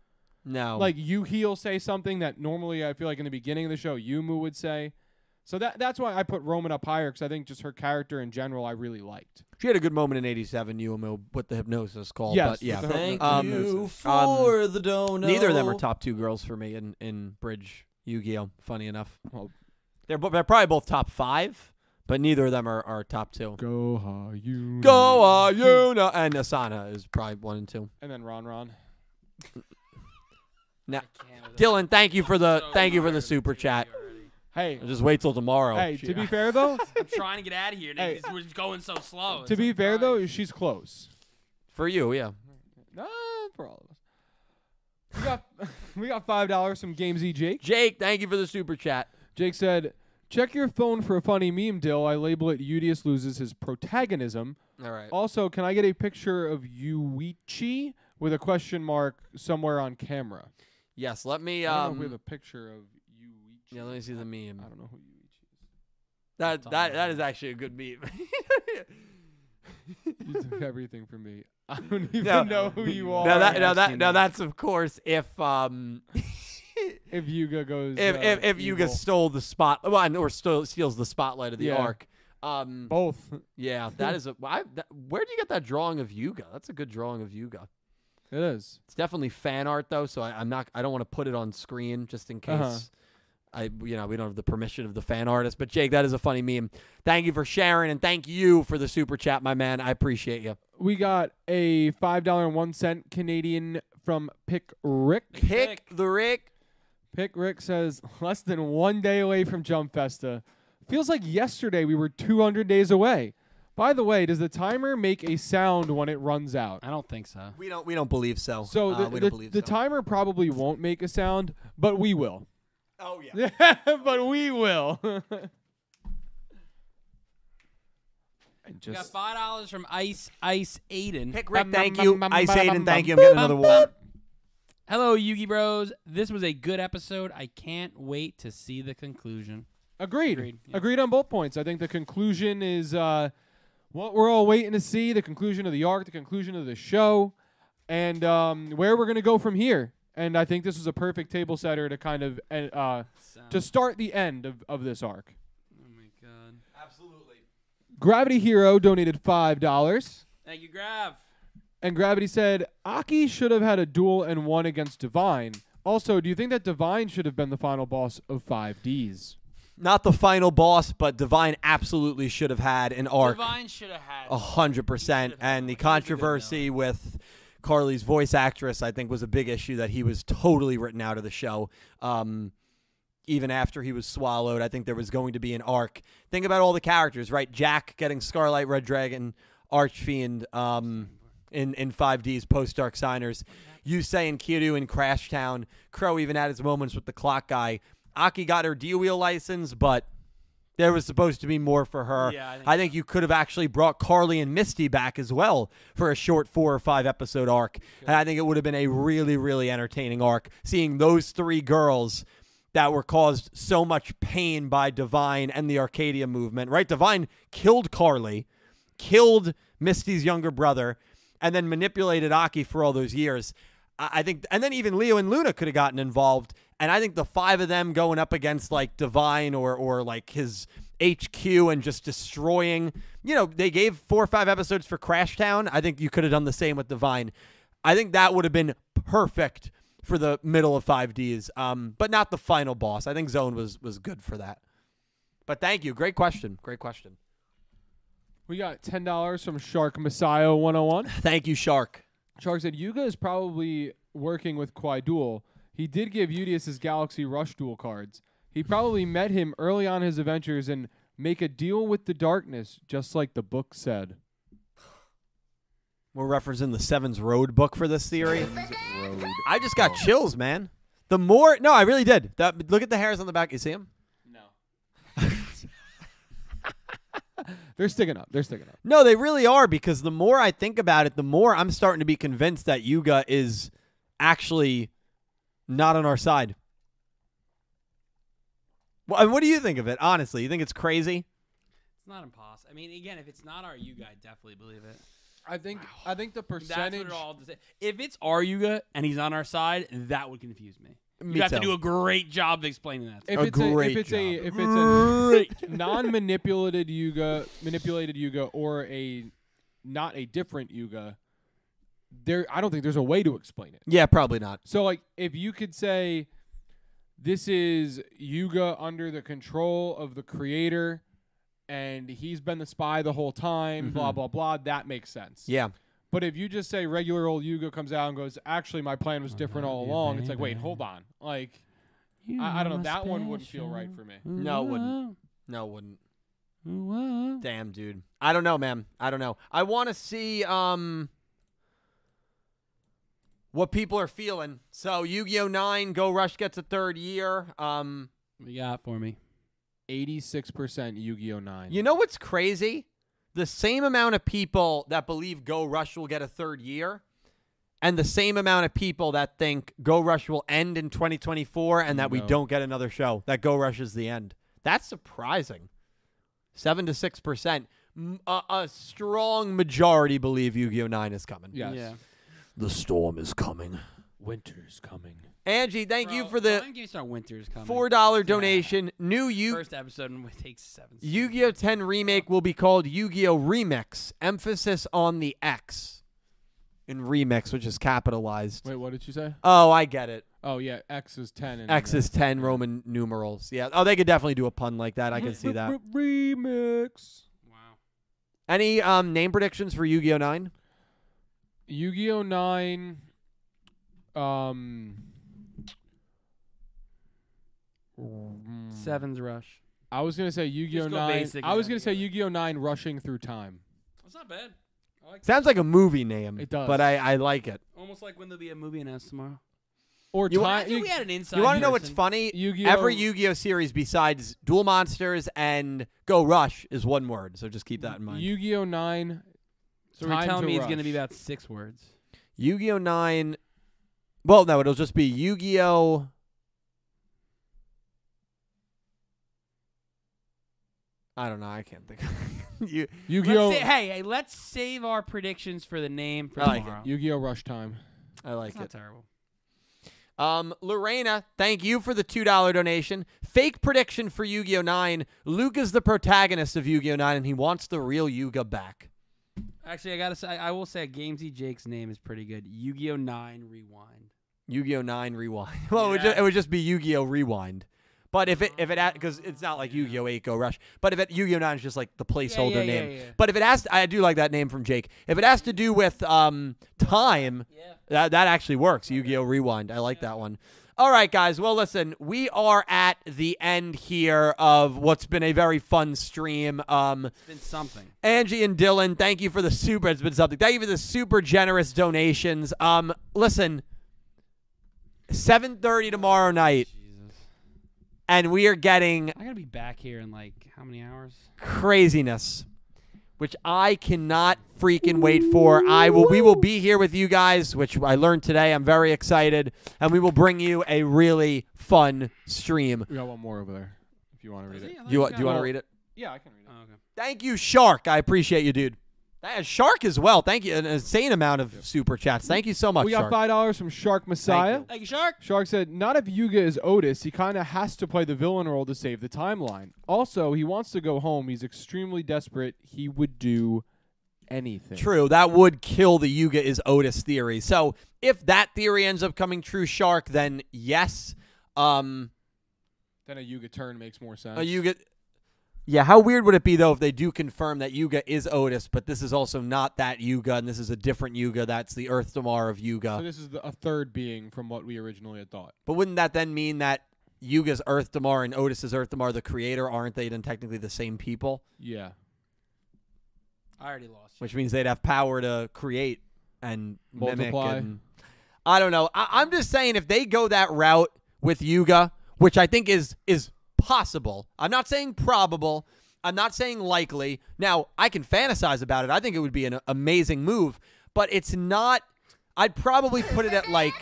C: No,
B: Like you, he'll say something that normally I feel like in the beginning of the show Yumu would say. So that that's why I put Roman up higher because I think just her character in general I really liked.
C: she had a good moment in '87 UMO with the hypnosis call.
B: Yes,
C: but yeah,
B: with the-
F: Thank
B: Um,
F: you
C: um,
F: for the dono.
C: neither of them are top two girls for me in in Bridge Yu-Gi-Oh. Funny enough,
B: Well-
C: they're bo- they're probably both top five, but neither of them are, are top two.
B: Go ha you
C: Go uh, you know, and Asana is probably one and two.
B: and then Ron Ron.
C: Now,
D: I can't with that.
C: Dylan, thank you for the
D: So
C: thank you for the
D: tired of
C: super
D: TV
C: chat.
D: already.
B: Hey,
C: Just wait till tomorrow.
B: hey. To
C: Oh, Shit.
B: be fair though,
D: I'm trying to get out of here.
B: Hey.
D: Hey. This was going so slow.
B: to
D: It's
B: be
D: like,
B: fair
D: guys.
B: though, she's close.
C: for you, yeah.
B: Nah, for all of us. We got we got five dollars from Game Z Jake.
C: Jake, thank you for the super chat.
B: Jake said, "Check your phone for a funny meme, Dill. I label it. Udius loses his protagonism."
C: All right.
B: Also, can I get a picture of Yuichi with a question mark somewhere on camera?
C: Yes, let me.
B: I don't know if
C: Um,
B: we have a picture of Yuichi.
C: yeah, let me see the meme.
B: I don't know who Yuichi
C: That
D: It's on the
C: that that
D: menu.
C: is actually a good meme.
B: is. You took everything from me. I don't even
C: No.
B: know who you are.
C: now that
D: yeah,
C: now
D: I've
C: that
D: seen
C: now
D: that.
C: that's of course if um
B: if Yuga goes.
C: if
B: uh,
C: if, if Yuga
B: evil.
C: stole the spot, well, and- or stole, steals the spotlight of the
B: Yeah. Oh.
C: arc. Um,
B: both,
C: yeah, that is a. I, that, where do you get that drawing of Yuga? That's a good drawing of Yuga.
B: it is.
C: It's definitely fan art though, so I, I'm not. I don't want to put it on screen just in case.
B: Uh-huh.
C: I, you know, we don't have the permission of the fan artist, but Jake, that is a funny meme. Thank you for sharing, and thank you for the super chat, my man. I appreciate you.
B: We got a five dollar and one cent Canadian from Pick Rick.
C: Pick the Rick.
B: Pick Rick says less than one day away from Jump Festa. Feels like yesterday we were 200 days away. By the way, does the timer make a sound when it runs out?
D: I don't think so.
C: We don't. We don't believe so.
B: So
C: Uh,
B: the,
C: we
B: the,
C: don't believe
B: the
C: so.
B: timer probably won't make a sound, but we will.
C: Oh yeah.
B: but we will.
A: And
D: We got
A: just
D: five dollars from Ice Ice Aiden.
C: Pick Rick.
B: Bum,
C: Thank
B: bum,
C: you.
B: bum, bum,
C: I
B: bum,
C: say
B: bum,
C: and thank you. I'm
B: bum,
C: getting
B: bum,
C: another
B: bum.
C: one.
D: Hello, Yugi Bros. This was a good episode. I can't wait to see the conclusion.
B: Agreed. Agreed,
D: Agreed, yeah.
B: on both points. I think the conclusion is uh, what we're all waiting to see the conclusion of the arc, the conclusion of the show, and um, where we're going to go from here. And I think this was a perfect table setter to kind of uh, uh, to start the end of, of this arc.
D: Oh my god.
C: Absolutely.
B: Gravity Hero donated $5,
D: Thank you, Grav.
B: and Gravity said Aki should have had a duel and won against Divine. Also, do you think that Divine should have been the final boss of 5Ds?
C: Not the final boss, but Divine absolutely should have had an arc.
D: Divine should have had.
C: A hundred percent. And the controversy with Carly's voice actress, I think, was a big issue that he was totally written out of the show. Um, even after he was swallowed, I think there was going to be an arc. Think about all the characters, right? Jack getting Scarlet Red Dragon, Archfiend, um, in in five D's post Dark Signers, Yusei and Kiryu in Crash Town, Crow even had his moments with the Clock Guy. Aki got her D wheel license, but there was supposed to be more for her.
D: Yeah, I think
C: I think you could have actually brought Carly and Misty back as well for a short four or five episode arc. And I think it would have been a really, really entertaining arc seeing those three girls that were caused so much pain by Divine and the Arcadia movement, right? Divine killed Carly, killed Misty's younger brother, and then manipulated Aki for all those years. I I think, and then even Leo and Luna could have gotten involved. And I think the five of them going up against like Divine or or like his HQ and just destroying. You know, they gave four or five episodes for Crash Town. I think you could have done the same with Divine. I think that would have been perfect for the middle of five Ds, um, but not the final boss. I think Zone was was good for that. But thank you. Great question. Great question.
B: We got $10 from Shark Messiah 101.
C: Thank you, Shark.
B: Shark said Yuga is probably working with Kwai Duel. He did give Udius his Galaxy Rush Duel cards. He probably met him early on his adventures and make a deal with the darkness, just like the book said.
C: We're referencing the Seven's Road book for this theory. I just got chills, man. The more, no, I really did. That, look at the hairs on the back. You see them?
B: They're sticking up. They're sticking up.
C: No, they really are because the more I think about it, the more I'm starting to be convinced that Yuga is actually not on our side. Well, I mean, what do you think of it? Honestly, you think it's crazy?
D: It's not impossible. I mean, again, if it's not our Yuga, I definitely believe it.
B: I think I think the
D: That's what it all. desi- If it's our Yuga and he's on our side, that would confuse me. You
C: Me
D: have to
C: too.
D: do a great job of explaining that. to
B: if
C: A
B: it's a, if
C: great
B: it's a
C: job.
B: if it's a non-manipulated Yuga, manipulated Yuga, or a not a different Yuga, there I don't think there's a way to explain it.
C: Yeah, probably not.
B: So like if you could say this is Yuga under the control of the creator and he's been the spy the whole time, blah blah blah, that makes sense.
C: Mm-hmm. Yeah.
B: But if you just say regular old Yuga comes out and goes, actually my plan was different all along, it's like, wait, hold on. Like I, I don't know, that one wouldn't feel right for me.
C: No, it wouldn't. No, it wouldn't.
D: Mm.
C: Damn, dude. I don't know, man. I don't know. I want to see um what people are feeling. So Yu-Gi-Oh 9 Go Rush gets a third year. Um
D: What you got for me?
B: Eighty six percent Yu Gi Oh nine.
C: you know what's crazy? The same amount of people that believe Go Rush will get a third year and the same amount of people that think Go Rush will end in 2024 and that we
B: No.
C: don't get another show. That Go Rush is the end. That's surprising. 7 to 6%. M- A, a strong majority believe Yu-Gi-Oh 9 is coming.
B: Yes.
D: Yeah.
C: The storm is coming.
E: Winter's coming.
C: Angie, thank you for the
D: When can you start Winter's coming?
C: four dollar donation. New you
D: First episode and it takes seven.
C: Yu-Gi-Oh! 10 remake will be called Yu-Gi-Oh! Remix. Emphasis on the X in remix, which is capitalized.
B: Wait, what did you say?
C: Oh, I get it.
B: Oh yeah, X is ten. And
C: X is 10 Roman numerals. Yeah. Oh, they could definitely do a pun like that. I can see that.
B: remix.
C: Any um, name predictions for Yu-Gi-Oh! 9?
B: Yu-Gi-Oh! Nine. Um.
D: Sevens rush.
B: I was gonna say Yu-Gi-Oh!
D: Just go
B: Nine.
D: basic
B: I
D: and
B: was
D: then
B: gonna say Yu-Gi-Oh! Nine rushing through time.
D: That's not bad. I like
C: Sounds like a movie name.
B: It does.
C: But I, I like it.
D: Almost like when there'll be a movie announced tomorrow.
B: Or
C: You
B: time.
D: Imagine we had an inside.
C: You want to know what's
D: person.
C: funny?
B: Yu-Gi-Oh!
C: Every Yu-Gi-Oh! series besides Duel Monsters and Go Rush is one word. So just keep that in mind.
B: Yu-Gi-Oh! Nine.
D: So you're
B: Time
D: telling
B: to
D: me it's going to
B: rush.
D: be about six words.
C: Yu-Gi-Oh! 9 Well, no, it'll just be Yu-Gi-Oh! I don't know. I can't think. you
B: Yu-Gi-Oh!
D: Let's sa- hey, hey, let's save our predictions for the name for
C: I like it.
D: tomorrow.
B: Yu-Gi-Oh! Rush time.
C: I like
D: It's not
C: it.
D: terrible.
C: Um Lorena, thank you for the $2 donation. Fake prediction for Yu-Gi-Oh! 9. Luke is the protagonist of Yu-Gi-Oh! 9 and he wants the real Yuga back.
D: Actually, I gotta say, I will say, Gamesy Jake's name is pretty good. Yu-Gi-Oh! Nine Rewind.
C: Yu-Gi-Oh! 9 Rewind. well, it, would ju- it would just, be Yu-Gi-Oh! Rewind. But if it
D: Uh-huh.
C: if it because it's not like Yu-Gi-Oh! 8 Go Rush, but if it Yu-Gi-Oh! 9 is just like the
D: yeah,
C: placeholder name.
D: yeah, yeah.
C: But if it has, I do like that name from Jake. If it has to do with um time,
D: Yeah.
C: that that actually works. Yu-Gi-Oh! Rewind. I like that one. All right, guys. Well, listen, we are at the end here of what's been a very fun stream. Um,
D: It's been something.
C: Angie and Dylan, thank you for the super. It's been something. Thank you for the super generous donations. Um, listen, seven thirty tomorrow night,
D: Jesus.
C: and we are getting
D: I gotta be back here in like how many hours?
C: craziness, which I cannot freaking wait for. I will. We will be here with you guys, which I learned today. I'm very excited, and we will bring you a really fun stream.
B: We got one more over there. If you want to read it.
C: Do you wa- do you want to read it?
B: Yeah, I can read it.
D: Oh, okay.
C: Thank you, Shark. I appreciate you, dude. That- Shark as well. Thank you. An insane amount of super chats. Thank you so much.
B: we got
C: Shark.
B: five dollars from Shark Messiah.
D: Thank you, Shark.
B: Shark said, "Not if Yuga is Otis. He kind of has to play the villain role to save the timeline. Also, he wants to go home. He's extremely desperate. He would do anything."
C: True. That would kill the Yuga is Otis theory. So if that theory ends up coming true, Shark, then yes. Um,
B: Then a Yuga turn makes more sense.
C: a Yuga. Yeah, how weird would it be though if they do confirm that Yuga is Otis, but this is also not that Yuga, and this is a different Yuga. That's the Earth Damar of
B: so
C: Yuga.
B: this is the, a third being from what we originally had thought.
C: But wouldn't that then mean that Yuga's Earth Damar and Otis's Earth Damar, the creator, aren't they then technically the same people?
B: Yeah.
D: I already lost you.
C: which means they'd have power to create and mimic
B: Multiply.
C: and- I don't know. I, I'm just saying if they go that route with Yuga, which I think is is possible. I'm not saying probable. I'm not saying likely. Now I can fantasize about it. I think it would be an amazing move, but it's not. I'd probably put it at like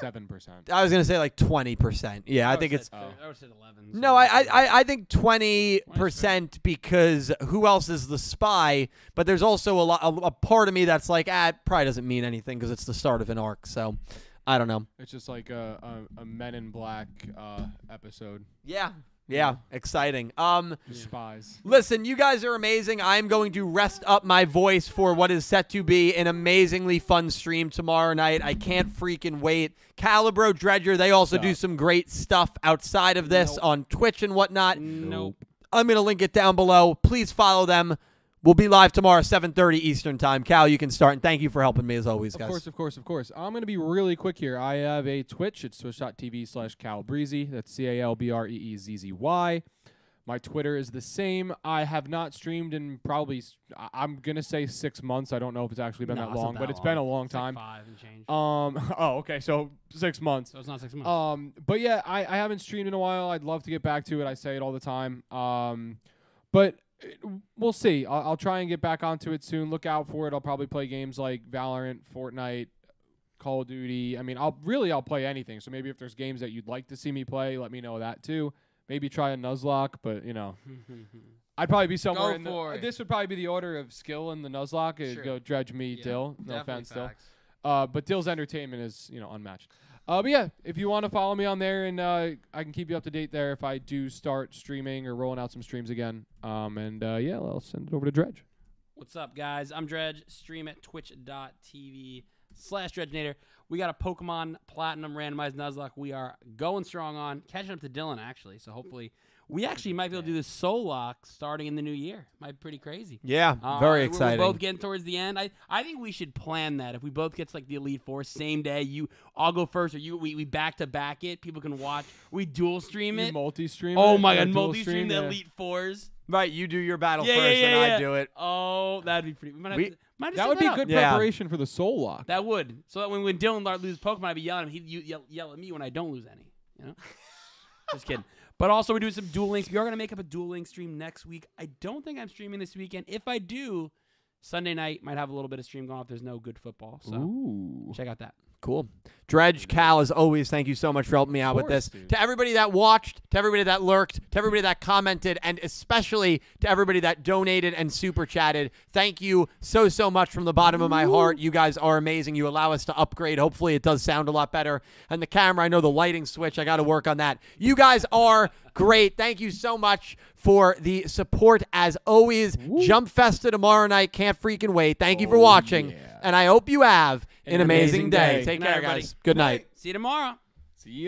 B: Seven percent.
C: I was gonna say like twenty percent. Yeah, I think it's Oh.
D: I would say eleven.
C: no, I, I- I, I think twenty percent because who else is the spy? But there's also a lot, a, a part of me that's like, ah, it probably doesn't mean anything because it's the start of an arc. So, I don't know.
B: It's just like a, a, a Men in Black uh, episode.
C: Yeah, yeah, exciting. Um,
B: Just spies.
C: Listen, you guys are amazing. I'm going to rest up my voice for what is set to be an amazingly fun stream tomorrow night. I can't freaking wait. Calibro Dredger, they also do some great stuff outside of this on Twitch and whatnot. Nope. I'm going to link it down below. Please follow them. We'll be live tomorrow, 7.30 Eastern Time. Cal, you can start. And thank you for helping me as always, guys.
B: Of course, of course, of course. I'm going to be really quick here. I have a Twitch. It's twitch.tv slash calbreezy. That's C A L B R E E Z Z Y. My Twitter is the same. I have not streamed in probably, s- I- I'm going to say six months. I don't know if it's actually been
D: No,
B: that
D: it's not
B: long,
D: that
B: but it's been a
D: long.
B: long
D: It's like
B: time.
D: five and change.
B: um. Oh, okay. So six months.
D: so it's not six
C: Oh.
D: months.
B: Um, but yeah, I, I haven't streamed in a while. I'd love to get back to it. I say it all the time. Um, but it, we'll see. I'll, I'll try and get back onto it soon. Look out for it. I'll probably play games like Valorant, Fortnite, Call of Duty. I mean, I'll really I'll play anything. So maybe if there's games that you'd like to see me play, let me know that too. Maybe try a Nuzlocke, but you know, I'd probably be somewhere.
D: Go
B: in the, uh,
D: for it.
B: This would probably be the order of skill in the Nuzlocke. It'd
D: Sure.
B: go Dredge me,
D: Yeah,
B: Dill. No
D: Definitely
B: offense, Dill.
D: facts.
B: Uh, but Dill's Entertainment is you know unmatched. Uh, but yeah, if you want to follow me on there, and uh, I can keep you up to date there if I do start streaming or rolling out some streams again. Um, and uh, yeah, I'll send it over to Dredge.
D: What's up, guys? I'm Dredge. Stream at twitch.tv slash Dredgenator. We got a Pokemon Platinum randomized Nuzlocke we are going strong on. Catching up to Dylan, actually. So hopefully, we actually might be able to do this Sollock starting in the new year. Might be pretty crazy.
C: Yeah,
D: Uh,
C: very
D: we're-
C: exciting.
D: We're both getting towards the end. I, I think we should plan that. If we both get to, like the Elite Four, same day, you I'll go first, or you we, we back to back it. People can watch. We dual stream it.
B: multi stream.
D: oh my god, multi stream the Elite Fours.
C: right, you do your battle
D: Yeah, yeah,
C: first,
D: yeah,
C: and
D: yeah.
C: I do it.
D: Oh, that'd be pretty. We might have
C: We-
D: to- might have to
B: That
D: set
B: would be
D: up.
B: good
C: Yeah.
B: preparation for the Soul Lock.
D: That would. So that when, when Dylan Lart loses Pokemon, I'd be yelling at him. He'd you- yell, yell at me when I don't lose any. You know? Just kidding. But also, we're doing some dual links. We are going to make up a dual link stream next week. I don't think I'm streaming this weekend. If I do, Sunday night might have a little bit of stream going off. There's no good football. So
B: Ooh.
D: check out that.
C: Cool. Dredge, Cal, as always, thank you so much for helping me out with
B: Mm-hmm. course,
C: this.
B: dude.
C: To everybody that watched, to everybody that lurked, to everybody that commented, and especially to everybody that donated and super chatted, thank you so, so much from the bottom of my heart. You guys are amazing. You allow us to upgrade. Hopefully, it does sound a lot better. And the camera, I know the lighting switch, I got to work on that. You guys are great. Thank you so much for the support, as always. Jump Festa tomorrow night. Can't freaking wait. Thank you
B: Oh,
C: for watching. And I hope you have an, amazing,
B: amazing
C: day.
B: day.
C: Take
D: Good night,
C: care,
D: everybody.
C: guys. Good night.
D: See you tomorrow.
B: See you tomorrow.